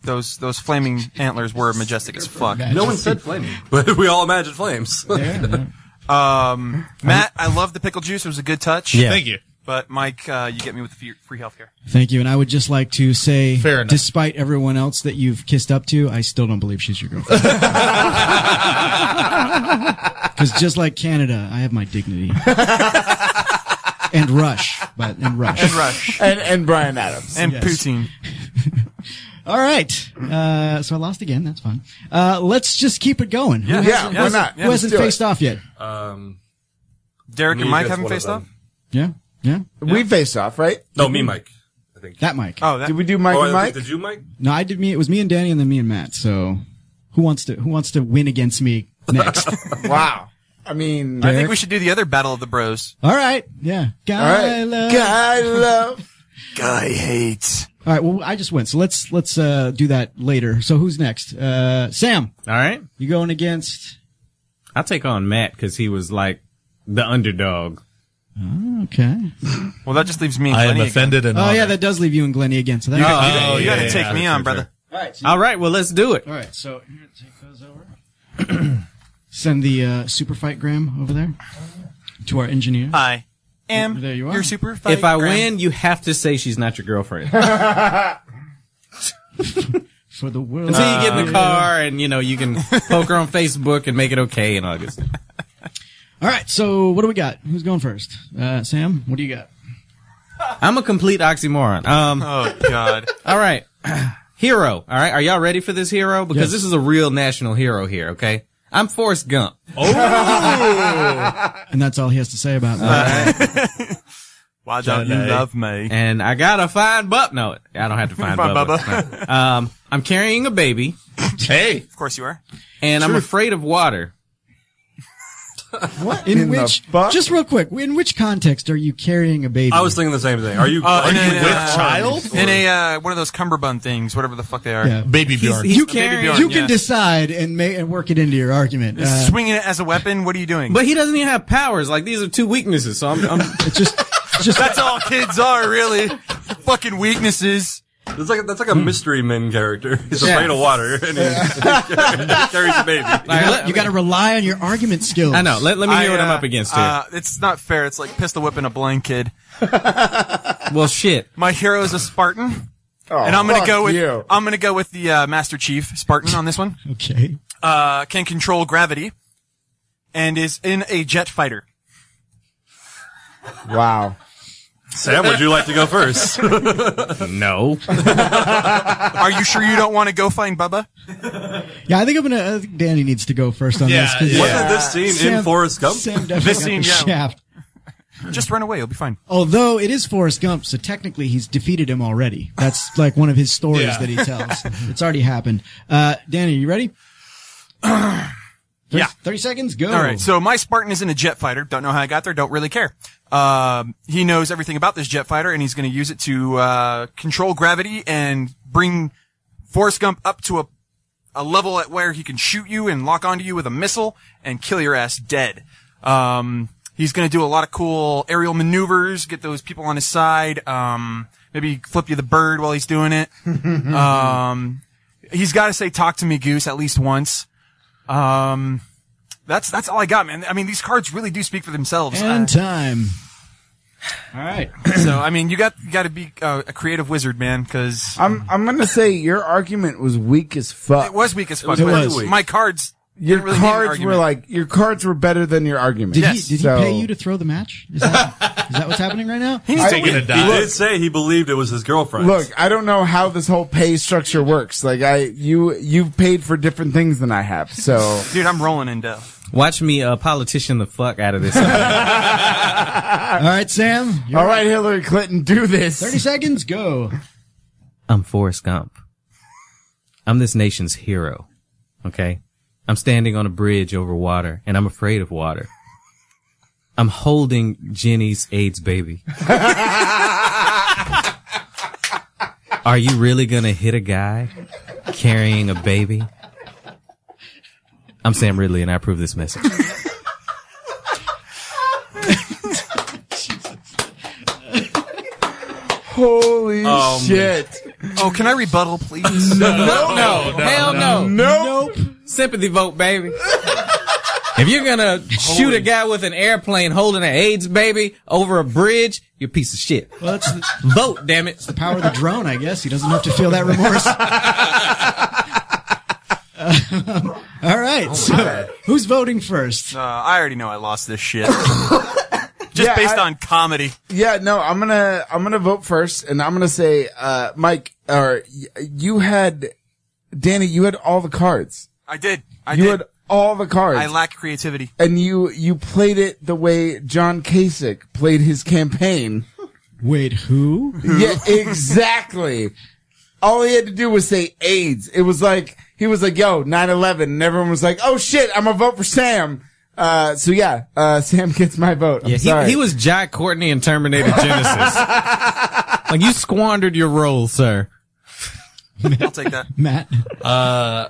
S9: those those flaming antlers were majestic as fuck.
S12: No one said flaming, [LAUGHS] but we all imagined flames.
S9: Um, Matt, I love the pickle juice. It was a good touch.
S7: Yeah. Thank you.
S9: But Mike, uh, you get me with the free, free healthcare.
S7: Thank you. And I would just like to say,
S9: Fair enough.
S7: despite everyone else that you've kissed up to, I still don't believe she's your
S9: [LAUGHS]
S7: girlfriend. Because just like Canada, I have my dignity.
S9: [LAUGHS]
S7: and Rush, but and Rush
S8: [LAUGHS]
S9: And Rush.
S8: and and Brian Adams
S9: And
S7: Yes.
S9: Poutine.
S7: All right. Uh, so I lost again. That's fine. Uh, let's just keep it going. Who
S9: Yeah,
S7: hasn't-
S9: yeah, why not?
S7: Who
S9: Yeah,
S7: hasn't
S9: let's do
S7: faced
S9: it.
S7: off yet?
S12: Um,
S9: Derek
S12: Me
S9: and Mike
S12: against
S9: haven't
S12: one of
S9: faced
S12: them.
S9: off.
S7: Yeah. Yeah.
S8: We faced off, right?
S12: [LAUGHS] No, me, Mike.
S7: That Mike.
S9: Oh, that-
S8: Did we do Mike
S12: Oh, I
S8: and
S12: think-
S8: Mike?
S12: Did you, Mike?
S7: No, I did me. It was me and Danny, and then me and Matt. So, who wants to who wants to win against me
S9: [LAUGHS]
S7: next?
S8: wow. I mean,
S9: I think we should do the other battle of the bros.
S7: All right. Yeah. Guy
S9: right.
S7: love.
S8: Guy love.
S9: Guy hates.
S7: All right. Well, I just went. So let's let's uh, do that later. So who's next? Uh, Sam.
S11: All right.
S7: You going against?
S11: I'll take on Matt because he was like the underdog.
S7: Okay.
S9: Well, that just leaves me. And
S11: I am
S9: Glenny again.
S11: offended and
S7: Oh yeah, that does leave you and Glennie again. So that.
S9: You gotta- you gotta- Oh, you gotta take me on, brother.
S7: All right.
S11: All right. Well, let's do it.
S7: All right. So here, take those over. [CLEARS THROAT] Send the uh, super fight gram over there to our engineer.
S9: Hi. Am
S7: there you are.
S9: You're super. Fight,
S11: If I
S9: Graham.
S11: win, you have to say she's not your girlfriend.
S7: for the world.
S11: Until you get in the car and you know you can poke her on Facebook and make it okay in August.
S7: All right. So what do we got? Who's going first? Uh, Sam. What do you got?
S11: I'm a complete oxymoron. Um,
S9: oh God.
S11: All right. [CLEARS THROAT] Hero. All right. Are y'all ready for this hero?
S7: Yes.
S11: Because this is a real national hero here. Okay. I'm Forrest Gump.
S7: And that's all he has to say about that.
S9: Why don't you love me?
S11: And I gotta find Bub. No, I don't have to find,
S9: Find
S11: Bubba.
S9: Bubba.
S11: No. Um, I'm carrying a baby. Hey.
S9: [LAUGHS] Of course you are.
S11: And I'm afraid of water.
S7: In,
S11: In the
S7: which, just real quick, in which context are you carrying a baby?
S12: I was thinking the same thing. Are you?
S9: Uh,
S12: are
S9: in
S12: you
S9: a-
S12: with
S9: uh,
S12: child?
S9: In a uh, one of those cummerbund things, whatever the fuck they are.
S7: Yeah.
S13: Baby
S9: Bjorn.
S7: you can you can decide and ma- and work it into your argument. Uh,
S9: swinging it as a weapon. What are you doing?
S11: But he doesn't even have powers. Like these are two weaknesses. So I'm, I'm
S7: just, just
S9: [LAUGHS] that's all kids are really. Fucking weaknesses.
S12: That's like that's like a mystery men character. [LAUGHS] He's
S9: Yeah.
S12: afraid of water and he, [LAUGHS] carries a baby.
S7: [LAUGHS] you
S11: [LAUGHS]
S7: got to rely on your argument skills.
S9: I, uh, Uh, it's not fair. It's like pistol whipping a blind kid.
S11: well, shit.
S9: My hero is a Spartan,
S8: Oh,
S9: and I'm gonna
S8: fuck
S9: go with
S8: you.
S9: I'm gonna go with the uh, Master Chief Spartan on this one.
S7: okay.
S9: Uh, can control gravity. and is in a jet fighter.
S8: Wow.
S12: [LAUGHS] Sam, would you like to go [LAUGHS] first?
S11: no.
S9: Are you sure you don't want to go find Bubba?
S7: Yeah, I think I'm gonna. I think Danny needs to go first on this. 'cause
S12: Wasn't this scene in
S7: Sam-
S12: Forrest Gump?
S7: Sam definitely got the shaft.
S9: Just run away. You'll be fine.
S7: Although it is Forrest Gump, so technically he's defeated him already. That's like one of his stories
S9: Yeah.
S7: that he
S12: [LAUGHS]
S7: tells. it's already happened. Uh, Danny, you
S12: [CLEARS THROAT]
S7: ready?
S9: yeah.
S7: 30 seconds, go.
S9: All right. So my Spartan is in a jet fighter. Don't know how I got there. Don't really care. Um, he knows everything about this jet fighter and he's going to use it to, uh, control gravity and bring Forrest Gump up to a, a level at where he can shoot you and lock onto you with a missile and kill your ass dead. Um, he's going to do a lot of cool aerial maneuvers, get those people on his side. Um, maybe flip you the bird while he's doing [LAUGHS] it. um, he's got to say talk to me goose at least once. Um, that's that's all I got, man. I mean, these cards really do speak for themselves.
S12: uh,
S7: And time.
S9: all right. [CLEARS THROAT] so I mean, you got you got to be uh, a creative wizard, man, because
S8: I'm I'm gonna say your argument was weak as fuck.
S9: it was weak as fuck.
S8: It
S9: but
S8: was.
S9: My cards.
S8: Your
S9: didn't really need an
S8: cards were
S9: argument.
S8: like your cards were better than your argument.
S7: Did he did he pay you to throw the match? Is that, is that what's happening right
S12: [LAUGHS]
S7: now?
S8: He's I- taking a
S12: He
S8: dive.
S12: did say he believed it was his girlfriend.
S8: Look, I don't know how this whole pay structure works. Like I, you, you've paid for different things than I have. So
S9: dude, I'm rolling in dough.
S11: Watch me uh, politician the fuck out of this.
S7: All right, Sam. You're
S12: Oh.
S8: All right, Hillary Clinton, do this.
S7: 30 seconds, go.
S11: I'm Forrest Gump. I'm this nation's hero. Okay? I'm standing on a bridge over water and I'm afraid of water. I'm holding Jenny's AIDS baby. Are you really gonna hit a guy carrying a baby? I'm Sam Ridley and I approve this message.
S8: Holy
S9: Oh, man.
S8: shit!
S9: Oh, can I rebuttal, [LAUGHS] please?
S11: Hell no.
S8: Nope.
S11: Sympathy vote, baby. if you're gonna shoot a guy with an airplane holding an AIDS baby over a bridge, you're a piece of shit.
S7: Well, that's the
S11: Vote, damn it.
S7: power of the drone, I guess. He doesn't have to feel that remorse. Um, All
S9: Oh,
S7: right. so, who's voting first?
S9: Uh, I already know I lost this shit. Just
S8: Yeah,
S9: based
S8: I-
S9: on comedy.
S8: Yeah, no, I'm gonna I'm gonna vote first, and I'm gonna say, uh, Mike, or y- you had, Danny, you had all the cards.
S9: I did. I
S8: you
S9: did.
S8: had all the cards.
S9: I lack creativity.
S8: and you you played it the way John Kasich played his campaign.
S7: Wait, who?
S8: Yeah, exactly. All he had to do was say AIDS. It was like he was like, "Yo, 9/11," and everyone was like, "Oh shit, I'm gonna vote for Sam." Uh, so yeah, uh, [LAUGHS] Sam gets my vote. I'm
S11: Yeah,
S8: sorry.
S11: he, he was Jack Courtney in Terminator Genesis. like you squandered your role, sir.
S9: I'll take that.
S7: Matt.
S13: Uh,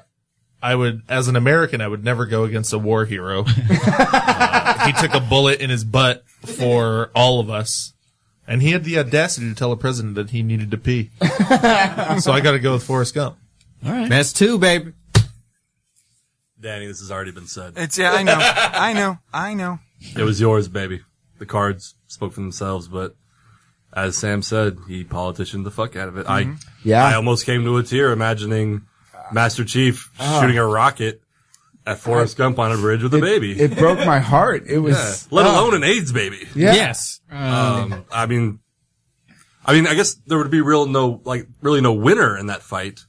S13: I would, as an American, I would never go against a war hero. [LAUGHS] Uh, he took a bullet in his butt for all of us. And he had the audacity to tell the president that he needed to pee. so I gotta go with Forrest Gump.
S7: All right.
S11: That's two, baby.
S12: Danny, this has already been said.
S9: It's yeah. I know. I know. I know.
S12: It was yours, baby. The cards spoke for themselves, but as Sam said, he politicianed the fuck out of it. I
S8: Mhm. Yeah.
S12: I almost came to a tear imagining Master Chief shooting a rocket at Forrest Gump on a bridge with a baby.
S8: it broke my heart. It was
S12: Yeah. Let
S8: oh.
S12: alone an AIDS baby.
S8: Yeah. Yes.
S12: Um, I mean, I mean, I guess there would be real no like really no winner in that fight,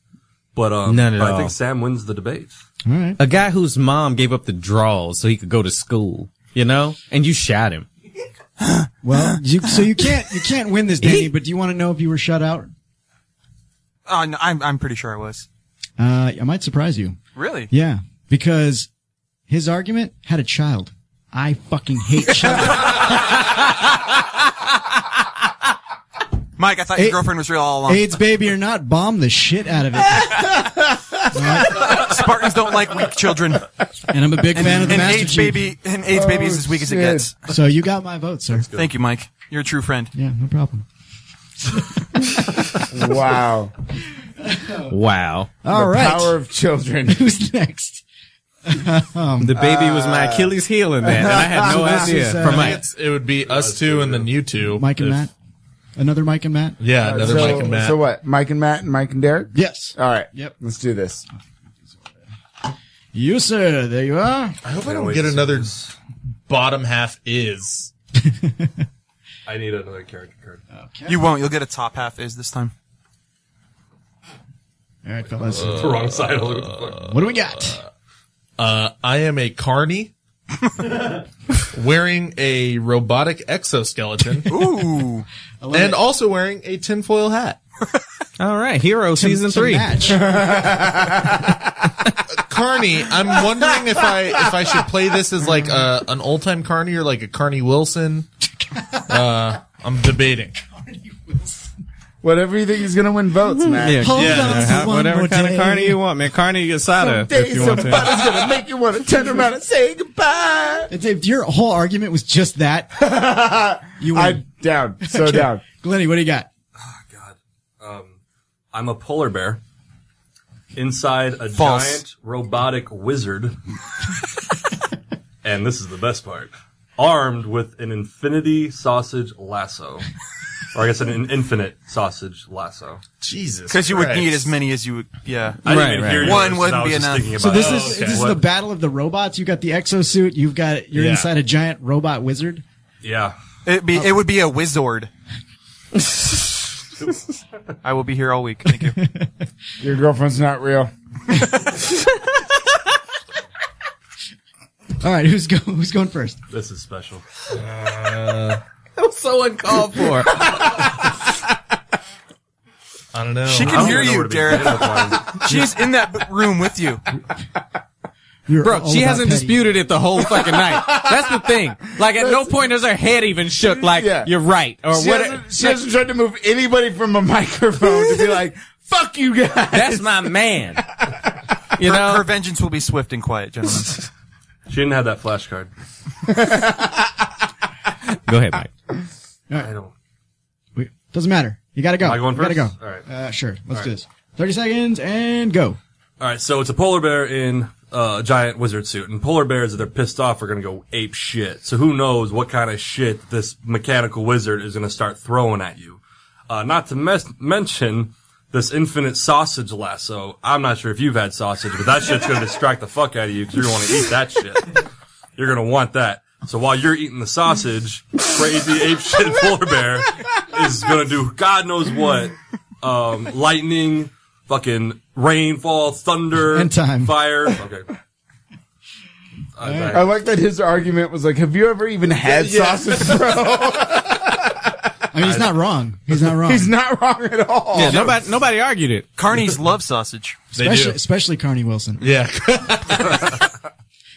S12: but um,
S11: None at
S12: but I
S11: all.
S12: think Sam wins the debate.
S11: A guy whose mom gave up the draws so he could go to school, you know? And you shot him.
S7: Well, [LAUGHS] you, so you can't you can't win this, Danny. But do you want to know if you were shut out?
S9: Oh, no, I'm I'm pretty sure I was.
S7: Uh, I might surprise you.
S9: Really?
S7: Yeah, because his argument had a child. I fucking
S9: [LAUGHS]
S7: hate children.
S9: Mike, I thought your girlfriend was real all along.
S7: AIDS baby or not, bomb the shit out of it.
S9: Spartans don't like weak children.
S7: And I'm a big
S9: [LAUGHS] And-
S7: fan of the
S9: and
S7: Master
S9: AIDS
S7: Chief.
S9: baby- and AIDS baby is as weak as it gets.
S7: So you got my vote, sir.
S9: Thank you, Mike. You're a true friend.
S7: Yeah, no problem.
S11: [LAUGHS]
S8: wow.
S11: Wow.
S7: All
S8: the
S7: right.
S8: Power of
S7: [LAUGHS]
S8: children.
S11: [LAUGHS]
S7: Who's next? Um,
S11: The baby was my Achilles heel in that, and I had
S7: [LAUGHS]
S11: no
S7: So this
S11: idea.
S7: is, uh,
S11: From
S13: I
S11: my
S13: think it's, it would be us two and then you two.
S7: Mike and
S13: if-
S7: Matt. Another Mike and Matt.
S13: Yeah,
S8: Uh,
S13: another
S8: so,
S13: Mike and Matt.
S8: So what? Mike and Matt and Mike and Derek?
S7: Yes.
S8: All right.
S7: Yep.
S8: Let's do this.
S7: You, sir. There you are.
S13: I hope I don't get another bottom half is.
S12: I need another character card. Okay.
S9: You won't. You'll get a top half is this time.
S7: All right, fellas.
S12: It's [LAUGHS] the wrong side. What the fuck?
S7: What do we got?
S13: Uh, I am a
S8: [LAUGHS]
S13: carny wearing a robotic exoskeleton.
S8: [LAUGHS]
S9: [LAUGHS] Ooh.
S13: And also wearing a tinfoil hat.
S11: All right, Hero season
S13: to
S11: three.
S13: match. Carney, I'm wondering if I if I should play this as like a, an old time Carney or like a Carney Wilson. Uh, I'm debating.
S8: Whatever you think is going to win votes, man.
S11: Yeah, yeah, whatever kind of carny you want, man. Carney asada,
S8: Someday
S11: if you want to.
S8: somebody's going to make you want to turn around and say goodbye.
S7: Dave, your whole argument was just that. You win.
S8: I'm down.
S11: [LAUGHS]
S8: So
S7: Okay.
S8: down.
S7: Glenny, what do you got?
S12: Um, I'm a polar bear inside a
S7: False.
S12: giant robotic wizard. and this is the best part armed with an infinity sausage lasso. Or I guess an, in- infinite sausage lasso.
S13: Jesus.
S9: Because you would need as many as you would. Yeah.
S12: I didn't even Right, hear right. yours,
S9: One
S12: and I
S9: wouldn't
S12: was
S9: be
S12: just
S9: enough.
S12: thinking
S7: So
S12: about
S7: this
S12: it.
S7: is
S12: Oh,
S7: this is
S12: okay.
S7: the battle of the robots. You got the exosuit. You've got you're
S9: Yeah.
S7: inside a giant robot wizard.
S12: Yeah.
S9: It'd be, It would be a wizard. I will be here all week. Thank you.
S8: Your girlfriend's not real.
S7: All right, [LAUGHS] who's go, who's going first?
S12: This is special.
S13: That was so uncalled for.
S11: [LAUGHS]
S13: I don't know.
S9: She
S13: I
S9: can
S13: don't
S9: hear
S13: know where
S9: you,
S13: to
S9: Derek.
S13: begin with one.
S9: She's in that b- room with you.
S11: Bro, she hasn't disputed it the whole fucking night. That's the thing. Like at no
S8: That's-
S11: point does her head even shook. Like
S8: Yeah.
S11: you're right or
S8: she
S11: what?
S8: Hasn't, she hasn't tried to move anybody from a [LAUGHS] microphone to be like, fuck you guys.
S11: That's my man. You
S9: her,
S11: know?
S9: her vengeance will be swift and quiet, gentlemen.
S12: [LAUGHS] She didn't have that flash card.
S11: Go ahead, Mike.
S12: I don't.
S7: We- Doesn't matter. You got to go.
S12: Am I going
S7: You gotta
S12: first?
S7: go.
S12: All right.
S7: Uh, sure. Let's
S12: All right.
S7: do this. Thirty seconds and go.
S12: All right, so it's a polar bear in uh, a giant wizard suit, and polar bears if they're pissed off are going to go ape shit. So who knows what kind of shit this mechanical wizard is going to start throwing at you? Uh, not to mes- mention this infinite sausage lasso. I'm not sure if you've had sausage, but that shit's going to distract the fuck out of you because you're going to eat that shit. You're going to want that. So while you're eating the sausage, crazy ape shit [LAUGHS] polar bear is going to do God knows what. Um, lightning, fucking rainfall, thunder,
S7: And time.
S12: fire. Okay. I- I-
S8: I like that his argument was like, have you ever even had
S12: Yeah.
S8: sausage, [LAUGHS] bro?
S7: I mean, he's not wrong. He's not wrong.
S8: He's not wrong at all.
S11: Yeah, nobody nobody argued it.
S9: Carnies love sausage.
S7: especially, especially Carney Wilson.
S13: Yeah. [LAUGHS]
S7: [LAUGHS]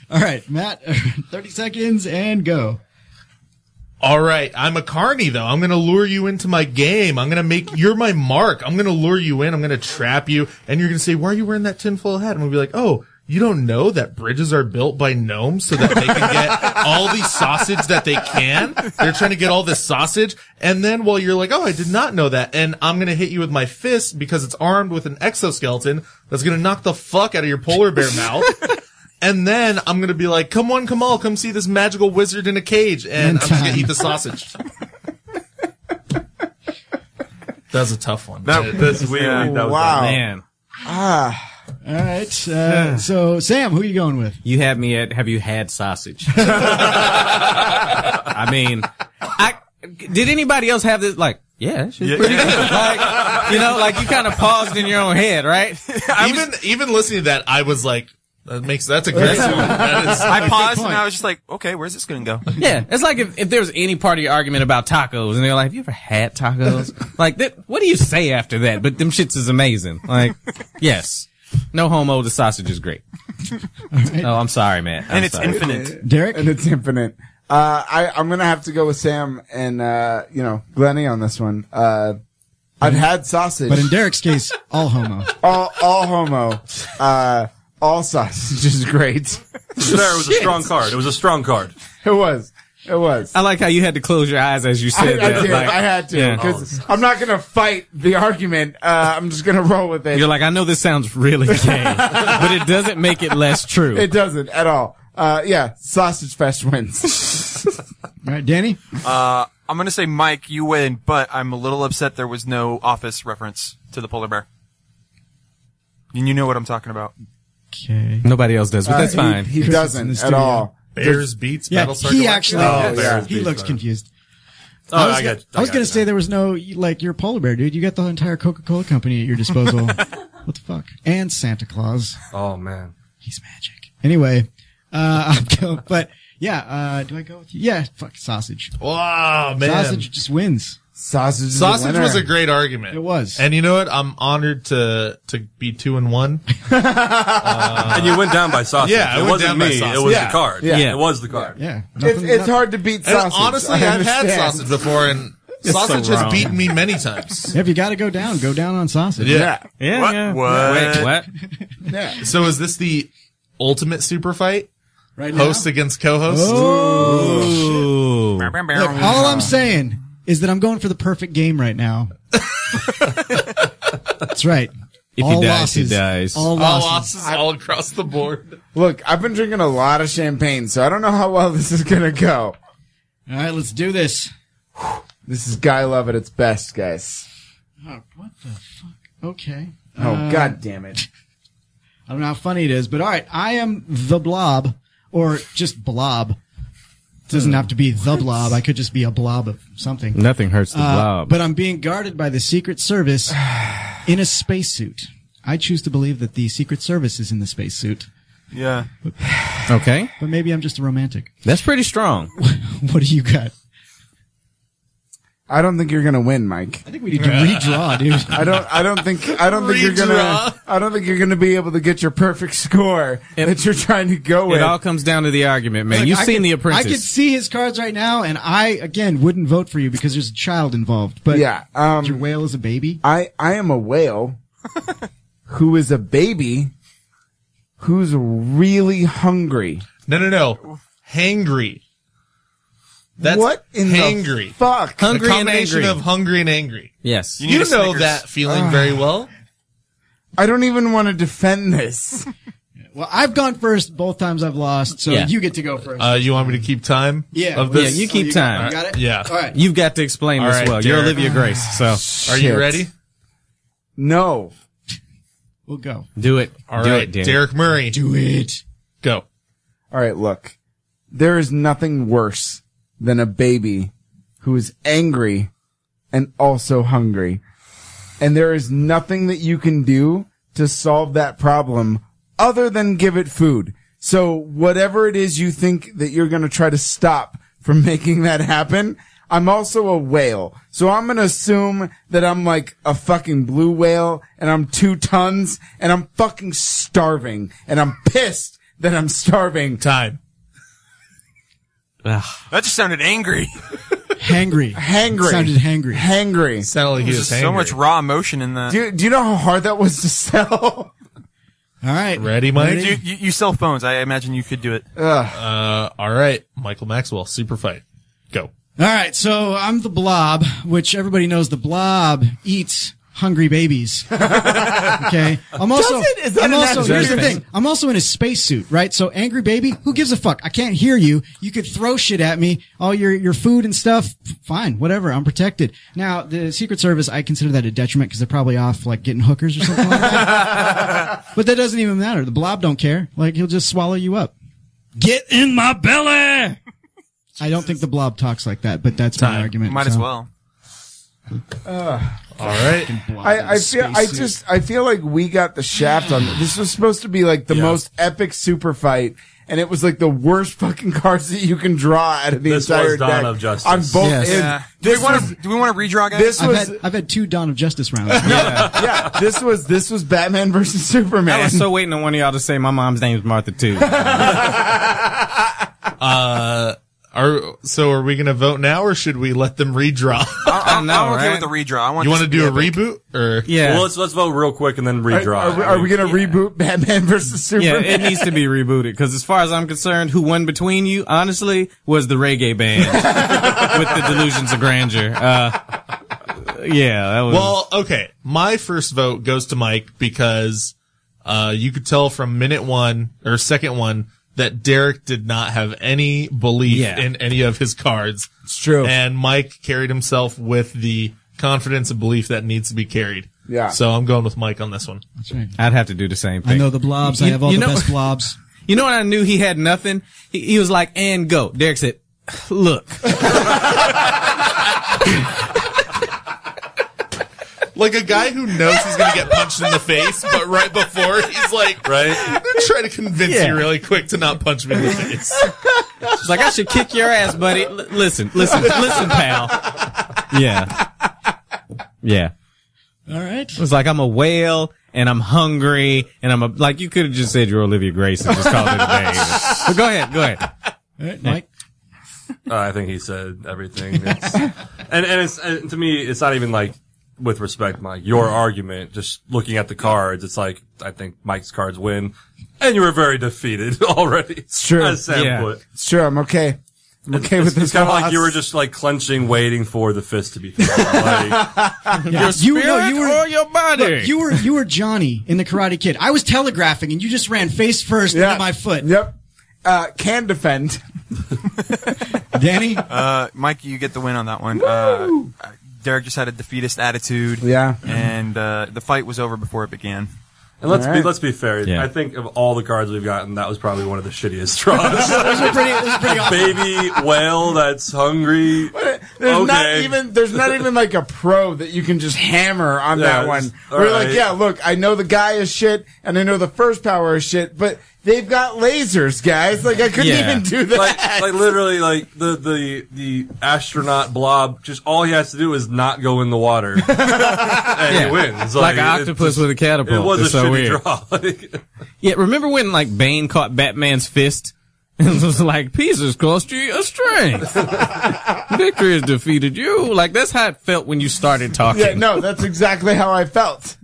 S7: All right, Matt. uh, Thirty seconds and go.
S13: All right, I'm a carny though. I'm gonna lure you into my game. I'm gonna make you're my mark. I'm gonna lure you in. I'm gonna trap you, and you're gonna say, "Why are you wearing that tinfoil hat?" And we'll be like, "Oh, you don't know that bridges are built by gnomes so that they can get all the sausage that they can. They're trying to get all this sausage, and then while you're like, "Oh, I did not know that," and I'm gonna hit you with my fist because it's armed with an exoskeleton that's gonna knock the fuck out of your polar bear mouth. And then I'm gonna be like, come on, come all, come see this magical wizard in a cage, and I'm just gonna eat the sausage. [LAUGHS] That's a tough one.
S12: That- this- we- Yeah.
S11: Oh,
S12: that was
S8: Oh.
S12: Wow. bad.
S11: man.
S8: Ah.
S7: All right. Uh, so Sam, who are you going with?
S11: You had me at have you had sausage? I mean, I did anybody else have this like yeah, that shit's pretty good. Like, you know, like you kind of paused in your own head, right? [LAUGHS]
S13: even even listening to that, I was like, that makes that's aggressive.
S8: [LAUGHS]
S13: that is,
S9: I paused and
S11: point.
S9: I was just like, okay, where's this going to go?
S11: Yeah, it's like if, if there was any part of your argument about tacos, and they're like, "Have you ever had
S8: [LAUGHS]
S11: tacos?" like, that, what do you say after that? But them shits is amazing. Like, yes, no homo, the sausage
S7: [LAUGHS]
S11: is great. Oh, I'm sorry, man. I'm sorry.
S7: Derek?
S8: And it's infinite. Uh, I, I'm going to have to go with Sam and, uh, you know, Glenny on this one. Uh, I've had sausage.
S7: But in Derek's case, all homo.
S8: all, all homo. Uh, all sausage is great.
S12: There, it was a strong card. It was a strong card.
S8: It was. It was.
S11: I like how you had to close your eyes as you
S8: I, I
S11: said that.
S8: did.
S11: Like,
S8: I had to
S11: yeah. Oh.
S8: because I'm not gonna fight the argument. Uh, I'm just gonna roll with it.
S11: You're like, I know this sounds really gay, but it doesn't make it less true.
S8: It doesn't at all. Uh, yeah, sausage fest wins.
S7: All right, Danny.
S9: Uh, I'm going to say, Mike, you win, but I'm a little upset there was no office reference to the polar bear. And you know what I'm talking about.
S7: Okay.
S11: Nobody else does, but
S8: Uh,
S11: that's
S8: he-
S11: fine.
S8: he doesn't
S11: in the
S8: at
S11: studio.
S8: all.
S13: Bears beats
S7: Yeah,
S13: Battlestar
S7: he
S13: Galactica?
S7: actually.
S13: Oh, yeah.
S7: He
S13: Bears
S7: looks
S13: beats
S7: confused.
S13: Oh,
S7: was
S13: I
S7: gonna-
S13: got-
S7: I was
S13: I
S7: going
S13: got
S7: to say there was no like you're a polar bear, dude. You got the entire Coca Cola company at your disposal.
S13: [LAUGHS]
S7: what the fuck? And Santa Claus.
S12: Oh man,
S7: he's magic. Anyway, uh, [LAUGHS] I'll go, but yeah, uh, do I go with you? Yeah, fuck sausage.
S13: Wow, man.
S7: sausage just wins.
S8: Sausage.
S13: Sausage was a great argument. It
S7: was.
S13: And you know what? I'm honored to to be two and
S8: [LAUGHS]
S13: one.
S12: and you went down by sausage.
S13: Yeah, I
S12: it
S13: went
S12: wasn't
S13: down by
S12: me.
S13: sausage.
S12: It was
S13: Yeah.
S12: the card.
S13: Yeah. Yeah.
S12: it was the card.
S7: Yeah,
S8: It's, it's hard to beat
S13: And
S8: sausage.
S13: honestly,
S8: I
S13: I've had
S8: understand.
S13: sausage before, and
S8: It's so
S13: sausage
S8: wrong.
S13: has beaten me many
S8: [LAUGHS]
S13: times.
S7: If you got to go down, go down on sausage.
S11: Yeah.
S13: What?
S11: yeah.
S13: What?
S11: Wait, what?
S13: Yeah. So is this the ultimate super fight?
S7: Right now?
S13: Host against co-host.
S11: Oh,
S7: Look, all I'm saying is that I'm going for the perfect game right
S8: [LAUGHS]
S7: now. That's right.
S8: If he
S7: all
S8: dies, he
S7: losses,
S8: dies.
S7: All
S13: All
S7: losses.
S13: losses all across the board.
S8: Look, I've been drinking a lot of champagne, so I don't know how well this is gonna go.
S7: All right, let's do this.
S8: This is guy love at its best, guys.
S7: Oh, what the fuck? Okay.
S8: Oh
S7: Uh,
S8: god damn it!
S7: I don't know how funny it is, but all right, I am the blob, or just blob. It doesn't have to be the blob. I could just be a blob of something.
S11: Nothing hurts the
S7: Uh,
S11: blob.
S7: But I'm being guarded by the Secret
S11: [SIGHS]
S7: Service in a spacesuit. I choose to believe that the Secret Service is in the spacesuit.
S9: Yeah.
S11: Okay.
S7: But maybe I'm just a romantic. [LAUGHS]
S11: That's pretty strong.
S7: What do you got?
S8: I don't think you're gonna win, Mike. I
S7: think we need [LAUGHS] to redraw, dude.
S8: I don't. I don't think. I don't think you're gonna. I don't think you're gonna be able to get your perfect score that you're trying to go with.
S11: It all comes down to the argument, man.
S7: Look,
S11: [LAUGHS] You've
S7: I could-
S11: seen The
S7: I could
S11: Apprentice.
S7: see his cards right now, and I again wouldn't vote for you because there's a child involved. But
S8: yeah, um, your
S7: whale is a baby.
S8: I I am
S13: [LAUGHS]
S8: a whale who is a baby who's really hungry.
S13: No, no, no. Hangry. That's
S8: What in the
S13: hangry.
S8: fuck?
S13: Hungry combination of hungry and angry.
S11: Yes.
S13: You, know that feeling very well.
S8: I don't even want to
S13: [LAUGHS]
S8: defend this.
S7: well, I've gone first both times I've lost, so
S13: Yeah.
S7: you get to go first.
S13: Uh, you want me to keep time?
S7: Yeah.
S13: Of this?
S11: Yeah, you keep time.
S7: You got it?
S13: Yeah.
S7: All right.
S11: You've got to explain
S13: All
S11: this
S13: right,
S11: well. You're
S13: Derek.
S11: Olivia Grace, so
S13: Are you ready?
S8: No.
S7: We'll go.
S11: Do it.
S13: All right,
S11: Do it, Derek.
S13: Derek Murray.
S7: Do it.
S13: Go.
S8: All right, look. There is nothing worse than a baby who is angry and also hungry. And there is nothing that you can do to solve that problem other than give it food. So whatever it is you think that you're going to try to stop from [LAUGHS] making that happen, I'm also a whale. So I'm going to assume that I'm like a fucking blue whale and I'm two tons and I'm fucking starving and I'm pissed that I'm starving.
S13: Time.
S9: That just sounded angry.
S7: Hangry.
S8: Hangry.
S7: Sounded hangry.
S8: Hangry.
S13: Sounded like
S9: There's so much raw emotion in that.
S8: Do you, do you know how hard that was to sell?
S7: All right.
S13: Ready, Mike?
S9: You, you, you sell phones. I imagine you could do it.
S13: Uh, all right. Michael Maxwell, super fight. Go.
S7: All right, so I'm the blob, which everybody knows the blob eats hungry babies. [LAUGHS] okay. I'm also,
S8: Does it? Is that
S7: I'm
S8: an
S7: also
S8: actual
S7: here's the
S8: thing?
S7: thing. I'm also in a spacesuit, right? So angry baby, who gives a fuck? I can't hear you. You could throw shit at me, all your, your food and stuff. F- Fine, whatever. I'm protected. Now, the Secret Service, I consider that a detriment because they're probably off like getting hookers or something like that. but that doesn't even matter. The blob don't care. Like he'll just swallow you up. Get in my belly. [LAUGHS] I don't think the blob talks like that, but that's my argument.
S9: Might as
S7: so.
S9: well.
S13: All right.
S8: I, I feel I just I feel like we got the shaft on this. This was supposed to be like the most epic super fight, and it was like the worst fucking cards that you can draw out of the
S12: This
S8: entire
S12: was Dawn
S8: deck
S12: of Justice.
S8: on both
S7: Yes.
S8: ends.
S7: Yeah.
S9: Do we
S8: This
S9: want
S8: was-
S9: to? Do we want to redraw, guys?
S8: This
S7: I've
S8: was-
S7: had, I've had two Dawn of Justice rounds.
S8: yeah, this was this was Batman versus Superman.
S11: I was so waiting on one of y'all to say my mom's name is Martha too.
S13: Uh, are, so are we going to vote now or should we let them redraw? [LAUGHS]
S9: I, am
S11: know,
S9: I'm okay with
S11: right?
S9: the redraw. I want.
S13: you
S9: this
S13: want to
S9: be
S13: do a
S9: epic.
S13: reboot or?
S12: Well, let's let's vote real quick and then redraw.
S8: [LAUGHS] Are, we- are we gonna reboot Batman versus
S11: yeah,
S8: Superman?
S11: it needs to be rebooted because as far as I'm concerned, who won between you, honestly, was the reggae band with the delusions of grandeur. Uh, yeah, that was.
S13: Well, okay. My first vote goes to Mike because uh, you could tell from minute one or second one that Derek did not have any belief
S11: Yeah.
S13: in any of his cards. It's
S8: true.
S13: And Mike carried himself with the confidence and belief that needs to be carried.
S8: Yeah.
S13: So I'm going with Mike on this one.
S7: That's right.
S11: I'd have to do the same thing.
S7: I know the blobs. I have all the best blobs.
S11: You know what I knew he had nothing? He, he was like, and go. Derek said, look.
S13: Like a guy who knows he's going to get punched in the face, but right before he's like, right, try to convince
S11: Yeah.
S13: you really quick to not punch me in the face.
S11: He's like, I should kick your ass, buddy. L- listen, listen, listen, pal. Yeah. Yeah.
S7: All right.
S11: It was like, I'm a whale and I'm hungry and I'm a, like, you could have just said you're Olivia Grace and just called it a day. But go ahead, go ahead.
S7: Mike?
S12: Uh, I think he said everything. It's, [LAUGHS] and and, it's, and to me, it's not even like with respect, Mike. Your argument, just looking at the cards, it's like I think Mike's cards win, and you were very defeated [LAUGHS] already. It's
S8: Sure.
S12: As Sam put.
S8: It's true. I'm okay. I'm okay with
S12: It's,
S8: this.
S12: it's kind of like
S8: loss.
S12: you were just like clenching, waiting for the fist to be thrown. Like,
S7: Yeah.
S11: Your spirit or your body?
S7: Look, you were you were Johnny in the Karate Kid. I was telegraphing, and you just ran face first into my foot.
S8: Yep. Uh, can defend. [LAUGHS]
S7: Danny?
S9: Uh, Mike, you get the win on that one. Uh, Derek just had a defeatist attitude.
S8: Yeah.
S9: And uh, the fight was over before it began.
S12: and let's be let's be fair.
S9: Yeah.
S12: I think of all the cards we've gotten, that was probably one of the shittiest [LAUGHS] draws.
S8: Those are pretty- those are pretty
S12: A baby whale
S8: [LAUGHS]
S12: that's hungry.
S8: There's not
S12: Okay.
S8: even there's not even like a pro that you can just hammer on
S12: Yeah,
S8: that
S12: it's-
S8: one.
S12: all
S8: We're like,
S12: right.
S8: yeah, look, I know the guy is shit, and I know the first power is shit, but they've got lasers, guys. Like I couldn't even do that.
S12: Like, like literally, like the the the astronaut blob. Just all he has to do is not go in
S8: [LAUGHS]
S12: the water, and
S11: Yeah.
S12: he wins.
S11: Like
S12: it-
S11: an octopus
S12: it's-
S11: with a catapult.
S12: It was
S11: It's
S12: a
S11: so
S12: shitty
S11: weird.
S12: draw. [LAUGHS] Like,
S11: Yeah, remember when like Bane caught Batman's fist? [LAUGHS] And it was like, peace has cost you your strength. Victory has defeated you. Like, that's how it felt when you started talking.
S8: [LAUGHS] Yeah, no, that's exactly how I felt.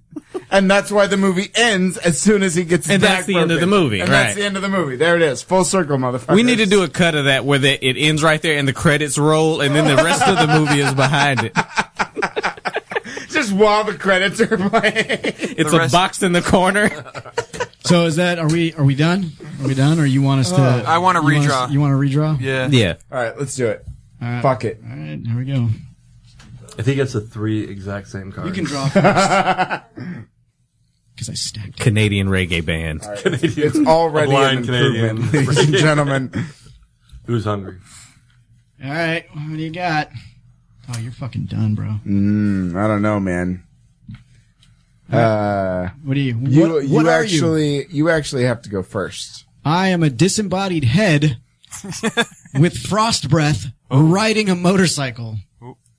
S8: And that's why the movie ends as soon as he gets his
S11: And
S8: back
S11: that's the end of
S8: broken.
S11: the movie,
S8: And
S11: right.
S8: that's the end of the movie. There it is. Full circle, motherfucker.
S11: We need to do a cut of that where the, it ends right there and the credits roll and then the rest of the movie is
S8: [LAUGHS]
S11: behind it.
S8: Just while the credits [LAUGHS] are playing.
S11: It's a box in the corner.
S7: So is that are we are we done? Are we done? Or you want us to?
S9: Uh, I wanna
S7: you want us-
S9: redraw.
S7: You want to redraw?
S9: Yeah.
S11: Yeah.
S8: All right, let's do it.
S7: All right.
S8: Fuck it. [LAUGHS]
S7: All right, here we go.
S12: if he gets the three exact same cards,
S7: You can draw
S8: [LAUGHS]
S7: first because I stacked.
S11: Canadian reggae band.
S12: Canadian.
S8: It's already
S12: A blind
S8: an improvement,
S12: Canadian.
S8: ladies and
S11: [LAUGHS]
S8: gentlemen.
S12: [LAUGHS] Who's hungry?
S7: All right, what do you got? Oh, you're fucking done, bro.
S8: Mm, I don't know, man. Uh,
S7: What do you?
S8: you
S7: what-
S8: you
S7: what are you?
S8: actually you? actually have to go first.
S7: I am a disembodied
S8: [LAUGHS]
S7: head with frost breath riding a motorcycle.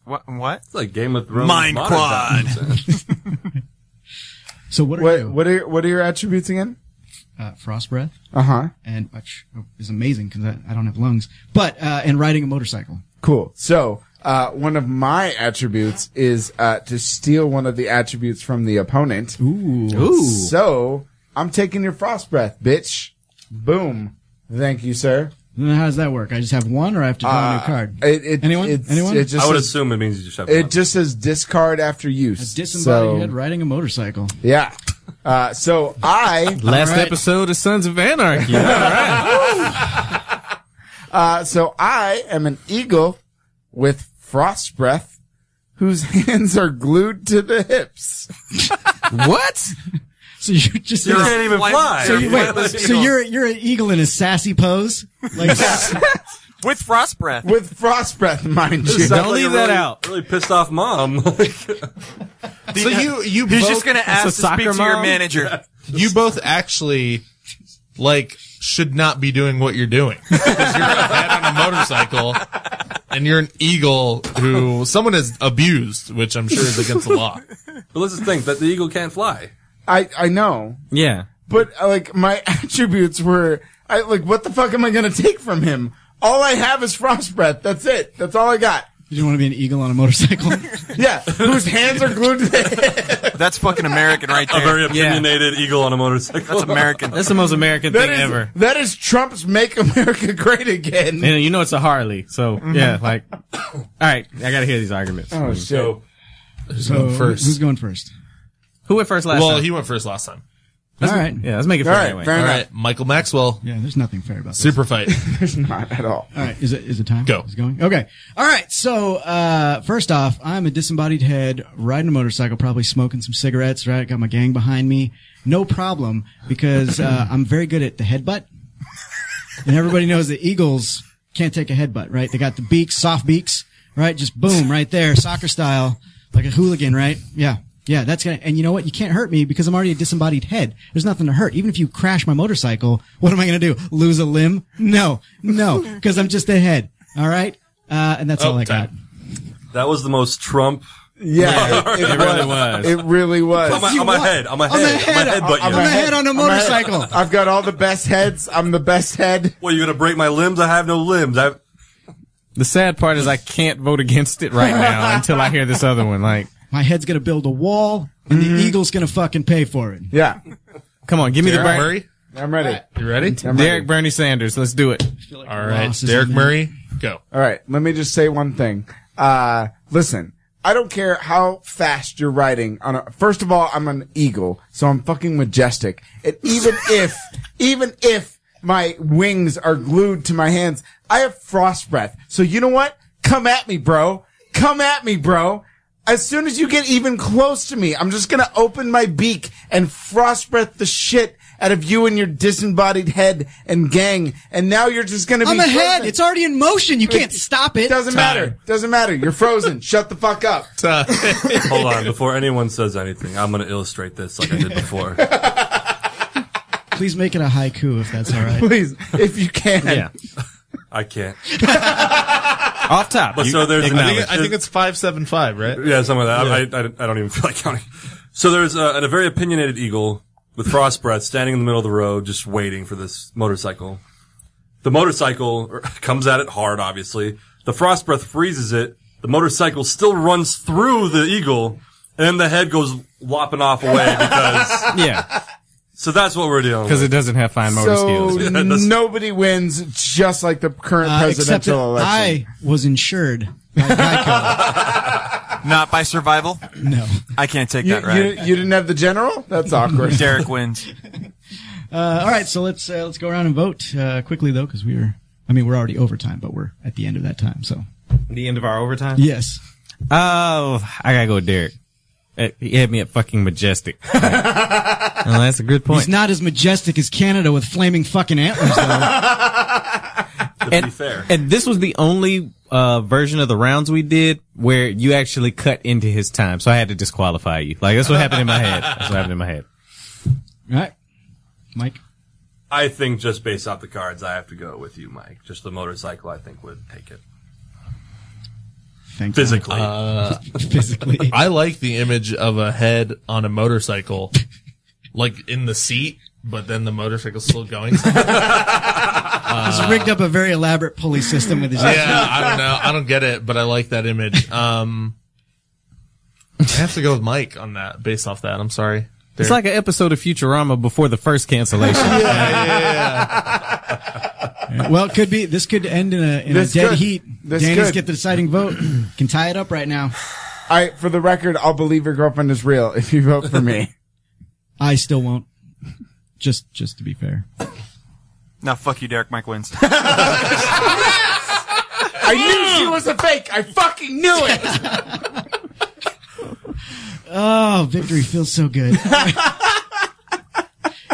S9: What? What? It's
S12: like Game of Thrones.
S9: Mind
S12: modern
S9: Quad.
S12: times.
S7: So what are
S8: what,
S7: you?
S8: What are what are your attributes again?
S7: Uh, frost breath.
S8: Uh huh.
S7: And which is amazing because I, I don't have lungs. But uh, and riding a motorcycle.
S8: Cool. So uh, one of my attributes is uh, to steal one of the attributes from the opponent.
S7: Ooh.
S11: Ooh.
S8: So I'm taking your frost breath, bitch. Boom. Thank you, sir.
S7: And how does that work? I just have one, or I have to draw a new
S8: Uh,
S7: card.
S8: It, it,
S7: Anyone?
S8: it's-
S7: Anyone?
S8: It just
S12: I would
S8: says-
S12: assume it means you just have
S8: It
S12: one.
S8: just says discard after use.
S7: A disembodied
S8: so,
S7: head riding a motorcycle.
S8: Yeah. Uh, so [LAUGHS] I
S11: Last episode of Sons of Anarchy.
S8: Uh, so I am an eagle with frost breath whose [LAUGHS] hands are glued to the hips.
S11: what?
S7: So you're just
S8: You can't even fly.
S7: So, you, wait,
S8: Flightless
S7: so
S8: [LAUGHS] eagle.
S7: you're you're an eagle in a sassy pose,
S8: [LAUGHS]
S7: like
S9: With frost breath.
S8: With frost breath, mind
S12: This
S8: you.
S12: sounds like a really- Really pissed off mom. [LAUGHS]
S13: So you you
S9: He's
S13: both-
S9: just gonna ask
S13: It's a
S9: to speak
S13: soccer
S9: to your
S13: mom?
S9: manager.
S13: You both actually like should not be doing what you're doing [LAUGHS] because you're a head on a motorcycle and you're an eagle who someone has abused, which I'm sure is against the law.
S12: But let's just think that the eagle can't fly.
S8: I, I know.
S11: [LAUGHS] Yeah.
S8: But uh, like my [LAUGHS] attributes were, I like, what the fuck am I going to take from him? All I have is frost breath. That's it. That's all I got.
S7: you don't want to be an eagle on a motorcycle.
S8: Yeah. Whose hands are glued to the hips.
S9: That's fucking American right
S12: A
S9: there.
S12: very opinionated eagle on a motorcycle.
S9: That's American.
S11: That's the most American
S8: That
S11: thing
S8: is,
S11: ever.
S8: that is Trump's make America great again.
S11: And you know it's a Harley, so yeah, like, all right, I gotta hear these arguments.
S8: Mm-hmm. Oh,
S11: Mm.
S13: So
S8: shit.
S7: So who's going first?
S11: Who went first [LAUGHS] last
S13: well,
S11: time?
S13: he went first last time.
S7: All right.
S11: Yeah, let's make it fair anyway.
S13: All right, Michael Maxwell.
S7: Yeah, there's nothing fair about
S13: Super fight.
S8: there's [LAUGHS] not at all.
S7: All right, is it is it time? Go. Is it going? Okay. All right. So uh, first off, I'm a disembodied head riding a motorcycle, probably smoking some cigarettes. Right, got my gang behind me. No problem because [LAUGHS] uh, I'm very good at the headbutt, and everybody knows that eagles can't take a headbutt. Right, they got the beaks, soft beaks. Right, just boom, right there, soccer style, like a hooligan. Right, yeah. Yeah, that's gonna, and you know what? You can't hurt me because I'm already a disembodied head. There's nothing to hurt. Even if you crash my motorcycle, what am I gonna do? Lose a limb? No, no, because I'm just a head. All right, uh, and that's all I got.
S12: [LAUGHS] That was the most Trump.
S8: Yeah, it- it
S12: really
S8: was. It really was.
S12: On my, on my head. On my head. On my head. But you.
S7: on a
S8: I'm
S7: motorcycle.
S8: I've got all the best heads. I'm the best head.
S12: Well, you're gonna break my limbs. I have [LAUGHS] no limbs. I.
S11: The sad part is I can't vote against it
S8: [LAUGHS]
S11: right now until I hear this other one. Like,
S7: My head's gonna build a wall, and the eagle's gonna fucking pay for it.
S8: yeah.
S11: [LAUGHS] Come on, give me
S13: Derek
S11: the Ber-
S13: Murray.
S8: I'm ready.
S13: You ready?
S11: Derek Bernie Sanders. Let's do it.
S13: All right, Derek Murray, go.
S8: All right, let me just say one thing. Uh, listen, I don't care how fast you're riding on a, first of all, I'm an eagle, so I'm fucking majestic. And even if, even if my wings are glued to my hands, I have frost breath. So you know what? Come at me, bro. Come at me, bro. As soon as you get even close to me, I'm just gonna open my beak and frost breath the shit out of you and your disembodied head and gang. And now you're just gonna
S7: I'm
S8: be
S7: a head.
S8: frozen.
S7: It's already in motion. You can't stop it.
S8: Doesn't matter. Doesn't matter. You're frozen. Shut the fuck up.
S12: Hold on. Before anyone says anything, I'm gonna illustrate this like I did before.
S7: Please make it a haiku if that's all
S8: [LAUGHS]
S7: right.
S8: Please, if you can.
S12: Yeah. I can't.
S11: Off top.
S8: [LAUGHS]
S12: But so there's.
S13: I think, I think it's five seven five, right?
S12: Yeah, some of that. I, I, I don't even [LAUGHS] feel like counting. So there's a, a very opinionated eagle with frost breath standing in the middle of the road, just waiting for this motorcycle. The motorcycle er, [LAUGHS] comes at it hard, obviously. The frost breath freezes it. The motorcycle still runs through the eagle, and then the head goes lopping
S8: [LAUGHS]
S12: off away because.
S11: yeah.
S12: So that's what we're dealing
S11: Because it doesn't have fine motor
S8: So
S11: skills.
S8: nobody wins, just like the current
S7: Uh, except that
S8: presidential election.
S7: I was insured.
S9: Not by survival.
S7: No,
S9: I can't take
S8: you,
S9: that right.
S8: you, you didn't have the general? That's
S9: [LAUGHS]
S8: awkward.
S9: Derek wins.
S7: Uh, all right, so let's uh, let's go around and vote uh, quickly though, because we are. I mean, we're already over time, but we're at the end of that time. So
S11: The end of our overtime?
S7: yes,
S11: Oh, I gotta go with Derek. Eh, He had me at fucking majestic. [LAUGHS] Like, well, that's a good point.
S7: he's not as majestic as Canada with flaming fucking antlers.
S8: [LAUGHS]
S7: Though.
S12: To be fair.
S11: And this was the only uh, version of the rounds we did where you actually cut into his time, so I had to disqualify you. Like that's what happened in my head. That's what happened in my head.
S7: all right, Mike.
S12: I think just based off the cards, I have to go with you, Mike. Just the motorcycle, I think would take it.
S7: Thank
S12: Physically.
S13: Uh, [LAUGHS]
S7: physically.
S13: I like the image of a head on a motorcycle, like in the seat, but then the motorcycle's still
S11: [LAUGHS]
S13: going.
S7: he's rigged up a very elaborate pulley system with his.
S13: [LAUGHS] yeah, I don't know. I don't get it, but I like that image. Um, I have to go with Mike on that based off that. I'm sorry.
S11: It's like an episode of Futurama before the first cancellation.
S7: Well, it could be. This could end in a, in a
S8: This
S7: dead
S8: could.
S7: heat.
S8: This
S7: Danny's
S8: could.
S7: get the deciding vote. [CLEARS THROAT] Can tie it up right now.
S8: I, for the record, I'll believe your girlfriend is real if you vote for me.
S7: I still won't. Just just to be fair.
S9: Now fuck you, Derek. Mike wins.
S8: I knew she was a fake. I fucking knew it.
S7: Oh, victory feels so good.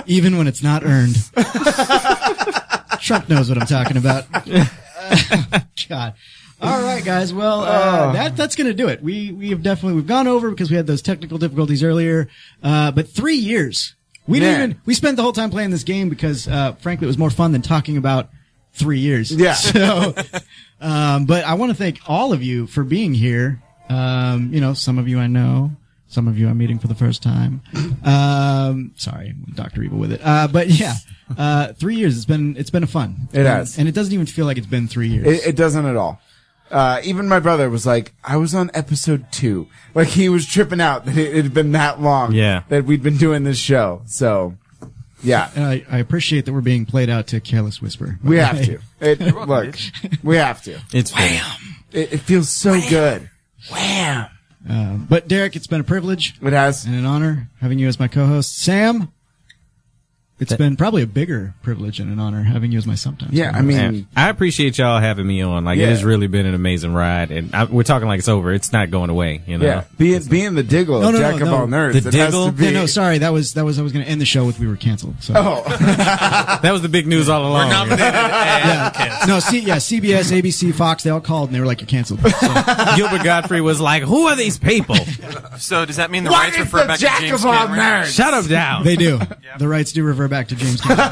S7: Even when it's not earned. Trump knows what I'm talking about. [LAUGHS] God. All right, guys. Well,
S8: Oh.
S7: uh, that that's gonna do it. We we have definitely we've gone over because we had those technical difficulties earlier. Uh, but three years. We
S8: Man.
S7: didn't even we spent the whole time playing this game because uh, frankly it was more fun than talking about three years. [LAUGHS]
S8: Yeah.
S7: So um, but I want to thank all of you for being here. Um, you know, some of you I know, some of you I'm meeting for the first time. Um, sorry, Doctor Evil with it. Uh, but [LAUGHS] yeah, uh, three years. It's been it's been a fun.
S8: It has.
S7: and it doesn't even feel like it's been three years.
S8: It, it doesn't at all. Uh, even my brother was like, I was on episode two. Like he was tripping out that it had been that long.
S11: Yeah.
S8: That we'd been doing this show. So, yeah,
S7: and I, I appreciate that we're being played out to Careless Whisper.
S8: we have
S11: [LAUGHS]
S8: to. It, look, we have to.
S11: It's fun.
S8: It, it feels so good.
S7: Um, [LAUGHS] but Derek, it's been a privilege
S8: It has.
S7: and an honor having you as my co-host. Sam, It's been probably a bigger privilege and an honor having you as my sometimes.
S8: Yeah, I
S11: Man, I appreciate y'all having me on. Like,
S8: Yeah.
S11: it has really been an amazing ride, and I, we're talking like it's over. It's not going away. You know,
S8: Yeah, being being the diggle,
S11: No,
S8: of
S11: no,
S8: jack
S11: no,
S8: of
S11: no.
S8: all nerds.
S11: The
S8: it
S11: diggle?
S8: has to be. Oh,
S7: Yeah, no,
S8: [LAUGHS]
S7: sorry. That was that was I was going to end the show with we were canceled. So.
S11: that was the big news all along.
S7: No, C- yeah, CBS, ABC, Fox, they all called and they were like, "You're
S8: [LAUGHS]
S7: canceled."
S11: Gilbert Godfrey was like, "Who are these people?"
S9: So does that mean the
S11: What
S9: rights
S11: is
S9: refer
S11: the
S9: back
S11: jack
S9: to James
S11: of all
S9: Cameron?
S11: nerds? Shut him down.
S7: They
S13: [LAUGHS]
S7: do. The rights do revert back to James Cameron.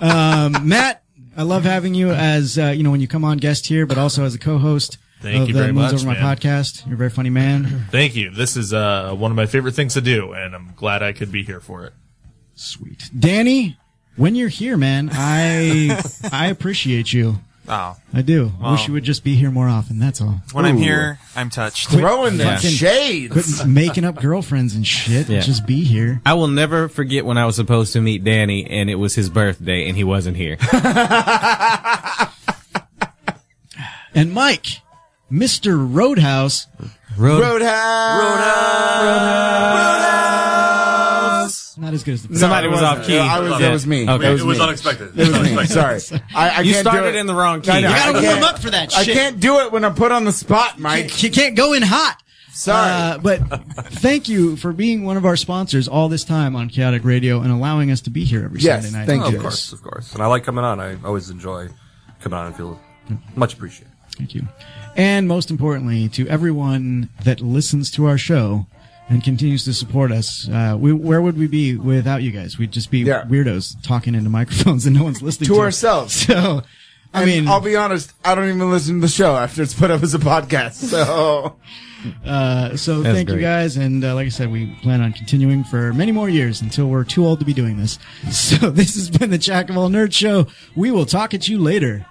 S7: um, Matt, I love having you as uh, you know when you come on guest here, but also as a co-host.
S13: Thank
S7: of
S13: you
S7: the
S13: very
S7: Moons
S13: much,
S7: Over my
S13: man.
S7: podcast. You're a very funny man.
S13: [LAUGHS] Thank you. This is uh, one of my favorite things to do, and I'm glad I could be here for it.
S7: Sweet. Danny, when you're here, man, I I appreciate you.
S9: Oh.
S7: I do. I
S9: Wow.
S7: wish you would just be here more often. That's all.
S9: When I'm here, I'm touched.
S7: Quit fucking- Quit
S13: [LAUGHS]
S7: making up girlfriends and shit.
S11: Yeah.
S7: Just be here.
S11: I will never forget when I was supposed to meet Danny, and it was his birthday, and he wasn't here.
S7: And Mike, Mr. Roadhouse.
S11: Road-
S8: Roadhouse.
S7: Not as good as the
S11: Somebody was off key.
S8: I was, that was me.
S11: Okay.
S8: That was me. It was me.
S11: [LAUGHS]
S8: Sorry. I, I
S11: you
S8: can't
S11: started
S8: do it.
S11: in the wrong key.
S8: I know. I can't-
S7: for that
S8: I can't do it when I'm put on the spot, Mike.
S7: You can't go in hot.
S8: Sorry.
S7: Uh, but thank you for being one of our sponsors all this time on Chaotic Radio and allowing us to be here every Sunday night.
S12: Oh, Of course, of course. And I like coming on. I always enjoy coming on and feel much appreciated.
S7: Thank you. And most importantly, to everyone that listens to our show and continues to support us, uh, we, where would we be without you guys? We'd just be weirdos talking into microphones and no one's listening [LAUGHS] to,
S8: to
S11: [LAUGHS]
S8: ourselves.
S7: So, I
S8: And
S7: mean-
S8: I'll be honest. I don't even listen to the show after it's put up as a podcast. So,
S7: Uh, so
S8: That's
S7: thank you
S8: great.
S7: guys, and uh, like I said, we plan on continuing for many more years until we're [LAUGHS] too old to be doing this. So this has been the Jack of All Nerd Show. We will talk at you later.